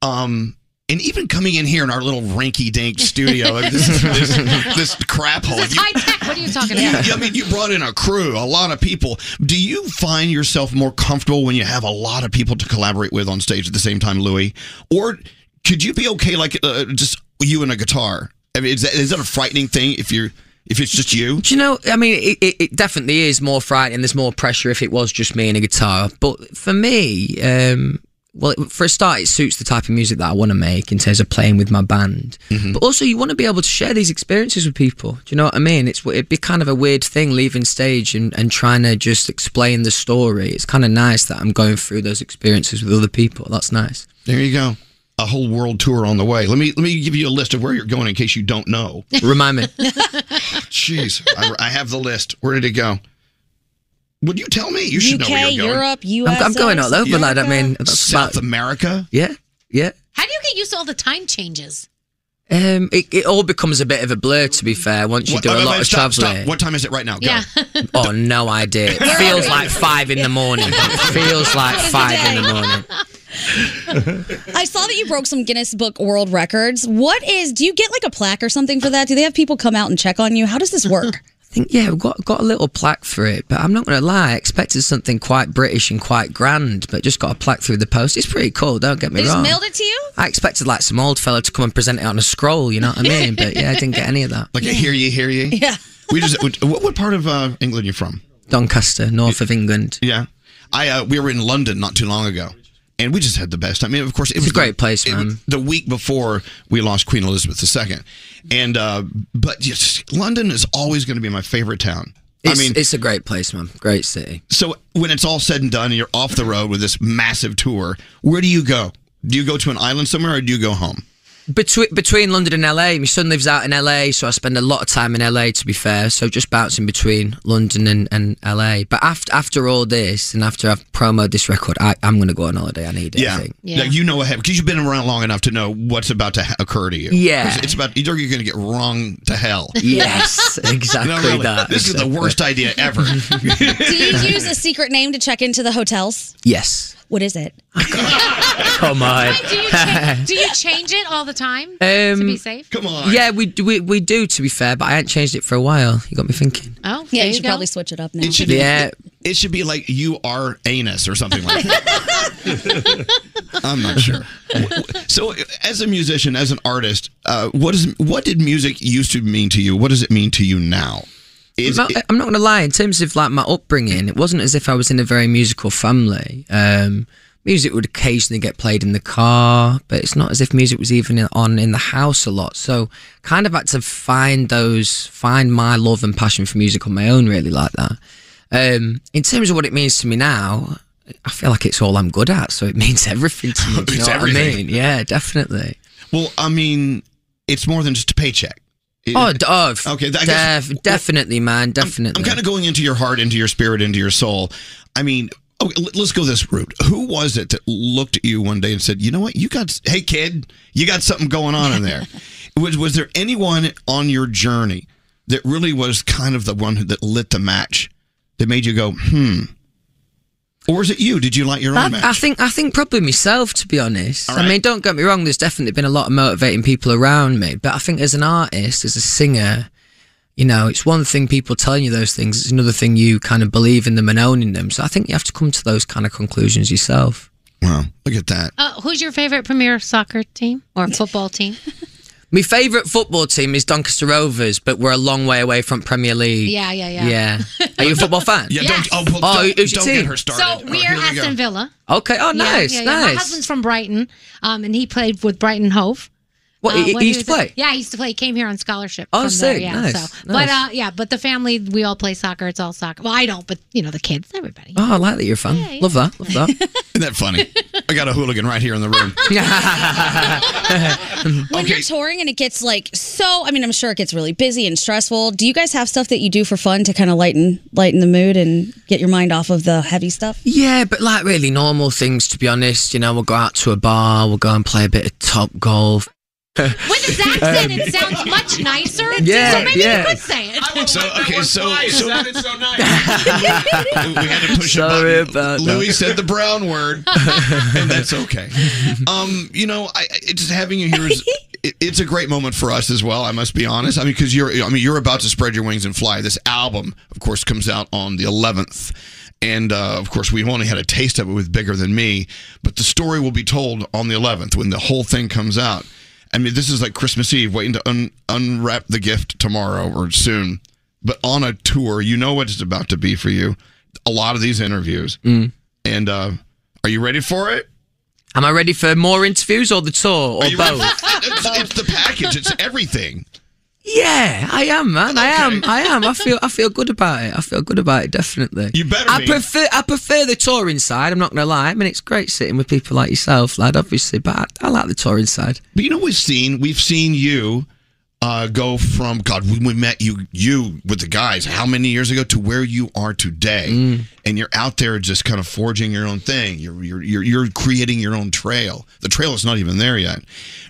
[SPEAKER 8] Um, and even coming in here in our little ranky dink studio, like this, this, this crap hole.
[SPEAKER 3] This is
[SPEAKER 8] you-
[SPEAKER 3] high tech. What are you talking
[SPEAKER 8] you-
[SPEAKER 3] about?
[SPEAKER 8] I mean, you brought in a crew, a lot of people. Do you find yourself more comfortable when you have a lot of people to collaborate with on stage at the same time, Louis? Or could you be okay, like uh, just you and a guitar? I mean, is that, is that a frightening thing if you're if it's just you?
[SPEAKER 19] Do you know? I mean, it, it, it definitely is more frightening. There's more pressure if it was just me and a guitar. But for me, um, well, for a start, it suits the type of music that I want to make in terms of playing with my band.
[SPEAKER 8] Mm-hmm.
[SPEAKER 19] But also, you want to be able to share these experiences with people. Do you know what I mean? It's it'd be kind of a weird thing leaving stage and, and trying to just explain the story. It's kind of nice that I'm going through those experiences with other people. That's nice.
[SPEAKER 8] There you go. A whole world tour on the way. Let me let me give you a list of where you're going in case you don't know.
[SPEAKER 19] Remind me.
[SPEAKER 8] Jeez, I, I have the list. Where did it go? Would you tell me? You should know where
[SPEAKER 7] UK,
[SPEAKER 8] you're going.
[SPEAKER 7] Europe,
[SPEAKER 19] I'm, I'm going all over, lad. I mean, that's
[SPEAKER 8] South America.
[SPEAKER 19] Yeah, yeah.
[SPEAKER 3] How do you get used to all the time changes?
[SPEAKER 19] Um, it, it all becomes a bit of a blur, to be fair, once you
[SPEAKER 8] What-
[SPEAKER 19] do
[SPEAKER 8] wait,
[SPEAKER 19] a lot
[SPEAKER 8] wait,
[SPEAKER 19] of
[SPEAKER 8] stop, stop.
[SPEAKER 19] traveling.
[SPEAKER 8] What time is it right now?
[SPEAKER 3] Yeah.
[SPEAKER 19] Oh, no idea. It feels like five in the morning. It feels like five in the morning.
[SPEAKER 7] I saw that you broke some Guinness Book World Records. What is? Do you get like a plaque or something for that? Do they have people come out and check on you? How does this work?
[SPEAKER 19] I think, yeah, we've got, got a little plaque for it, but I'm not going to lie. I expected something quite British and quite grand, but just got a plaque through the post. It's pretty cool, don't get me
[SPEAKER 7] they just
[SPEAKER 19] wrong.
[SPEAKER 7] mailed it to you.
[SPEAKER 19] I expected like some old fella to come and present it on a scroll, you know what I mean? But yeah, I didn't get any of that.
[SPEAKER 8] Like I hear you, hear you.
[SPEAKER 7] Yeah.
[SPEAKER 8] We just. What, what part of uh, England you from?
[SPEAKER 19] Doncaster, north of England.
[SPEAKER 8] Yeah. I uh, we were in London not too long ago, and we just had the best. I mean, of course, it
[SPEAKER 19] It's
[SPEAKER 8] was
[SPEAKER 19] a great place,
[SPEAKER 8] it
[SPEAKER 19] man.
[SPEAKER 8] was The week before we lost Queen Elizabeth II, and uh, but just, London is always going to be my favorite town.
[SPEAKER 19] It's,
[SPEAKER 8] I mean,
[SPEAKER 19] it's a great place, man. Great city.
[SPEAKER 8] so when it's all said and done, and you're off the road with this massive tour. Where do you go? Do you go to an island somewhere, or do you go home?
[SPEAKER 19] Between between London and LA, my son lives out in LA, so I spend a lot of time in LA. To be fair, so just bouncing between London and, and LA. But after after all this, and after I've promoted this record, I, I'm going to go on holiday. I need it. I
[SPEAKER 8] Yeah.
[SPEAKER 19] think.
[SPEAKER 8] yeah, you know ahead because you've been around long enough to know what's about to ha- occur to you.
[SPEAKER 19] Yeah.
[SPEAKER 8] It's- it's about either you're going to get wrung to hell.
[SPEAKER 19] Yes, exactly
[SPEAKER 8] No, really,
[SPEAKER 19] that.
[SPEAKER 8] This is
[SPEAKER 19] exactly.
[SPEAKER 8] the worst idea ever.
[SPEAKER 7] Do you use a secret name to check into the hotels?
[SPEAKER 19] Yes.
[SPEAKER 7] What is it?
[SPEAKER 19] Come on.
[SPEAKER 3] Do you, cha- do you change it all the time to be safe?
[SPEAKER 8] Come on.
[SPEAKER 19] Um, Yeah, we, we we do. To be fair, but I ain't changed it for a while. You got me thinking.
[SPEAKER 3] Oh,
[SPEAKER 7] yeah.
[SPEAKER 3] there
[SPEAKER 7] You
[SPEAKER 3] you
[SPEAKER 7] should
[SPEAKER 3] go.
[SPEAKER 7] probably switch it up now.
[SPEAKER 8] It should
[SPEAKER 19] Yeah.
[SPEAKER 8] be. It, should be like you are anus or something like that. I'm not sure. So, as a musician, as an artist, uh, what is what did music used to mean to you? What does it mean to you now? Is
[SPEAKER 19] I'm not,
[SPEAKER 8] it-
[SPEAKER 19] I'm not gonna lie. In terms of like my upbringing, it wasn't as if I was in a very musical family. Um, music would occasionally get played in the car, but it's not as if music was even in- on in the house a lot. So, kind of had to find those, find my love and passion for music on my own, really like that. Um, in terms of what it means to me now, I feel like it's all I'm good at, so it means everything to me. Do you
[SPEAKER 8] It's
[SPEAKER 19] know
[SPEAKER 8] everything.
[SPEAKER 19] what I mean? Yeah, definitely.
[SPEAKER 8] well, I mean, it's more than just a paycheck. It-
[SPEAKER 19] Oh, d- oh
[SPEAKER 8] Okay,
[SPEAKER 19] okay,
[SPEAKER 8] I guess-
[SPEAKER 19] definitely, man, definitely.
[SPEAKER 8] I'm kind of going into your heart, into your spirit, into your soul. I mean, okay, let- let's go this route. Who was it that looked at you one day and said, "You know what? You got hey kid, you got something going on in there." was was there anyone on your journey that really was kind of the one that lit the match that made you go, "Hmm"? Or is it you? Did you light your own
[SPEAKER 19] I-
[SPEAKER 8] match?
[SPEAKER 19] I think I think probably myself to be honest.
[SPEAKER 8] right.
[SPEAKER 19] I mean, don't get me wrong. There's definitely been a lot of motivating people around me, but I think as an artist, as a singer, you know, it's one thing people telling you those things. It's another thing you kind of believe in them and owning them. So I think you have to come to those kind of conclusions yourself.
[SPEAKER 8] Wow, look at that.
[SPEAKER 3] Uh, who's your favorite Premier soccer team or football team?
[SPEAKER 19] My favourite football team is Doncaster Rovers, but we're a long way away from Premier League.
[SPEAKER 3] Yeah, yeah, yeah.
[SPEAKER 19] Yeah. Are you a football fan?
[SPEAKER 8] Yeah,
[SPEAKER 3] Yes.
[SPEAKER 8] don't. Oh, well,
[SPEAKER 19] Oh,
[SPEAKER 8] don't,
[SPEAKER 19] who's your
[SPEAKER 8] don't get
[SPEAKER 19] team?
[SPEAKER 8] her started.
[SPEAKER 3] So
[SPEAKER 8] Oh,
[SPEAKER 3] we
[SPEAKER 8] here
[SPEAKER 3] are
[SPEAKER 8] go.
[SPEAKER 3] Aston Villa.
[SPEAKER 19] Okay. Oh, nice,
[SPEAKER 3] yeah, yeah, yeah.
[SPEAKER 19] nice.
[SPEAKER 3] My husband's from Brighton, um, and he played with Brighton Hove.
[SPEAKER 19] What, he-
[SPEAKER 3] when
[SPEAKER 19] he used to
[SPEAKER 3] was-
[SPEAKER 19] play?
[SPEAKER 3] yeah, he used to play. He came here on scholarship.
[SPEAKER 19] Oh,
[SPEAKER 3] from
[SPEAKER 19] sick.
[SPEAKER 3] yeah,
[SPEAKER 19] Nice,
[SPEAKER 3] so. But uh,
[SPEAKER 19] nice.
[SPEAKER 3] yeah, but the family, we all play soccer. It's all soccer. Well, I don't, but you know, the kids, everybody.
[SPEAKER 19] Oh, I like that you're fun. Love that. Love that.
[SPEAKER 8] Isn't that funny? I got a hooligan right here in the room.
[SPEAKER 7] When
[SPEAKER 8] Okay.
[SPEAKER 7] you're touring and it gets like so, I mean, I'm sure it gets really busy and stressful. Do you guys have stuff that you do for fun to kind of lighten lighten the mood and get your mind off of the heavy stuff?
[SPEAKER 19] Yeah, but like really normal things, to be honest. You know, we'll go out to a bar, we'll go and play a bit of top golf. Um,
[SPEAKER 3] With his
[SPEAKER 8] Uh,
[SPEAKER 3] accent, it sounds much nicer.
[SPEAKER 19] Yeah,
[SPEAKER 3] so maybe
[SPEAKER 19] yeah.
[SPEAKER 3] you could say it.
[SPEAKER 2] So okay, so, so
[SPEAKER 8] we had to push a button. Louis said the brown word, and that's okay. Um, you know, I, I- just having you here is it, it's a great moment for us as well. I must be honest. I mean, because you're, I mean, you're about to spread your wings and fly. This album, of course, comes out on the 11th. And uh, of course, we've only had a taste of it with Bigger Than Me, but the story will be told on the 11th when the whole thing comes out. I mean, this is like Christmas Eve, waiting to un- unwrap the gift tomorrow or soon. But on a tour, you know what it's about to be for you. A lot of these interviews.
[SPEAKER 19] Mm.
[SPEAKER 8] And uh, are you ready for it?
[SPEAKER 19] Am I ready for more interviews or the tour or
[SPEAKER 8] Are you ready
[SPEAKER 19] both?
[SPEAKER 8] for- it's, it's the package. It's everything.
[SPEAKER 19] Yeah, I am, man. I am. I am. I feel. I feel good about it. I feel good about it. Definitely. You
[SPEAKER 8] better.
[SPEAKER 19] I
[SPEAKER 8] be.
[SPEAKER 19] prefer. I prefer the touring side. I'm not gonna lie. I mean, it's great sitting with people like yourself, lad. Obviously, but I, I like the touring side.
[SPEAKER 8] But you know, we've seen we've seen you uh, go from God when we met you you with the guys how many years ago to where you are today, and you're out there just kind of forging your own thing. You're you're you're, you're creating your own trail. The trail is not even there yet.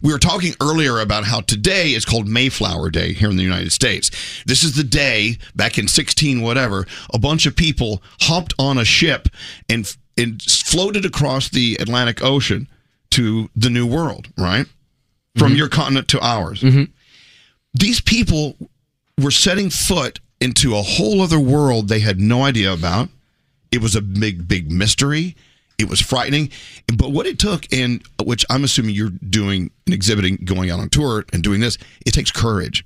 [SPEAKER 8] We were talking earlier about how today is called Mayflower Day here in the United States. This is the day back in sixteen whatever, a bunch of people hopped on a ship and and floated across the Atlantic Ocean to the New World, right? from your continent to ours. These people were setting foot into a whole other world they had no idea about. It was a big, big mystery. It was frightening. But what it took, and which I'm assuming you're doing and exhibiting, going out on tour and doing this, it takes courage.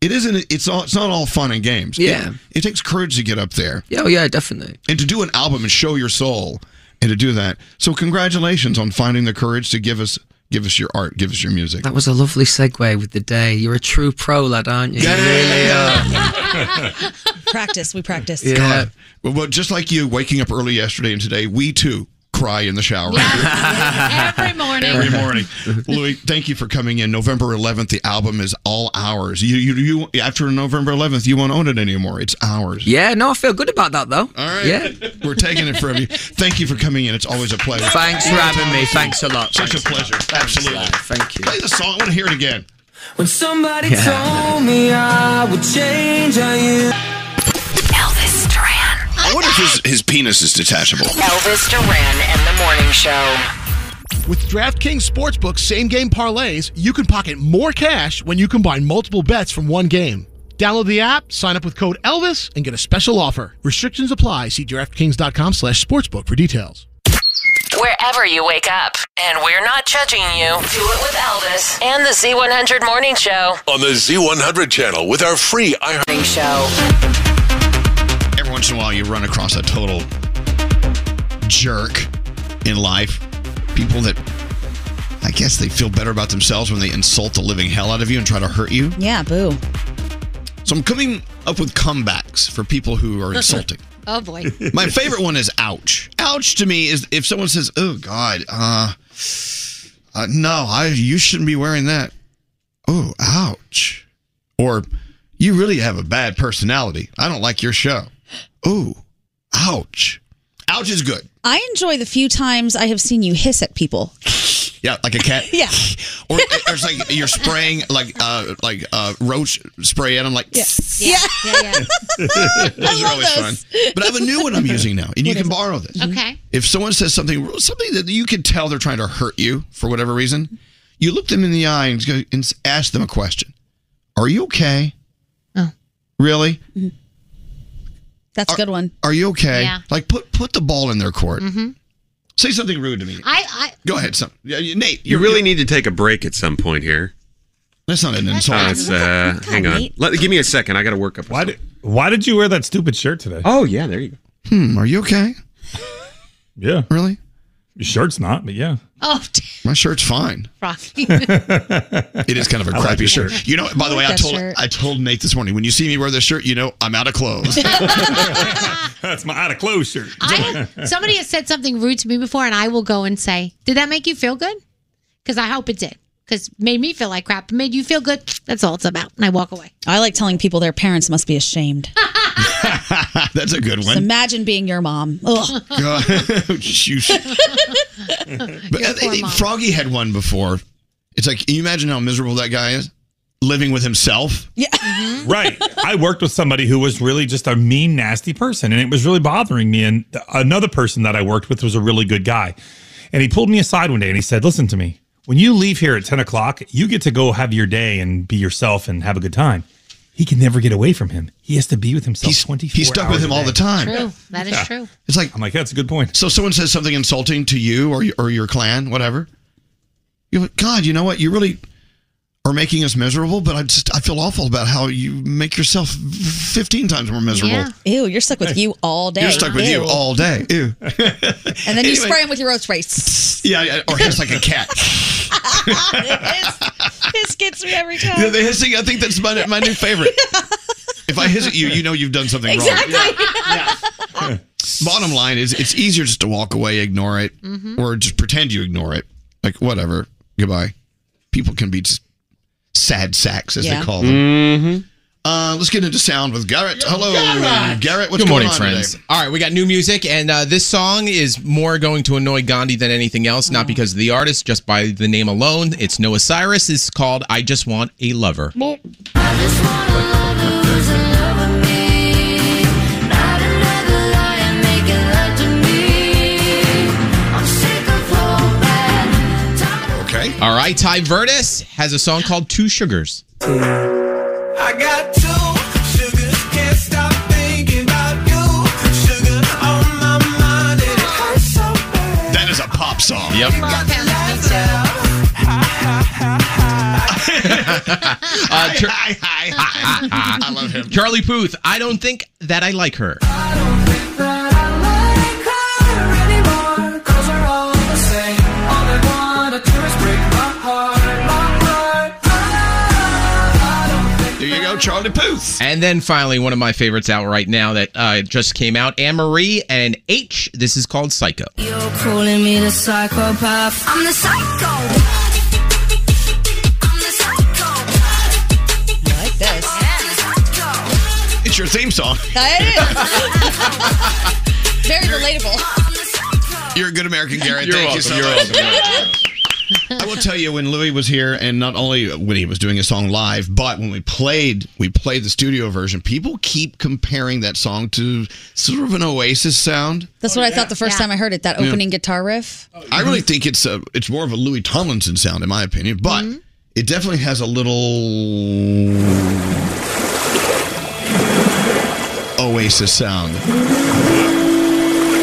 [SPEAKER 8] It isn't. It's all. It's not all fun and games.
[SPEAKER 19] Yeah.
[SPEAKER 8] It, it takes courage to get up there.
[SPEAKER 19] Yeah, oh, yeah, definitely.
[SPEAKER 8] And to do an album and show your soul, and to do that. So congratulations on finding the courage to give us, give us your art, give us your music.
[SPEAKER 19] That was a lovely segue with the day. You're a true pro, lad, aren't you?
[SPEAKER 7] practice, we practice.
[SPEAKER 8] God. Well, well, just like you, waking up early yesterday and today, we too cry in the shower.
[SPEAKER 3] Every morning.
[SPEAKER 8] Every morning, Louis. Thank you for coming in. November 11th, the album is all ours. You, you, you. After November 11th, you won't own it anymore. It's ours.
[SPEAKER 19] Yeah. No, I feel good about that though. All
[SPEAKER 8] right.
[SPEAKER 19] Yeah.
[SPEAKER 8] We're taking it from you. Thank you for coming in. It's always a pleasure.
[SPEAKER 19] Thanks for having me. Thanks a lot.
[SPEAKER 8] Such
[SPEAKER 19] Thanks
[SPEAKER 8] a pleasure. Absolutely.
[SPEAKER 19] Thank you.
[SPEAKER 8] Play the song. I want to hear it again.
[SPEAKER 15] When somebody
[SPEAKER 8] Yeah.
[SPEAKER 15] told me I would change, I am.
[SPEAKER 12] Elvis Duran.
[SPEAKER 8] I wonder if his, his penis is detachable.
[SPEAKER 12] Elvis Duran and the Morning Show.
[SPEAKER 13] With DraftKings Sportsbook same game parlays, you can pocket more cash when you combine multiple bets from one game. Download the app, sign up with code Elvis, and get a special offer. Restrictions apply. See DraftKings.com slash sportsbook for details.
[SPEAKER 12] Wherever you wake up, and we're not judging you. Do it with Elvis and the Z100 Morning Show.
[SPEAKER 25] On the Z100 channel with our free iHeart
[SPEAKER 12] Show.
[SPEAKER 8] Every once in a while, you run across a total jerk in life. People that, I guess, they feel better about themselves when they insult the living hell out of you and try to hurt you.
[SPEAKER 7] Yeah, boo.
[SPEAKER 8] So I'm coming up with comebacks for people who are insulting.
[SPEAKER 3] Oh boy.
[SPEAKER 8] My favorite one is ouch. Ouch to me is if someone says, "Oh God, uh, uh no, I you shouldn't be wearing that." Oh, ouch. Or you really have a bad personality. I don't like your show. Oh, ouch. Ouch is good.
[SPEAKER 7] I enjoy the few times I have seen you hiss at people.
[SPEAKER 8] Yeah, like a cat.
[SPEAKER 7] Yeah.
[SPEAKER 8] Or, or it's like you're spraying like uh like uh roach spray at them like
[SPEAKER 7] Yeah. Yeah.
[SPEAKER 8] those are always fun. But I have a new one I'm using now, and you can borrow this.
[SPEAKER 3] Mm-hmm. Okay.
[SPEAKER 8] If someone says something, something that you can tell they're trying to hurt you for whatever reason, you look them in the eye and, go, and ask them a question: Are you okay?
[SPEAKER 3] Oh. Mm-hmm.
[SPEAKER 8] Really?
[SPEAKER 7] That's a good one.
[SPEAKER 8] Are you okay?
[SPEAKER 3] Yeah. Mm-hmm.
[SPEAKER 8] Like put put the ball in their court. Say something rude to me.
[SPEAKER 3] I, I
[SPEAKER 8] Go ahead, son. Yeah, you- Nate.
[SPEAKER 11] You really need to take a break at some point here.
[SPEAKER 8] That's not an
[SPEAKER 11] insult. uh, hang on. Let, give me a second. I got to work up. Why did,
[SPEAKER 9] why did you wear that stupid shirt today?
[SPEAKER 11] Oh, yeah. There you go.
[SPEAKER 8] Hmm. Are you okay?
[SPEAKER 9] Yeah.
[SPEAKER 8] Really?
[SPEAKER 9] Your shirt's not, but yeah.
[SPEAKER 3] Oh,
[SPEAKER 8] My shirt's fine.
[SPEAKER 3] Frothy.
[SPEAKER 8] It is kind of a
[SPEAKER 3] I like
[SPEAKER 8] crappy
[SPEAKER 3] your
[SPEAKER 8] shirt.
[SPEAKER 3] shirt.
[SPEAKER 8] You know, by the
[SPEAKER 3] I
[SPEAKER 8] way,
[SPEAKER 3] like
[SPEAKER 8] I
[SPEAKER 3] that
[SPEAKER 8] told
[SPEAKER 3] shirt.
[SPEAKER 8] I told Nate this morning when you see me wear this shirt, you know I'm out of clothes.
[SPEAKER 9] That's my out of clothes shirt.
[SPEAKER 3] I somebody has said something rude to me before, and I will go and say, "Did that make you feel good?" Because I hope it did. Because made me feel like crap. Made you feel good. That's all it's about. And I walk away.
[SPEAKER 7] I like telling people their parents must be ashamed.
[SPEAKER 8] That's a good
[SPEAKER 7] Just
[SPEAKER 8] one.
[SPEAKER 7] imagine being your mom. Ugh.
[SPEAKER 8] God, shoot. But I think Froggy had one before. It's like, can you imagine how miserable that guy is living with himself?
[SPEAKER 7] Yeah.
[SPEAKER 9] right. I worked with somebody who was really just a mean, nasty person, and it was really bothering me. And th- another person that I worked with was a really good guy. And he pulled me aside one day and he said, Listen to me, when you leave here at 10 o'clock, you get to go have your day and be yourself and have a good time. He can never get away from him. He has to be with himself 24
[SPEAKER 8] he's stuck with
[SPEAKER 9] hours
[SPEAKER 8] him
[SPEAKER 9] a
[SPEAKER 8] all the
[SPEAKER 9] day.
[SPEAKER 8] time.
[SPEAKER 3] True. That is
[SPEAKER 8] Yeah.
[SPEAKER 3] true.
[SPEAKER 8] It's like I'm
[SPEAKER 9] like that's a good point.
[SPEAKER 8] So someone says something insulting to you or your, or your clan, whatever. You go, God, you know what? You really are making us miserable. But I just I feel awful about how you make yourself 15 times more miserable.
[SPEAKER 7] Ew, you're stuck with you all day.
[SPEAKER 8] You're stuck with you
[SPEAKER 7] Ew.
[SPEAKER 8] all day. Ew.
[SPEAKER 7] And then you
[SPEAKER 8] Anyway.
[SPEAKER 7] spray him with your oat spray.
[SPEAKER 8] Yeah, yeah, or hiss like a cat.
[SPEAKER 7] this gets me every time.
[SPEAKER 8] Yeah, the hissing. I think that's my my new favorite. If I hiss at you, you know you've done something
[SPEAKER 7] Exactly.
[SPEAKER 8] wrong. Bottom line is, it's easier just to walk away, ignore it,
[SPEAKER 3] Mhm.
[SPEAKER 8] or just pretend you ignore it. Like whatever, goodbye. People can be just sad sacks as
[SPEAKER 3] Yeah.
[SPEAKER 8] they call them. Uh, let's get into sound with Garrett. Hello, Garrett. what's going
[SPEAKER 22] Good morning,
[SPEAKER 8] on
[SPEAKER 22] friends.
[SPEAKER 8] today?
[SPEAKER 22] All right, we got new music, and uh, this song is more going to annoy Gandhi than anything else.
[SPEAKER 8] Mm.
[SPEAKER 22] Not because of the artist, just by the name alone. It's Noah Cyrus. It's called "I Just Want a Lover."
[SPEAKER 8] Okay.
[SPEAKER 22] All right, Ty Verdes has a song called Two Sugars."
[SPEAKER 2] I got two sugars, can't stop thinking about you. Sugar on my mind, and it hurts so bad.
[SPEAKER 8] That is a pop song.
[SPEAKER 22] Uh, Char-
[SPEAKER 8] I love him.
[SPEAKER 22] Charlie Puth. I don't think that I like her.
[SPEAKER 2] That I like her anymore, 'cause we're all the same. All they wanna do is break my heart, my heart.
[SPEAKER 8] There you go, Charlie Puth.
[SPEAKER 22] And then finally, one of my favorites out right now that uh, just came out: Anne Marie and H. This is called Psycho.
[SPEAKER 29] You're calling me the psychopath. I'm the psycho.
[SPEAKER 7] like this.
[SPEAKER 8] It's your theme song.
[SPEAKER 7] That is. Very relatable.
[SPEAKER 8] You're a good American, Garrett.
[SPEAKER 22] You're
[SPEAKER 8] Thank
[SPEAKER 22] welcome,
[SPEAKER 8] you so
[SPEAKER 22] you're
[SPEAKER 8] much.
[SPEAKER 22] welcome.
[SPEAKER 8] I will tell you when Louis was here, and not only when he was doing a song live, but when we played, we played the studio version. People keep comparing that song to sort of an Oasis sound.
[SPEAKER 7] That's what I thought the first time I heard it. That
[SPEAKER 8] Oh, Yeah. Oh,
[SPEAKER 7] opening guitar riff.
[SPEAKER 8] I really think it's a it's more of a Louis Tomlinson sound, in my opinion, but it definitely has a little Oasis sound.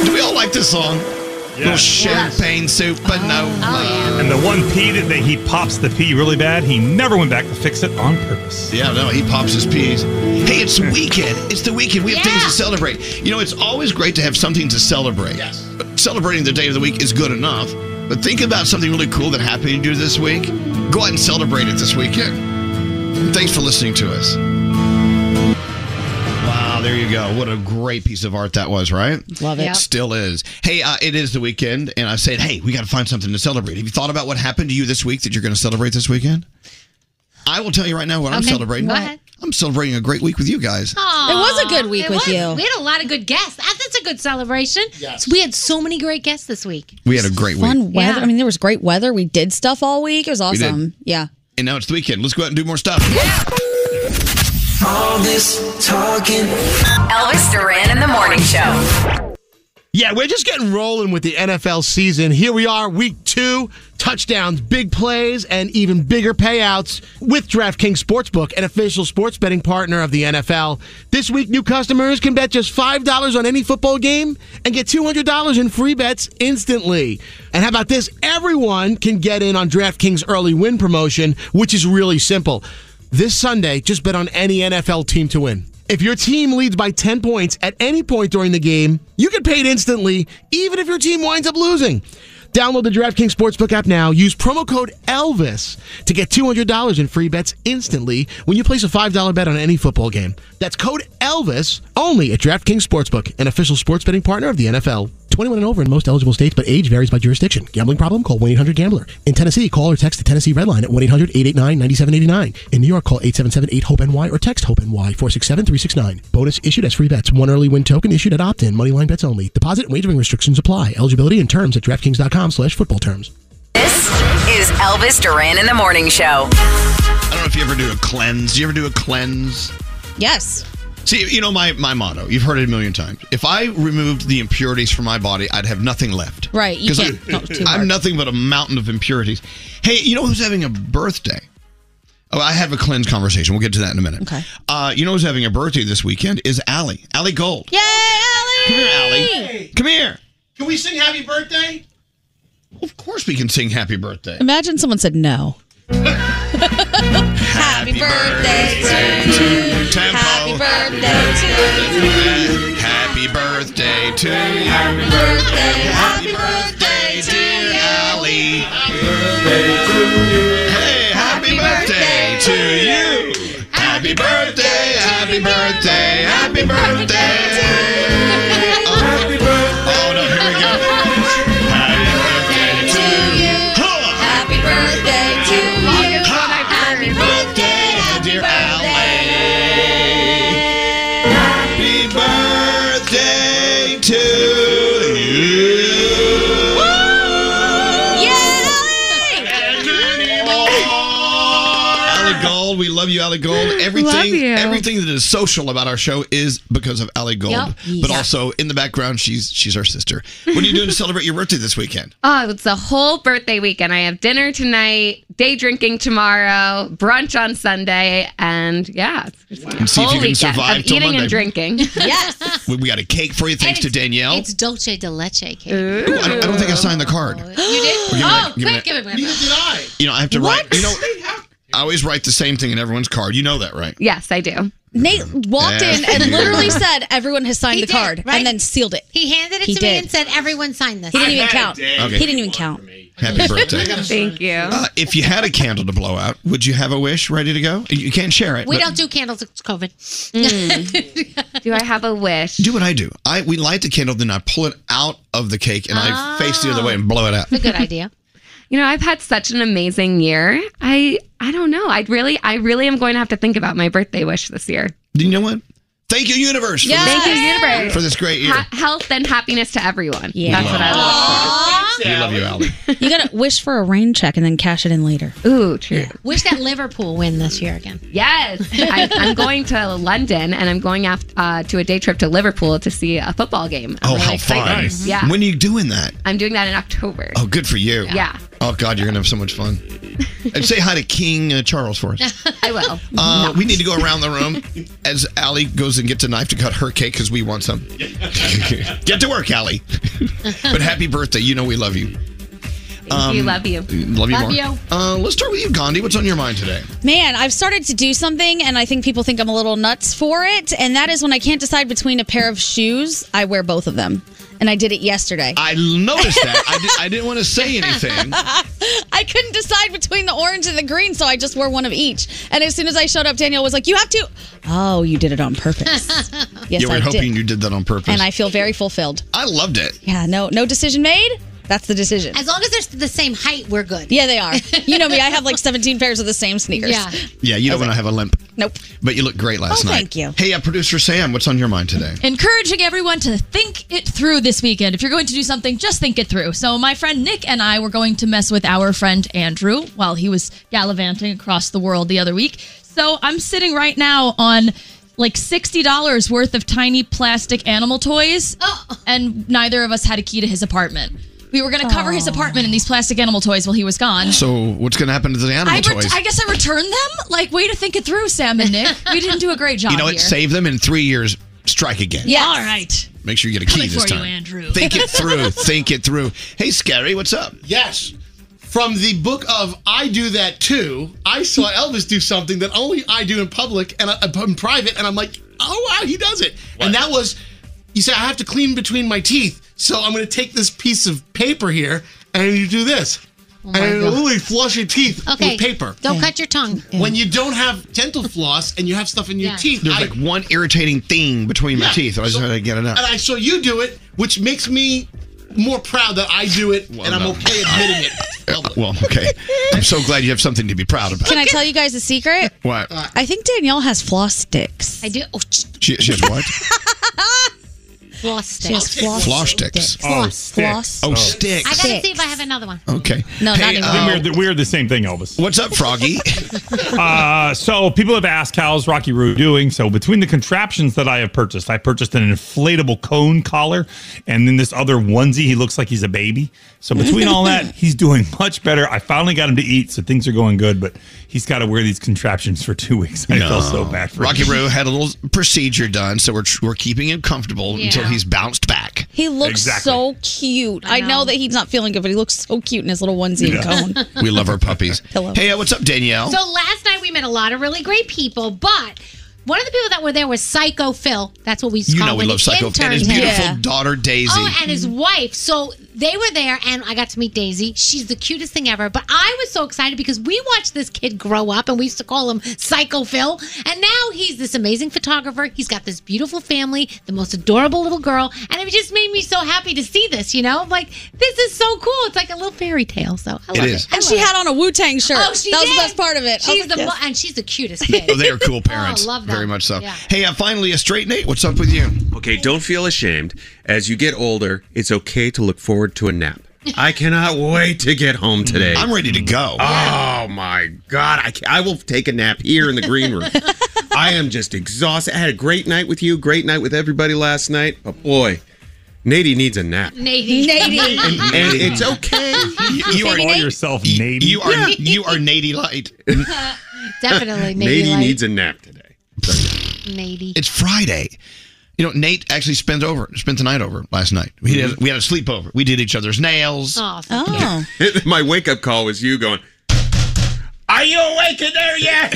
[SPEAKER 8] Do we all like this song? Little champagne soup, but no.
[SPEAKER 3] Oh,
[SPEAKER 9] And the one P that they, he pops the P really bad, he never went back to fix it on purpose.
[SPEAKER 8] Yeah, no, he pops his peas. Hey, it's the weekend. It's the weekend. We have things to celebrate. You know, it's always great to have something to celebrate. Yes. But celebrating the day of the week is good enough. But think about something really cool that happened to you this week. Go out and celebrate it this weekend. And Thanks for listening to us. Wow, there you go. What a great piece of art that was, right?
[SPEAKER 7] Love it. Yep.
[SPEAKER 8] Still is. Hey, uh, it is the weekend, and I said, hey, we got to find something to celebrate. Have you thought about what happened to you this week that you're going to celebrate this weekend? I will tell you right now what I'm
[SPEAKER 3] Okay,
[SPEAKER 8] celebrating.
[SPEAKER 3] go ahead.
[SPEAKER 8] I'm celebrating a great week with you guys.
[SPEAKER 3] Aw,
[SPEAKER 7] It was a good week
[SPEAKER 3] it
[SPEAKER 7] with
[SPEAKER 3] was.
[SPEAKER 7] you.
[SPEAKER 3] We had a lot of good guests. That- That's a good celebration.
[SPEAKER 8] Yes.
[SPEAKER 3] We had so many great guests this week.
[SPEAKER 8] We had a great
[SPEAKER 7] Fun
[SPEAKER 8] week.
[SPEAKER 7] weather. I mean, there was great weather. We did stuff all week. It was
[SPEAKER 8] We did.
[SPEAKER 7] awesome. Yeah.
[SPEAKER 8] And now it's the weekend. Let's go out and do more stuff.
[SPEAKER 2] All this talking.
[SPEAKER 12] Elvis Duran in the morning show.
[SPEAKER 13] Yeah, we're just getting rolling with the NFL season. Here we are, week two. Touchdowns, big plays, and even bigger payouts with DraftKings Sportsbook, an official sports betting partner of the NFL. This week, new customers can bet just $5 on any football game and get $200 in free bets instantly. And how about this? Everyone can get in on DraftKings early win promotion, which is really simple. This Sunday, just bet on any NFL team to win. If your team leads by 10 points at any point during the game, you get paid instantly, even if your team winds up losing. Download the DraftKings Sportsbook app now. Use promo code ELVIS to get $200 in free bets instantly when you place a $5 bet on any football game. That's code ELVIS only at DraftKings Sportsbook, an official sports betting partner of the NFL. 21 and over in most eligible states, but age varies by jurisdiction. Gambling problem? Call 1 800 Gambler. In Tennessee, call or text the Tennessee Red Line at 1 800 889 9789. In New York, call 877 8 HOPE NY or text HOPE NY 467 369. Bonus issued as free bets. One early win token issued at opt in. Moneyline bets only. Deposit and wagering restrictions apply. Eligibility and terms at DraftKings.com slash football terms.
[SPEAKER 12] This is Elvis Duran in the Morning Show.
[SPEAKER 8] I don't know if you ever do a cleanse. You ever do a cleanse?
[SPEAKER 7] Yes.
[SPEAKER 8] See, you know my my motto. You've heard it a million times. If I removed the impurities from my body, I'd have nothing left.
[SPEAKER 7] Right, you
[SPEAKER 8] 'Cause
[SPEAKER 7] can't
[SPEAKER 8] I,
[SPEAKER 7] help too
[SPEAKER 8] I'm
[SPEAKER 7] hard.
[SPEAKER 8] nothing but a mountain of impurities. Hey, you know who's having a birthday? Oh, I have a cleanse conversation. We'll get to that in a minute. Okay. Uh, you know who's having a birthday this weekend is Allie. Allie Gold.
[SPEAKER 7] Yay,
[SPEAKER 8] Come here, Allie. Come here.
[SPEAKER 13] Can we sing happy birthday?
[SPEAKER 8] Of course we can sing happy birthday.
[SPEAKER 7] Imagine someone said no. Happy birthday
[SPEAKER 8] to you. Tempo.
[SPEAKER 7] Happy birthday to you.
[SPEAKER 8] Happy birthday to you. Happy
[SPEAKER 7] birthday.
[SPEAKER 8] Happy birthday, dear Allie. Hey, happy birthday to you. Happy birthday, happy birthday, happy birthday. Oh, happy birthday. Oh, no, here we go. Happy birthday to you. Happy birthday to you. Happy birthday, dear Allie. Happy birthday to you. Allie Gold, we love you, Allie Gold. Everything,
[SPEAKER 30] Love you.
[SPEAKER 8] everything that is social about our show is because of Allie Gold.
[SPEAKER 30] Yep.
[SPEAKER 8] But
[SPEAKER 30] Yeah.
[SPEAKER 8] also in the background, she's she's our sister. What are you doing to celebrate your birthday this weekend?
[SPEAKER 30] Oh, it's a whole birthday weekend. I have dinner tonight, day drinking tomorrow, brunch on Sunday, and yeah, it's- it's
[SPEAKER 8] And see if you
[SPEAKER 30] whole
[SPEAKER 8] can
[SPEAKER 30] weekend
[SPEAKER 8] survive
[SPEAKER 30] of
[SPEAKER 8] till
[SPEAKER 30] eating
[SPEAKER 8] Monday.
[SPEAKER 30] and drinking.
[SPEAKER 7] yes.
[SPEAKER 8] We, we got a cake for you, thanks to Danielle.
[SPEAKER 3] It's Dolce de Leche cake.
[SPEAKER 8] Ooh, I, don't, I don't think I signed the card.
[SPEAKER 3] You did?
[SPEAKER 8] Give me
[SPEAKER 3] oh,
[SPEAKER 8] that- give me that.
[SPEAKER 3] quick, give it back. Neither did I.
[SPEAKER 8] You know, I have to write. You know, I always write the same thing in everyone's card. You know that, right?
[SPEAKER 30] Yes, I do.
[SPEAKER 7] Nate walked
[SPEAKER 8] Yeah.
[SPEAKER 7] in and literally said, "Everyone has signed
[SPEAKER 3] He
[SPEAKER 7] the
[SPEAKER 3] did,
[SPEAKER 7] card,"
[SPEAKER 3] right?
[SPEAKER 7] and then sealed it.
[SPEAKER 3] He handed it
[SPEAKER 7] He
[SPEAKER 3] to me
[SPEAKER 7] did.
[SPEAKER 3] and said, everyone sign this.
[SPEAKER 7] He didn't even count. He didn't even count.
[SPEAKER 8] Happy birthday.
[SPEAKER 30] Thank you.
[SPEAKER 8] Uh, if you had a candle to blow out, would you have a wish ready to go? You can't share it.
[SPEAKER 3] we
[SPEAKER 8] but-
[SPEAKER 3] don't do candles. It's COVID.
[SPEAKER 7] Hmm.
[SPEAKER 30] do I have a wish?
[SPEAKER 8] Do what I do. I we light the candle, then I pull it out of the cake and
[SPEAKER 30] Ah.
[SPEAKER 8] I face the other way and blow it out.
[SPEAKER 30] It's a good
[SPEAKER 3] idea.
[SPEAKER 30] You know, I've had such an amazing year. I I don't know. I really I really am going to have to think about my birthday wish this year.
[SPEAKER 8] Do you know what? Thank you, universe. for
[SPEAKER 30] Yes.
[SPEAKER 8] this-
[SPEAKER 30] Thank you, universe.
[SPEAKER 8] for this great year.
[SPEAKER 30] Ha- health and happiness to everyone.
[SPEAKER 7] Yeah.
[SPEAKER 30] That's what I love.
[SPEAKER 8] We love you, Allie.
[SPEAKER 7] You gotta wish for a rain check and then cash it in later.
[SPEAKER 30] Ooh, true.
[SPEAKER 3] Wish that Liverpool win this year again.
[SPEAKER 30] Yes, I, I'm going to London and I'm going after, uh, to a day trip to Liverpool to see a football game. I'm
[SPEAKER 8] Oh,
[SPEAKER 30] really
[SPEAKER 8] how
[SPEAKER 30] excited.
[SPEAKER 8] fun!
[SPEAKER 30] Yeah,
[SPEAKER 8] When are you doing that?
[SPEAKER 30] I'm doing that in October.
[SPEAKER 8] Oh, good for you.
[SPEAKER 30] Yeah.
[SPEAKER 8] Oh God, you're gonna have so much fun. And say hi to King uh, Charles for us.
[SPEAKER 30] I will.
[SPEAKER 8] Uh, we need to go around the room as Allie goes and gets a knife to cut her cake because we want some. Get to work, Allie. but happy birthday. You know we love you. Um,
[SPEAKER 30] you. Love you.
[SPEAKER 8] Love you
[SPEAKER 7] Love
[SPEAKER 8] more.
[SPEAKER 7] you.
[SPEAKER 8] Uh, let's start with you, Gandhi. What's on your mind today?
[SPEAKER 7] Man, I've started to do something, and I think people think I'm a little nuts for it. And that is when I can't decide between a pair of shoes, I wear both of them. And I did it yesterday.
[SPEAKER 8] I noticed that. I, did, I didn't want to say anything.
[SPEAKER 7] I couldn't decide between the orange and the green, so I just wore one of each. And as soon as I showed up, Danielle was like, "You have to." Oh, you did it on purpose. Yes,
[SPEAKER 8] yeah, we're
[SPEAKER 7] I
[SPEAKER 8] hoping
[SPEAKER 7] did.
[SPEAKER 8] you did that on purpose.
[SPEAKER 7] And I feel very fulfilled.
[SPEAKER 8] I loved it.
[SPEAKER 7] Yeah, no, no decision made. That's the decision.
[SPEAKER 3] As long as they're the same height, we're good.
[SPEAKER 7] Yeah, they are. You know me. I have like 17 pairs of the same sneakers.
[SPEAKER 3] Yeah.
[SPEAKER 8] Yeah, you don't want to have a limp.
[SPEAKER 7] Nope.
[SPEAKER 8] But you look great last
[SPEAKER 14] Oh,
[SPEAKER 8] night.
[SPEAKER 14] thank you.
[SPEAKER 8] Hey, uh, producer Sam, what's on your mind today?
[SPEAKER 14] Encouraging everyone to think it through this weekend. If you're going to do something, just think it through. So, my friend Nick and I were going to mess with our friend Andrew while he was gallivanting across the world the other week. So, I'm sitting right now on like $60 worth of tiny plastic animal toys, and neither of us had a key to his apartment. We were going to cover his apartment in these plastic animal toys while he was gone.
[SPEAKER 8] So, what's going to happen to the animal
[SPEAKER 14] I, ret-
[SPEAKER 8] toys?
[SPEAKER 14] I guess I returned them. Like, way to think it through, Sam and Nick. We didn't do a great job.
[SPEAKER 8] you know what?
[SPEAKER 14] here.
[SPEAKER 8] Save them in three years. Strike again.
[SPEAKER 14] Yeah. All right.
[SPEAKER 8] Make sure you get a key
[SPEAKER 14] Coming
[SPEAKER 8] this
[SPEAKER 14] for you,
[SPEAKER 8] time.
[SPEAKER 14] Andrew.
[SPEAKER 8] Think it through. Think it through. Hey, Scary, what's up?
[SPEAKER 13] Yes. From the book of I Do That Too, I saw Elvis do something that only I do in public and I, in private, and I'm like, oh wow, he does it. And that was, you say, I have to clean between my teeth, so I'm going to take this piece of paper here and you do this.
[SPEAKER 3] Oh my
[SPEAKER 13] and
[SPEAKER 3] God.
[SPEAKER 13] literally flush your teeth
[SPEAKER 3] Okay.
[SPEAKER 13] with paper.
[SPEAKER 3] Don't cut your tongue.
[SPEAKER 13] When you don't have dental floss and you have stuff in your
[SPEAKER 3] Yeah.
[SPEAKER 13] teeth,
[SPEAKER 8] There's
[SPEAKER 13] I-
[SPEAKER 8] like one irritating thing between my
[SPEAKER 13] Yeah,
[SPEAKER 8] teeth. I just
[SPEAKER 13] so-
[SPEAKER 8] had to get it out.
[SPEAKER 13] and
[SPEAKER 9] Uh,
[SPEAKER 13] I saw you do it, which makes me more proud that I do it, and I'm
[SPEAKER 8] no.
[SPEAKER 13] okay admitting it.
[SPEAKER 8] Oh, well, okay. I'm so glad you have something to be proud about.
[SPEAKER 7] Can I tell you guys a secret?
[SPEAKER 8] What?
[SPEAKER 7] I think Danielle has floss sticks.
[SPEAKER 3] I do. Oh,
[SPEAKER 8] She, she has what?
[SPEAKER 3] floss sticks.
[SPEAKER 7] She has floss
[SPEAKER 8] Floss sticks.
[SPEAKER 9] Oh,
[SPEAKER 3] Floss.
[SPEAKER 9] sticks.
[SPEAKER 3] Floss.
[SPEAKER 8] Oh,
[SPEAKER 3] I
[SPEAKER 8] sticks.
[SPEAKER 3] gotta see if I have another one.
[SPEAKER 8] Okay. uh,
[SPEAKER 3] No, not anymore.
[SPEAKER 9] we're, the, we're the same thing, Elvis.
[SPEAKER 8] What's up, Froggy?
[SPEAKER 9] uh, so people have asked how's Rocky Roo doing. So between the contraptions that I have purchased, I purchased an inflatable cone collar, and then this other onesie. He looks like he's a baby. So between all that, he's doing much better. I finally got him to eat, so things are going good. But he's got to wear these contraptions for two weeks. I feel so bad for
[SPEAKER 8] Rocky
[SPEAKER 9] him.
[SPEAKER 8] Roo had a little procedure done, so we're we're keeping him comfortable
[SPEAKER 7] Yeah.
[SPEAKER 8] until he's bounced back.
[SPEAKER 7] He looks
[SPEAKER 8] Exactly.
[SPEAKER 7] so cute. I know. that he's not feeling good, but he looks so cute in his little onesie and cone.
[SPEAKER 8] we love our puppies. Hey, uh, what's up, Danielle?
[SPEAKER 3] So last night we met a lot of really great people, but one of the people that were there was Psycho Phil. That's what we used to
[SPEAKER 8] you
[SPEAKER 3] call
[SPEAKER 8] know
[SPEAKER 3] him
[SPEAKER 8] we
[SPEAKER 3] when
[SPEAKER 8] love
[SPEAKER 3] he
[SPEAKER 8] Psycho and his
[SPEAKER 3] interned here.
[SPEAKER 8] beautiful daughter Daisy. Mm-hmm.
[SPEAKER 3] Oh, and his wife. So they were there, and I got to meet Daisy. She's the cutest thing ever. But I was so excited because we watched this kid grow up, and we used to call him Psycho Phil. And now he's this amazing photographer. He's got this beautiful family, the most adorable little girl, and it just made me so happy to see this. You know, I'm like, this is so cool. It's like a little fairy tale. So I
[SPEAKER 8] It
[SPEAKER 3] love it.
[SPEAKER 8] is.
[SPEAKER 3] I
[SPEAKER 7] And
[SPEAKER 3] love
[SPEAKER 7] she
[SPEAKER 3] it.
[SPEAKER 7] had on a Wu Tang shirt.
[SPEAKER 3] Oh, she
[SPEAKER 7] that was
[SPEAKER 3] did?
[SPEAKER 7] the best part of it. I was
[SPEAKER 3] She's
[SPEAKER 7] like,
[SPEAKER 3] the
[SPEAKER 7] yes.
[SPEAKER 3] mo- and she's the cutest kid.
[SPEAKER 8] Oh, they are cool parents.
[SPEAKER 3] Oh, I love that.
[SPEAKER 8] Very much so.
[SPEAKER 3] Yeah.
[SPEAKER 8] Hey, uh, finally, a straight Nate. What's up with you?
[SPEAKER 11] Okay, don't feel ashamed. As you get older, it's okay to look forward to a nap. I cannot wait to get home today.
[SPEAKER 8] I'm ready to go.
[SPEAKER 11] Oh my god, I, ca- I will take a nap here in the green room. I am just exhausted. I had a great night with you, great night with everybody last night, but boy, Nady needs a nap.
[SPEAKER 3] Nady.
[SPEAKER 7] Nady.
[SPEAKER 11] And, and it's okay.
[SPEAKER 8] You are
[SPEAKER 9] Call yourself Nady.
[SPEAKER 8] you are you are Nady light.
[SPEAKER 3] Definitely.
[SPEAKER 8] Nady
[SPEAKER 3] Nady, like,
[SPEAKER 8] needs
[SPEAKER 11] a nap today.
[SPEAKER 3] Nady.
[SPEAKER 8] It's Friday. You know, Nate actually spent over spent the night over last night. We
[SPEAKER 11] Mm-hmm.
[SPEAKER 8] did we had a sleepover. We did each other's nails.
[SPEAKER 3] Oh,
[SPEAKER 7] Oh.
[SPEAKER 11] My wake up call was you going, Are you awake in there yet?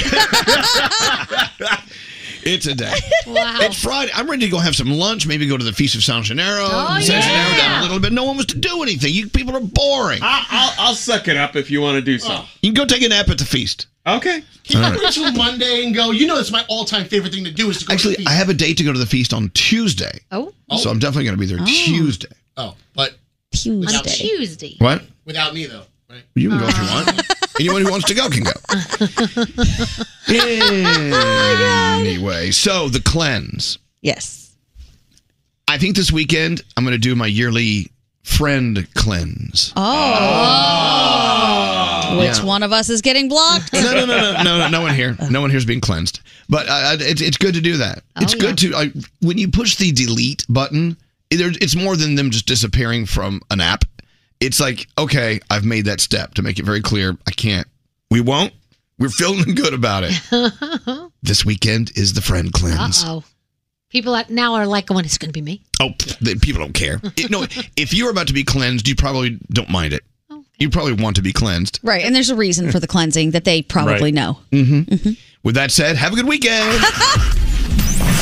[SPEAKER 8] It's a day.
[SPEAKER 3] Wow.
[SPEAKER 8] It's Friday. I'm ready to go have some lunch. Maybe go to the Feast of San Gennaro.
[SPEAKER 3] Oh,
[SPEAKER 8] San Gennaro
[SPEAKER 3] yeah.
[SPEAKER 8] down a little bit. No one was to do anything. You people are boring.
[SPEAKER 11] I'll, I'll suck it up if you want to do something.
[SPEAKER 8] You can go take a nap at the feast.
[SPEAKER 11] Okay.
[SPEAKER 13] Can
[SPEAKER 8] All
[SPEAKER 13] you
[SPEAKER 8] right.
[SPEAKER 13] wait till Monday and go? You know, it's my all-time favorite thing to do is to go
[SPEAKER 8] Actually,
[SPEAKER 13] to the
[SPEAKER 8] I
[SPEAKER 13] beach.
[SPEAKER 8] have a date to go to the feast on Tuesday.
[SPEAKER 3] Oh.
[SPEAKER 8] So I'm definitely going to be there Tuesday.
[SPEAKER 13] Oh, but
[SPEAKER 3] on
[SPEAKER 13] without me.
[SPEAKER 3] Tuesday.
[SPEAKER 8] What?
[SPEAKER 13] Without me though.
[SPEAKER 8] You can go if you want. Anyone who wants to go can go. anyway, so the cleanse.
[SPEAKER 7] Yes.
[SPEAKER 8] I think this weekend I'm going to do my yearly friend cleanse.
[SPEAKER 7] Oh. Which
[SPEAKER 8] Yeah.
[SPEAKER 7] one of us is getting blocked?
[SPEAKER 8] No, no, no, no, no, no, no one here. No one here is being cleansed. But uh, it's it's good to do that. it's good to I, when you push the delete button. there- It's more than them just disappearing from an app. It's like okay, I've made that step to make it very clear. I can't. We won't. We're feeling good about it.
[SPEAKER 3] uh
[SPEAKER 8] This weekend is the friend cleanse.
[SPEAKER 3] oh. People that now are like, when it's going to be me.
[SPEAKER 8] Oh, pff, the- people don't care. It- no, if you're about to be cleansed, you probably don't mind it. You probably want to be cleansed.
[SPEAKER 7] Right. And there's a reason for the cleansing that they probably
[SPEAKER 8] Right.
[SPEAKER 7] know.
[SPEAKER 8] Mm-hmm. With that said, have a good weekend.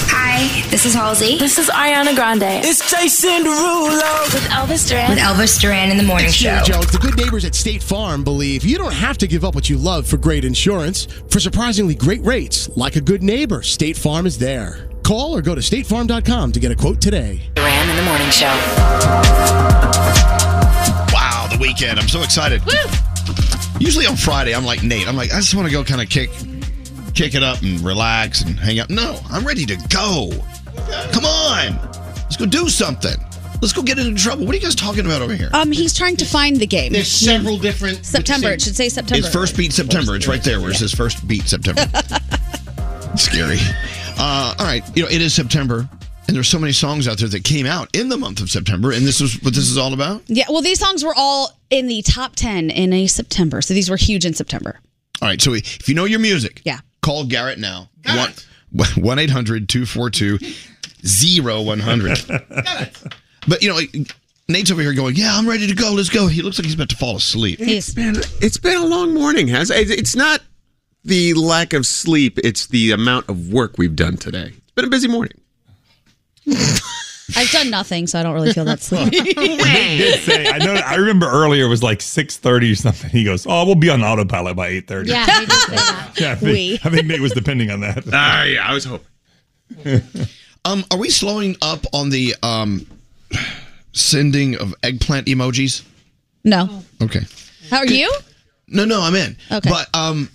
[SPEAKER 6] Hi, this is Halsey. This is Ariana Grande. It's Jason Derulo with Elvis Duran. With Elvis Duran in the morning
[SPEAKER 15] It's
[SPEAKER 6] show.
[SPEAKER 15] G.I. Joe. The good neighbors at State Farm believe you don't have to give up what you love for great insurance. For surprisingly great rates, like a good neighbor, State Farm is there. Call or go to statefarm.com to get a quote today.
[SPEAKER 12] Duran in the morning show.
[SPEAKER 8] Wow, the weekend. I'm so excited. Usually on Friday, I'm like Nate. I'm like, I just want to go kind of kick kick it up and relax and hang out. No, I'm ready to go. Come on. Let's go do something. Let's go get into trouble. What are you guys talking about over here?
[SPEAKER 7] Um, he's trying to find the game.
[SPEAKER 13] There's several different
[SPEAKER 7] September. It should say September.
[SPEAKER 8] It's first beat September. It's right there where it says first beat September. Scary. Uh, all right, you know it is September, and there's so many songs out there that came out in the month of September, and this is what this is all about.
[SPEAKER 7] Yeah. Well, these songs were all in the top 10 in a September. So these were huge in September.
[SPEAKER 8] All right, so if you know your music,
[SPEAKER 7] Yeah.
[SPEAKER 8] call Garrett now. 1 800 242 0100. But, you know, like, Nate's over here going, Yeah, I'm ready to go. Let's go. He looks like he's about to fall asleep.
[SPEAKER 11] It's been it's been a long morning. Has it- it's not the lack of sleep; it's the amount of work we've done today. It's been a busy morning.
[SPEAKER 7] I've done nothing, so I don't really feel that sleepy.
[SPEAKER 9] Nick did say, I know. I remember earlier it was like six thirty or something. He goes, "Oh, we'll be on autopilot by 8.30.
[SPEAKER 3] Yeah, he did say that.
[SPEAKER 9] yeah. I think,
[SPEAKER 3] We.
[SPEAKER 9] I think Nate was depending on that.
[SPEAKER 8] Ah, yeah, I was hoping. um, are we slowing up on the um sending of eggplant emojis?
[SPEAKER 7] No.
[SPEAKER 8] Okay.
[SPEAKER 7] How are you?
[SPEAKER 8] No, no, I'm in.
[SPEAKER 7] Okay.
[SPEAKER 8] But um,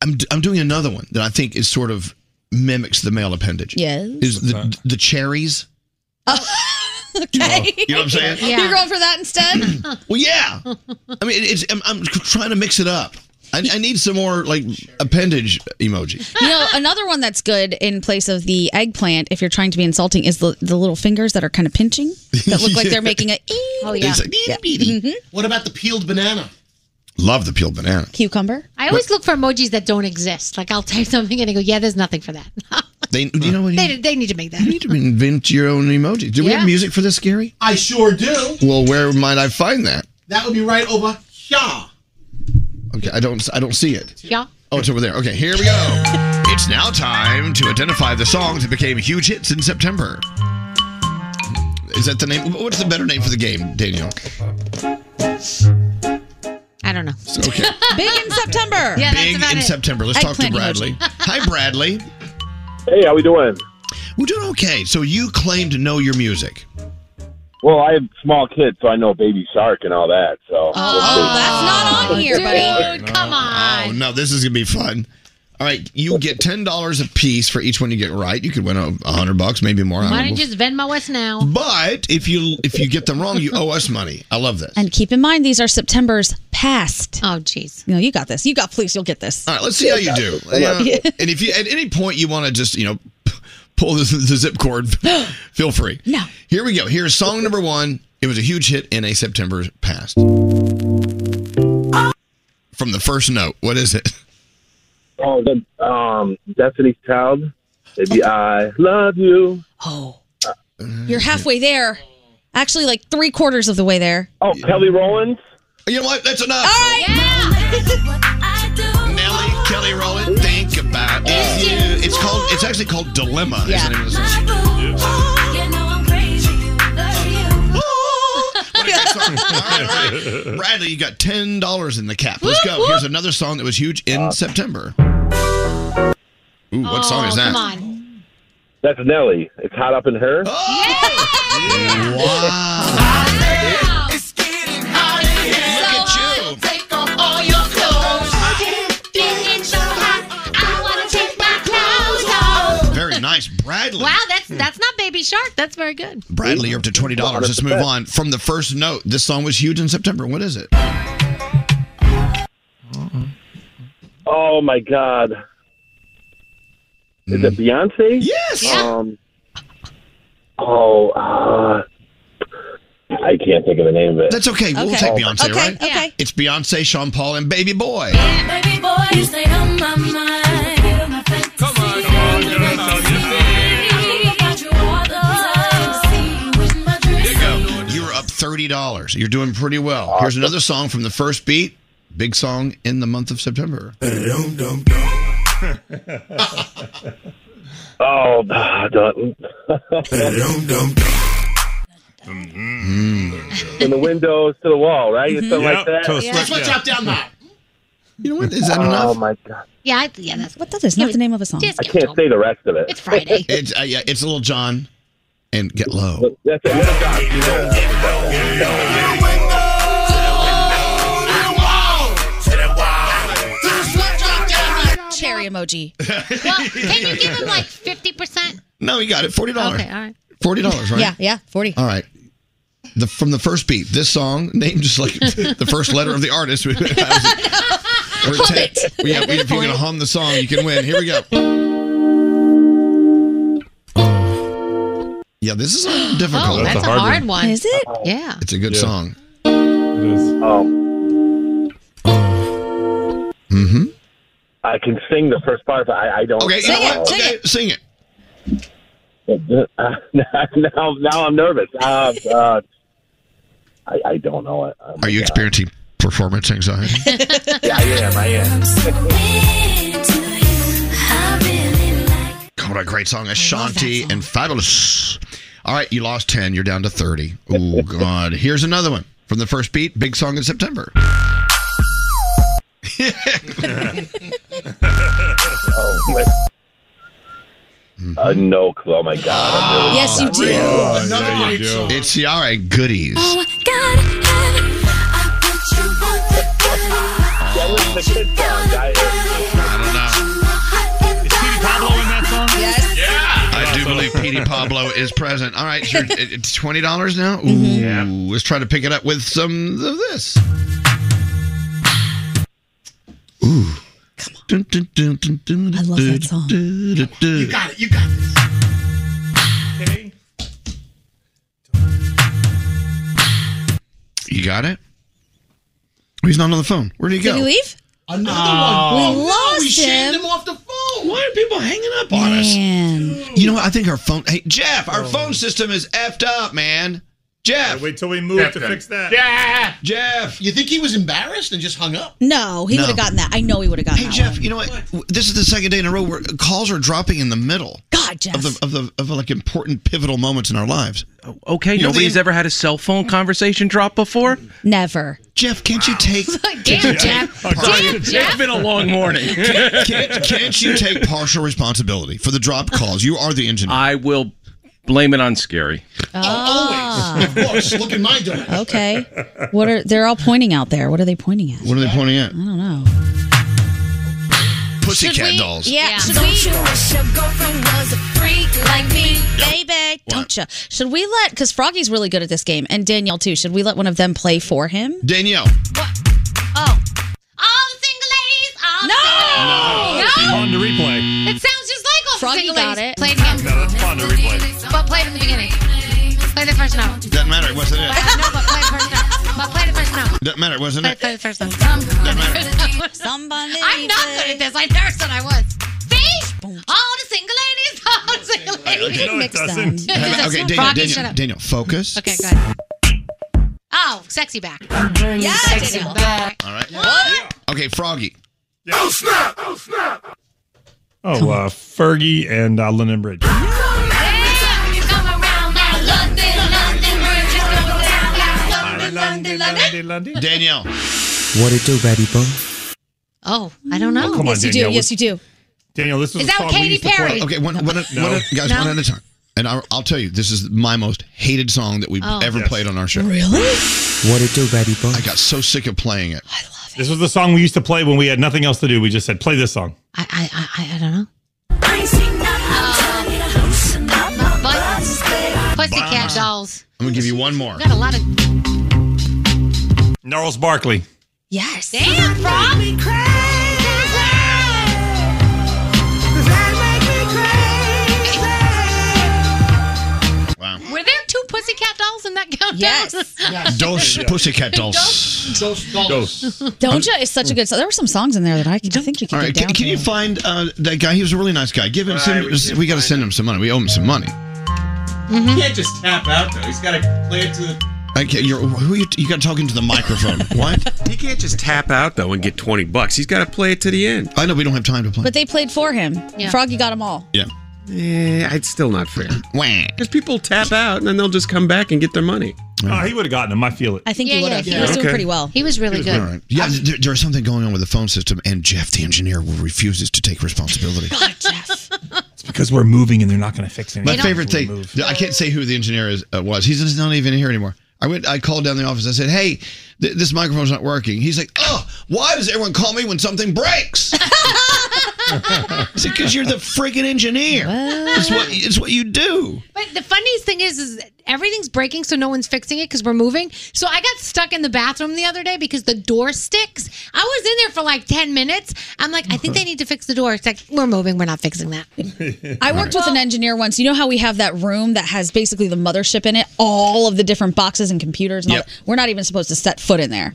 [SPEAKER 8] I'm I'm doing another one that I think is sort of mimics the male appendage.
[SPEAKER 7] Yes.
[SPEAKER 8] Is the the cherries?
[SPEAKER 7] Okay.
[SPEAKER 8] You know what I'm saying?
[SPEAKER 7] You're going for that instead?
[SPEAKER 8] well, yeah. I mean, it's I'm, I'm trying to mix it up. I, I need some more like appendage emoji.
[SPEAKER 7] You know, another one that's good in place of the eggplant, if you're trying to be insulting, is the, the little fingers that are kind of pinching that look like they're making a e
[SPEAKER 31] Oh,
[SPEAKER 8] yeah. It's like,
[SPEAKER 3] Mm-hmm.
[SPEAKER 13] What about the peeled banana?
[SPEAKER 8] Love the peeled banana.
[SPEAKER 7] cucumber.
[SPEAKER 3] I always look for emojis that don't exist. Like I'll type something and I go, "Yeah, there's nothing for that."
[SPEAKER 8] They, do you know what?
[SPEAKER 3] they, they need to make that.
[SPEAKER 8] You need to invent your own emoji. Do we
[SPEAKER 3] Yeah.
[SPEAKER 8] have music for this, Gary?
[SPEAKER 13] I sure do.
[SPEAKER 8] Well, where might I find that?
[SPEAKER 13] That would be right over here.
[SPEAKER 8] Okay, I don't I don't see it.
[SPEAKER 3] Yeah.
[SPEAKER 8] Oh, it's over there. Okay, here we go. It's now time to identify the songs that became huge hits in September. Is that the name? What's the better name for the game, Daniel?
[SPEAKER 3] I don't know.
[SPEAKER 8] Okay.
[SPEAKER 7] Big in September. Yeah,
[SPEAKER 8] Big in September. Let's talk to Bradley. Hi, Bradley.
[SPEAKER 6] Hey, how we doing?
[SPEAKER 8] We're doing okay. So you claim to know your music.
[SPEAKER 6] Well, I have small kids, so I know Baby Shark and all that. So.
[SPEAKER 2] Oh,
[SPEAKER 7] that's not on here, buddy.
[SPEAKER 3] come on.
[SPEAKER 8] Oh no, this is gonna be fun. All right, you get ten dollars a piece for each one you get right. You could win a a hundred bucks, maybe more. I
[SPEAKER 3] Why
[SPEAKER 8] don't
[SPEAKER 3] don't you
[SPEAKER 8] know.
[SPEAKER 3] just Venmo us Oh, now?
[SPEAKER 8] But if you if you get them wrong, you owe us money. I love this.
[SPEAKER 7] And keep in mind, these are September's past.
[SPEAKER 3] Oh, jeez.
[SPEAKER 7] No, you got this. You got, please, you'll get this.
[SPEAKER 8] All right, let's see how you do. Yeah. and if you at any point you want to just you know pull the, the zip cord, feel free. No. Here we go. Here's song number one. It was a huge hit in a September past. From the first note, what is it?
[SPEAKER 6] Oh, the um, Destiny's Child. Baby, I love you.
[SPEAKER 7] Oh. You're halfway there. Actually, like three quarters of the way there.
[SPEAKER 6] Oh, Kelly Rowland.
[SPEAKER 8] You know what? That's enough.
[SPEAKER 2] Nelly,
[SPEAKER 8] Kelly Rowland, think about it. You- It's called. It's actually called Dilemma. is the name of the song. Bradley, you got ten dollars in the cap. Let's go. Here's another song that was huge in September. Ooh, what song
[SPEAKER 6] Oh,
[SPEAKER 8] is that?
[SPEAKER 3] Come on.
[SPEAKER 6] That's Nelly. It's hot up in her.
[SPEAKER 8] Oh! Very nice, Bradley.
[SPEAKER 3] Wow, that's that's not Baby Shark. That's very good.
[SPEAKER 8] Bradley, you're up to twenty dollars. Let's move on from the first note. This song was huge in September. What is it?
[SPEAKER 6] Oh my God. Is it Beyonce? Yes. Um. Oh. Uh, I can't think of the name of it.
[SPEAKER 8] That's okay. We'll take Beyonce, right?
[SPEAKER 7] Okay.
[SPEAKER 8] It's Beyonce, Sean Paul, and Baby Boy. You're up thirty dollars. You're doing pretty well. Here's another song from the first beat. Big song in the month of September.
[SPEAKER 6] Oh, ah, dun- From the windows to the wall, right? It's Something like that.
[SPEAKER 13] Mm-hmm. That's what dropped down that.
[SPEAKER 8] You know what? Is that
[SPEAKER 6] oh,
[SPEAKER 8] enough?
[SPEAKER 6] my God.
[SPEAKER 3] Yeah, I, yeah, that's what
[SPEAKER 7] that is not the name of a song.
[SPEAKER 6] I can't say the rest of it. It's
[SPEAKER 3] Friday.
[SPEAKER 8] It's uh, yeah. It's Little John, and Get Low.
[SPEAKER 6] That's it. Little John.
[SPEAKER 3] Oh,
[SPEAKER 7] Cherry emoji.
[SPEAKER 3] Well, can you give him like fifty percent?
[SPEAKER 8] No, you got it. Forty dollars.
[SPEAKER 3] Okay, all right.
[SPEAKER 8] Forty dollars, right?
[SPEAKER 7] Yeah, yeah, 40.
[SPEAKER 8] All right. The, from the first beat, this song named just like the first letter of the artist. We're
[SPEAKER 2] Hum
[SPEAKER 8] ten.
[SPEAKER 2] it.
[SPEAKER 8] We have, if you're gonna hum the song, you can win. Here we go. Oh. Yeah, this is a little difficult.
[SPEAKER 3] Oh, that's, a hard, one.
[SPEAKER 7] Is it?
[SPEAKER 3] Yeah.
[SPEAKER 8] It's a good song.
[SPEAKER 6] Um,
[SPEAKER 8] hmm
[SPEAKER 6] I can sing the first part, but I, I don't.
[SPEAKER 8] Okay, you know Sing it, what? sing Okay, it. sing it.
[SPEAKER 6] now, now I'm nervous. Uh, uh, I, I don't know it. Oh, my
[SPEAKER 8] Are you
[SPEAKER 6] God.
[SPEAKER 8] experiencing performance anxiety?
[SPEAKER 6] Yeah, I am. I am.
[SPEAKER 8] God, what a great song. Ashanti and Fabulous. All right, you lost 10. You're down to 30. Oh, God. Here's another one from the first beat Big Song in September.
[SPEAKER 32] Uh, no clue. Oh my god.
[SPEAKER 2] Yes, you do.
[SPEAKER 8] Oh,
[SPEAKER 2] Another
[SPEAKER 8] yeah,
[SPEAKER 2] one.
[SPEAKER 8] you do. It's the all right goodies.
[SPEAKER 2] Oh my god. That was the good song, guys.
[SPEAKER 7] Yes.
[SPEAKER 8] I do believe Petey Pablo is present. All right, sure. It- it's twenty dollars now. Ooh, let's try to pick it up with some of this. Ooh, come on! I love that song. You got it. You got
[SPEAKER 2] this.
[SPEAKER 8] You got it. He's not on the phone. Where did he
[SPEAKER 7] Did
[SPEAKER 8] go?
[SPEAKER 7] he leave?
[SPEAKER 8] Another
[SPEAKER 7] Oh. We lost
[SPEAKER 13] we shaved
[SPEAKER 7] him.
[SPEAKER 13] him off the phone.
[SPEAKER 8] Why are people hanging up on us? You know what? I think our phone. Hey, Jeff, our phone system is effed up, man. Jeff, Oh. wait till we move
[SPEAKER 13] Jeff to done. fix that. Yeah.
[SPEAKER 8] Jeff.
[SPEAKER 13] You think he was embarrassed and just hung up?
[SPEAKER 7] No, Oh, he
[SPEAKER 8] No.
[SPEAKER 7] would have gotten that. I know he would have gotten
[SPEAKER 8] Hey
[SPEAKER 7] that.
[SPEAKER 8] Jeff, you know what? This is the second day in a row where calls are dropping in the middle.
[SPEAKER 7] God, Jeff.
[SPEAKER 8] Of the of the of like important pivotal moments in our lives.
[SPEAKER 6] Okay,
[SPEAKER 8] You know,
[SPEAKER 6] nobody's
[SPEAKER 8] the-
[SPEAKER 6] ever had a cell phone conversation drop before.
[SPEAKER 7] Never.
[SPEAKER 8] Jeff, can't you take?
[SPEAKER 7] Damn,
[SPEAKER 6] Jeff.
[SPEAKER 7] Oh,
[SPEAKER 8] Damn,
[SPEAKER 6] It's been a long morning.
[SPEAKER 8] can't, can't- can't you take partial responsibility for the drop calls? You are the engineer.
[SPEAKER 6] I will blame it on Scary.
[SPEAKER 3] Oh,
[SPEAKER 7] Ah.
[SPEAKER 13] Of course. Look in my direction.
[SPEAKER 7] Okay. What are they're all pointing out there? What are they pointing at?
[SPEAKER 8] What are they pointing at? I
[SPEAKER 7] don't know.
[SPEAKER 8] Pussycat dolls.
[SPEAKER 7] Yeah. Should
[SPEAKER 2] Don't
[SPEAKER 7] we?
[SPEAKER 2] you wish your girlfriend was a freak like me?
[SPEAKER 7] Baby, don't you? Should we let? Because Froggy's really good at this game, and Danielle too. Should we let one of them play for him?
[SPEAKER 8] Danielle.
[SPEAKER 3] All the single ladies. All the
[SPEAKER 7] No!
[SPEAKER 3] Single ladies.
[SPEAKER 9] On the replay.
[SPEAKER 3] It Uh, sounds just like all
[SPEAKER 7] Froggy
[SPEAKER 3] the single
[SPEAKER 7] got
[SPEAKER 3] ladies.
[SPEAKER 7] it.
[SPEAKER 3] Play it again.
[SPEAKER 8] No, that's on the replay.
[SPEAKER 3] But play it from the beginning. Play the first note.
[SPEAKER 8] Doesn't matter. It wasn't it.
[SPEAKER 3] No, but play the first note. But play the first note.
[SPEAKER 8] Doesn't matter. It wasn't
[SPEAKER 3] Play,
[SPEAKER 8] it.
[SPEAKER 3] play the first note.
[SPEAKER 8] Um,
[SPEAKER 3] I'm not good at this. I never said I was. See? All the single ladies. All the single ladies.
[SPEAKER 8] Hey, Okay, Daniel,
[SPEAKER 3] Froggy,
[SPEAKER 8] Daniel,
[SPEAKER 3] shut up.
[SPEAKER 8] Daniel, focus.
[SPEAKER 3] Okay, good. Oh, sexy back. Yeah,
[SPEAKER 2] sexy
[SPEAKER 3] Daniel.
[SPEAKER 8] All right.
[SPEAKER 3] What?
[SPEAKER 8] Okay, Froggy.
[SPEAKER 2] Oh snap! Oh snap!
[SPEAKER 9] Oh, uh, Fergie and uh, London Bridge.
[SPEAKER 8] Oh,
[SPEAKER 2] You come around my London, London, we're just gonna go down, down, London, London, London.
[SPEAKER 8] Danielle.
[SPEAKER 6] What it do, baby boo?
[SPEAKER 3] Oh, I don't know.
[SPEAKER 8] Oh, come on, Yes, you do. Danielle. Yes,
[SPEAKER 7] you do.
[SPEAKER 8] Daniel, this
[SPEAKER 3] is Is a that song we Katy used to play. Perry?
[SPEAKER 8] Okay, one, one,
[SPEAKER 3] No.
[SPEAKER 8] one- guys,
[SPEAKER 3] No?
[SPEAKER 8] one at a time. And I'll, I'll tell you, this is my most hated song that we've
[SPEAKER 3] Oh.
[SPEAKER 8] ever
[SPEAKER 3] Yes.
[SPEAKER 8] played on our show.
[SPEAKER 7] Really?
[SPEAKER 8] What it do, baby boy? I got so sick of playing it.
[SPEAKER 9] This was the song we used to play when we had nothing else to do. We just said, play this song.
[SPEAKER 3] I, I, I, I don't know.
[SPEAKER 2] I ain't seen nothing.
[SPEAKER 3] But Pussycat
[SPEAKER 9] Bye.
[SPEAKER 3] Uh, dolls.
[SPEAKER 8] I'm gonna give you one more.
[SPEAKER 3] We got a lot of.
[SPEAKER 9] Gnarls Barkley.
[SPEAKER 7] Yes.
[SPEAKER 3] Damn, Frog.
[SPEAKER 8] Wow.
[SPEAKER 3] Were there two pussycat dolls in that countdown?
[SPEAKER 7] Yes.
[SPEAKER 8] Dos Pussycat Dolls.
[SPEAKER 13] Dos,
[SPEAKER 7] Don't you? It's such a good song. There were some songs in there that I, can, I think we could
[SPEAKER 8] All
[SPEAKER 7] get
[SPEAKER 8] right,
[SPEAKER 7] down
[SPEAKER 8] can, can
[SPEAKER 7] to.
[SPEAKER 8] you find uh, that guy? He was a really nice guy. Give him. Send, we got to send him some money. We owe him some money.
[SPEAKER 11] Mm-hmm.
[SPEAKER 6] He can't just tap out though. He's got to play it to the.
[SPEAKER 8] Okay, you're who are you, you got talking to the microphone. what?
[SPEAKER 11] He can't just tap out though and get twenty bucks. He's got to play it to the end.
[SPEAKER 8] I know we don't have time to play.
[SPEAKER 7] But they played for him. Froggy got them all.
[SPEAKER 8] Yeah.
[SPEAKER 11] Eh, it's still not fair.
[SPEAKER 8] Because
[SPEAKER 11] people tap out and then they'll just come back and get their money.
[SPEAKER 9] Oh, he would have gotten him. I feel it.
[SPEAKER 7] I think he would have.
[SPEAKER 11] yeah.
[SPEAKER 7] He was doing
[SPEAKER 11] Okay.
[SPEAKER 7] pretty well.
[SPEAKER 3] He was really
[SPEAKER 8] All right. Yeah, there, there is something going on with the phone system, and Jeff, the engineer, will refuses to take responsibility.
[SPEAKER 9] It's because we're moving and they're not going to fix anything.
[SPEAKER 8] My favorite thing. I can't say who the engineer is, uh, was. He's just not even here anymore. I went. I called down the office. I said, "Hey, th- this microphone's not working." He's like, "Oh, why does everyone call me when something breaks?" I said, "Because you're the freaking engineer. It's what it's what you do."
[SPEAKER 3] But the funniest thing is, is everything's breaking, so no one's fixing it because we're moving. So I got stuck in the bathroom the other day because the door sticks. I was in there for like ten minutes. I'm like, I think they need to fix the door. It's like we're moving, we're not fixing that.
[SPEAKER 7] I worked with an engineer once. You know how we have that room that has basically the mothership in it, all of the different boxes and computers. And all
[SPEAKER 2] Yep.
[SPEAKER 7] that? We're not even supposed to set foot in there.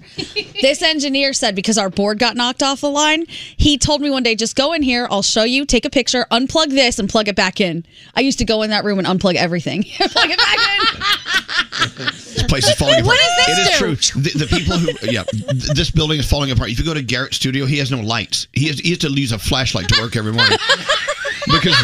[SPEAKER 7] this engineer said because our board got knocked off the line, he told me one day, just go in here. I'll show you. Take a picture, unplug this, and plug it back in. I used to go in that room and unplug everything. plug it back in.
[SPEAKER 8] This place is falling apart.
[SPEAKER 7] What does this
[SPEAKER 8] it is true. The, the people who, yeah, th- this building is falling apart. If you go to Garrett's studio, he has no lights. He has, he has to use a flashlight to work every morning because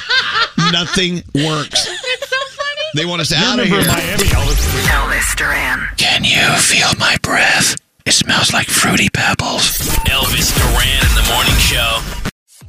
[SPEAKER 8] nothing works.
[SPEAKER 3] It's so funny.
[SPEAKER 2] They want us
[SPEAKER 33] You're
[SPEAKER 2] out of
[SPEAKER 33] number
[SPEAKER 2] here.
[SPEAKER 33] Miami,
[SPEAKER 2] Elvis Duran.
[SPEAKER 6] Can you feel my breath? It smells like fruity pebbles. Elvis Duran in the morning show.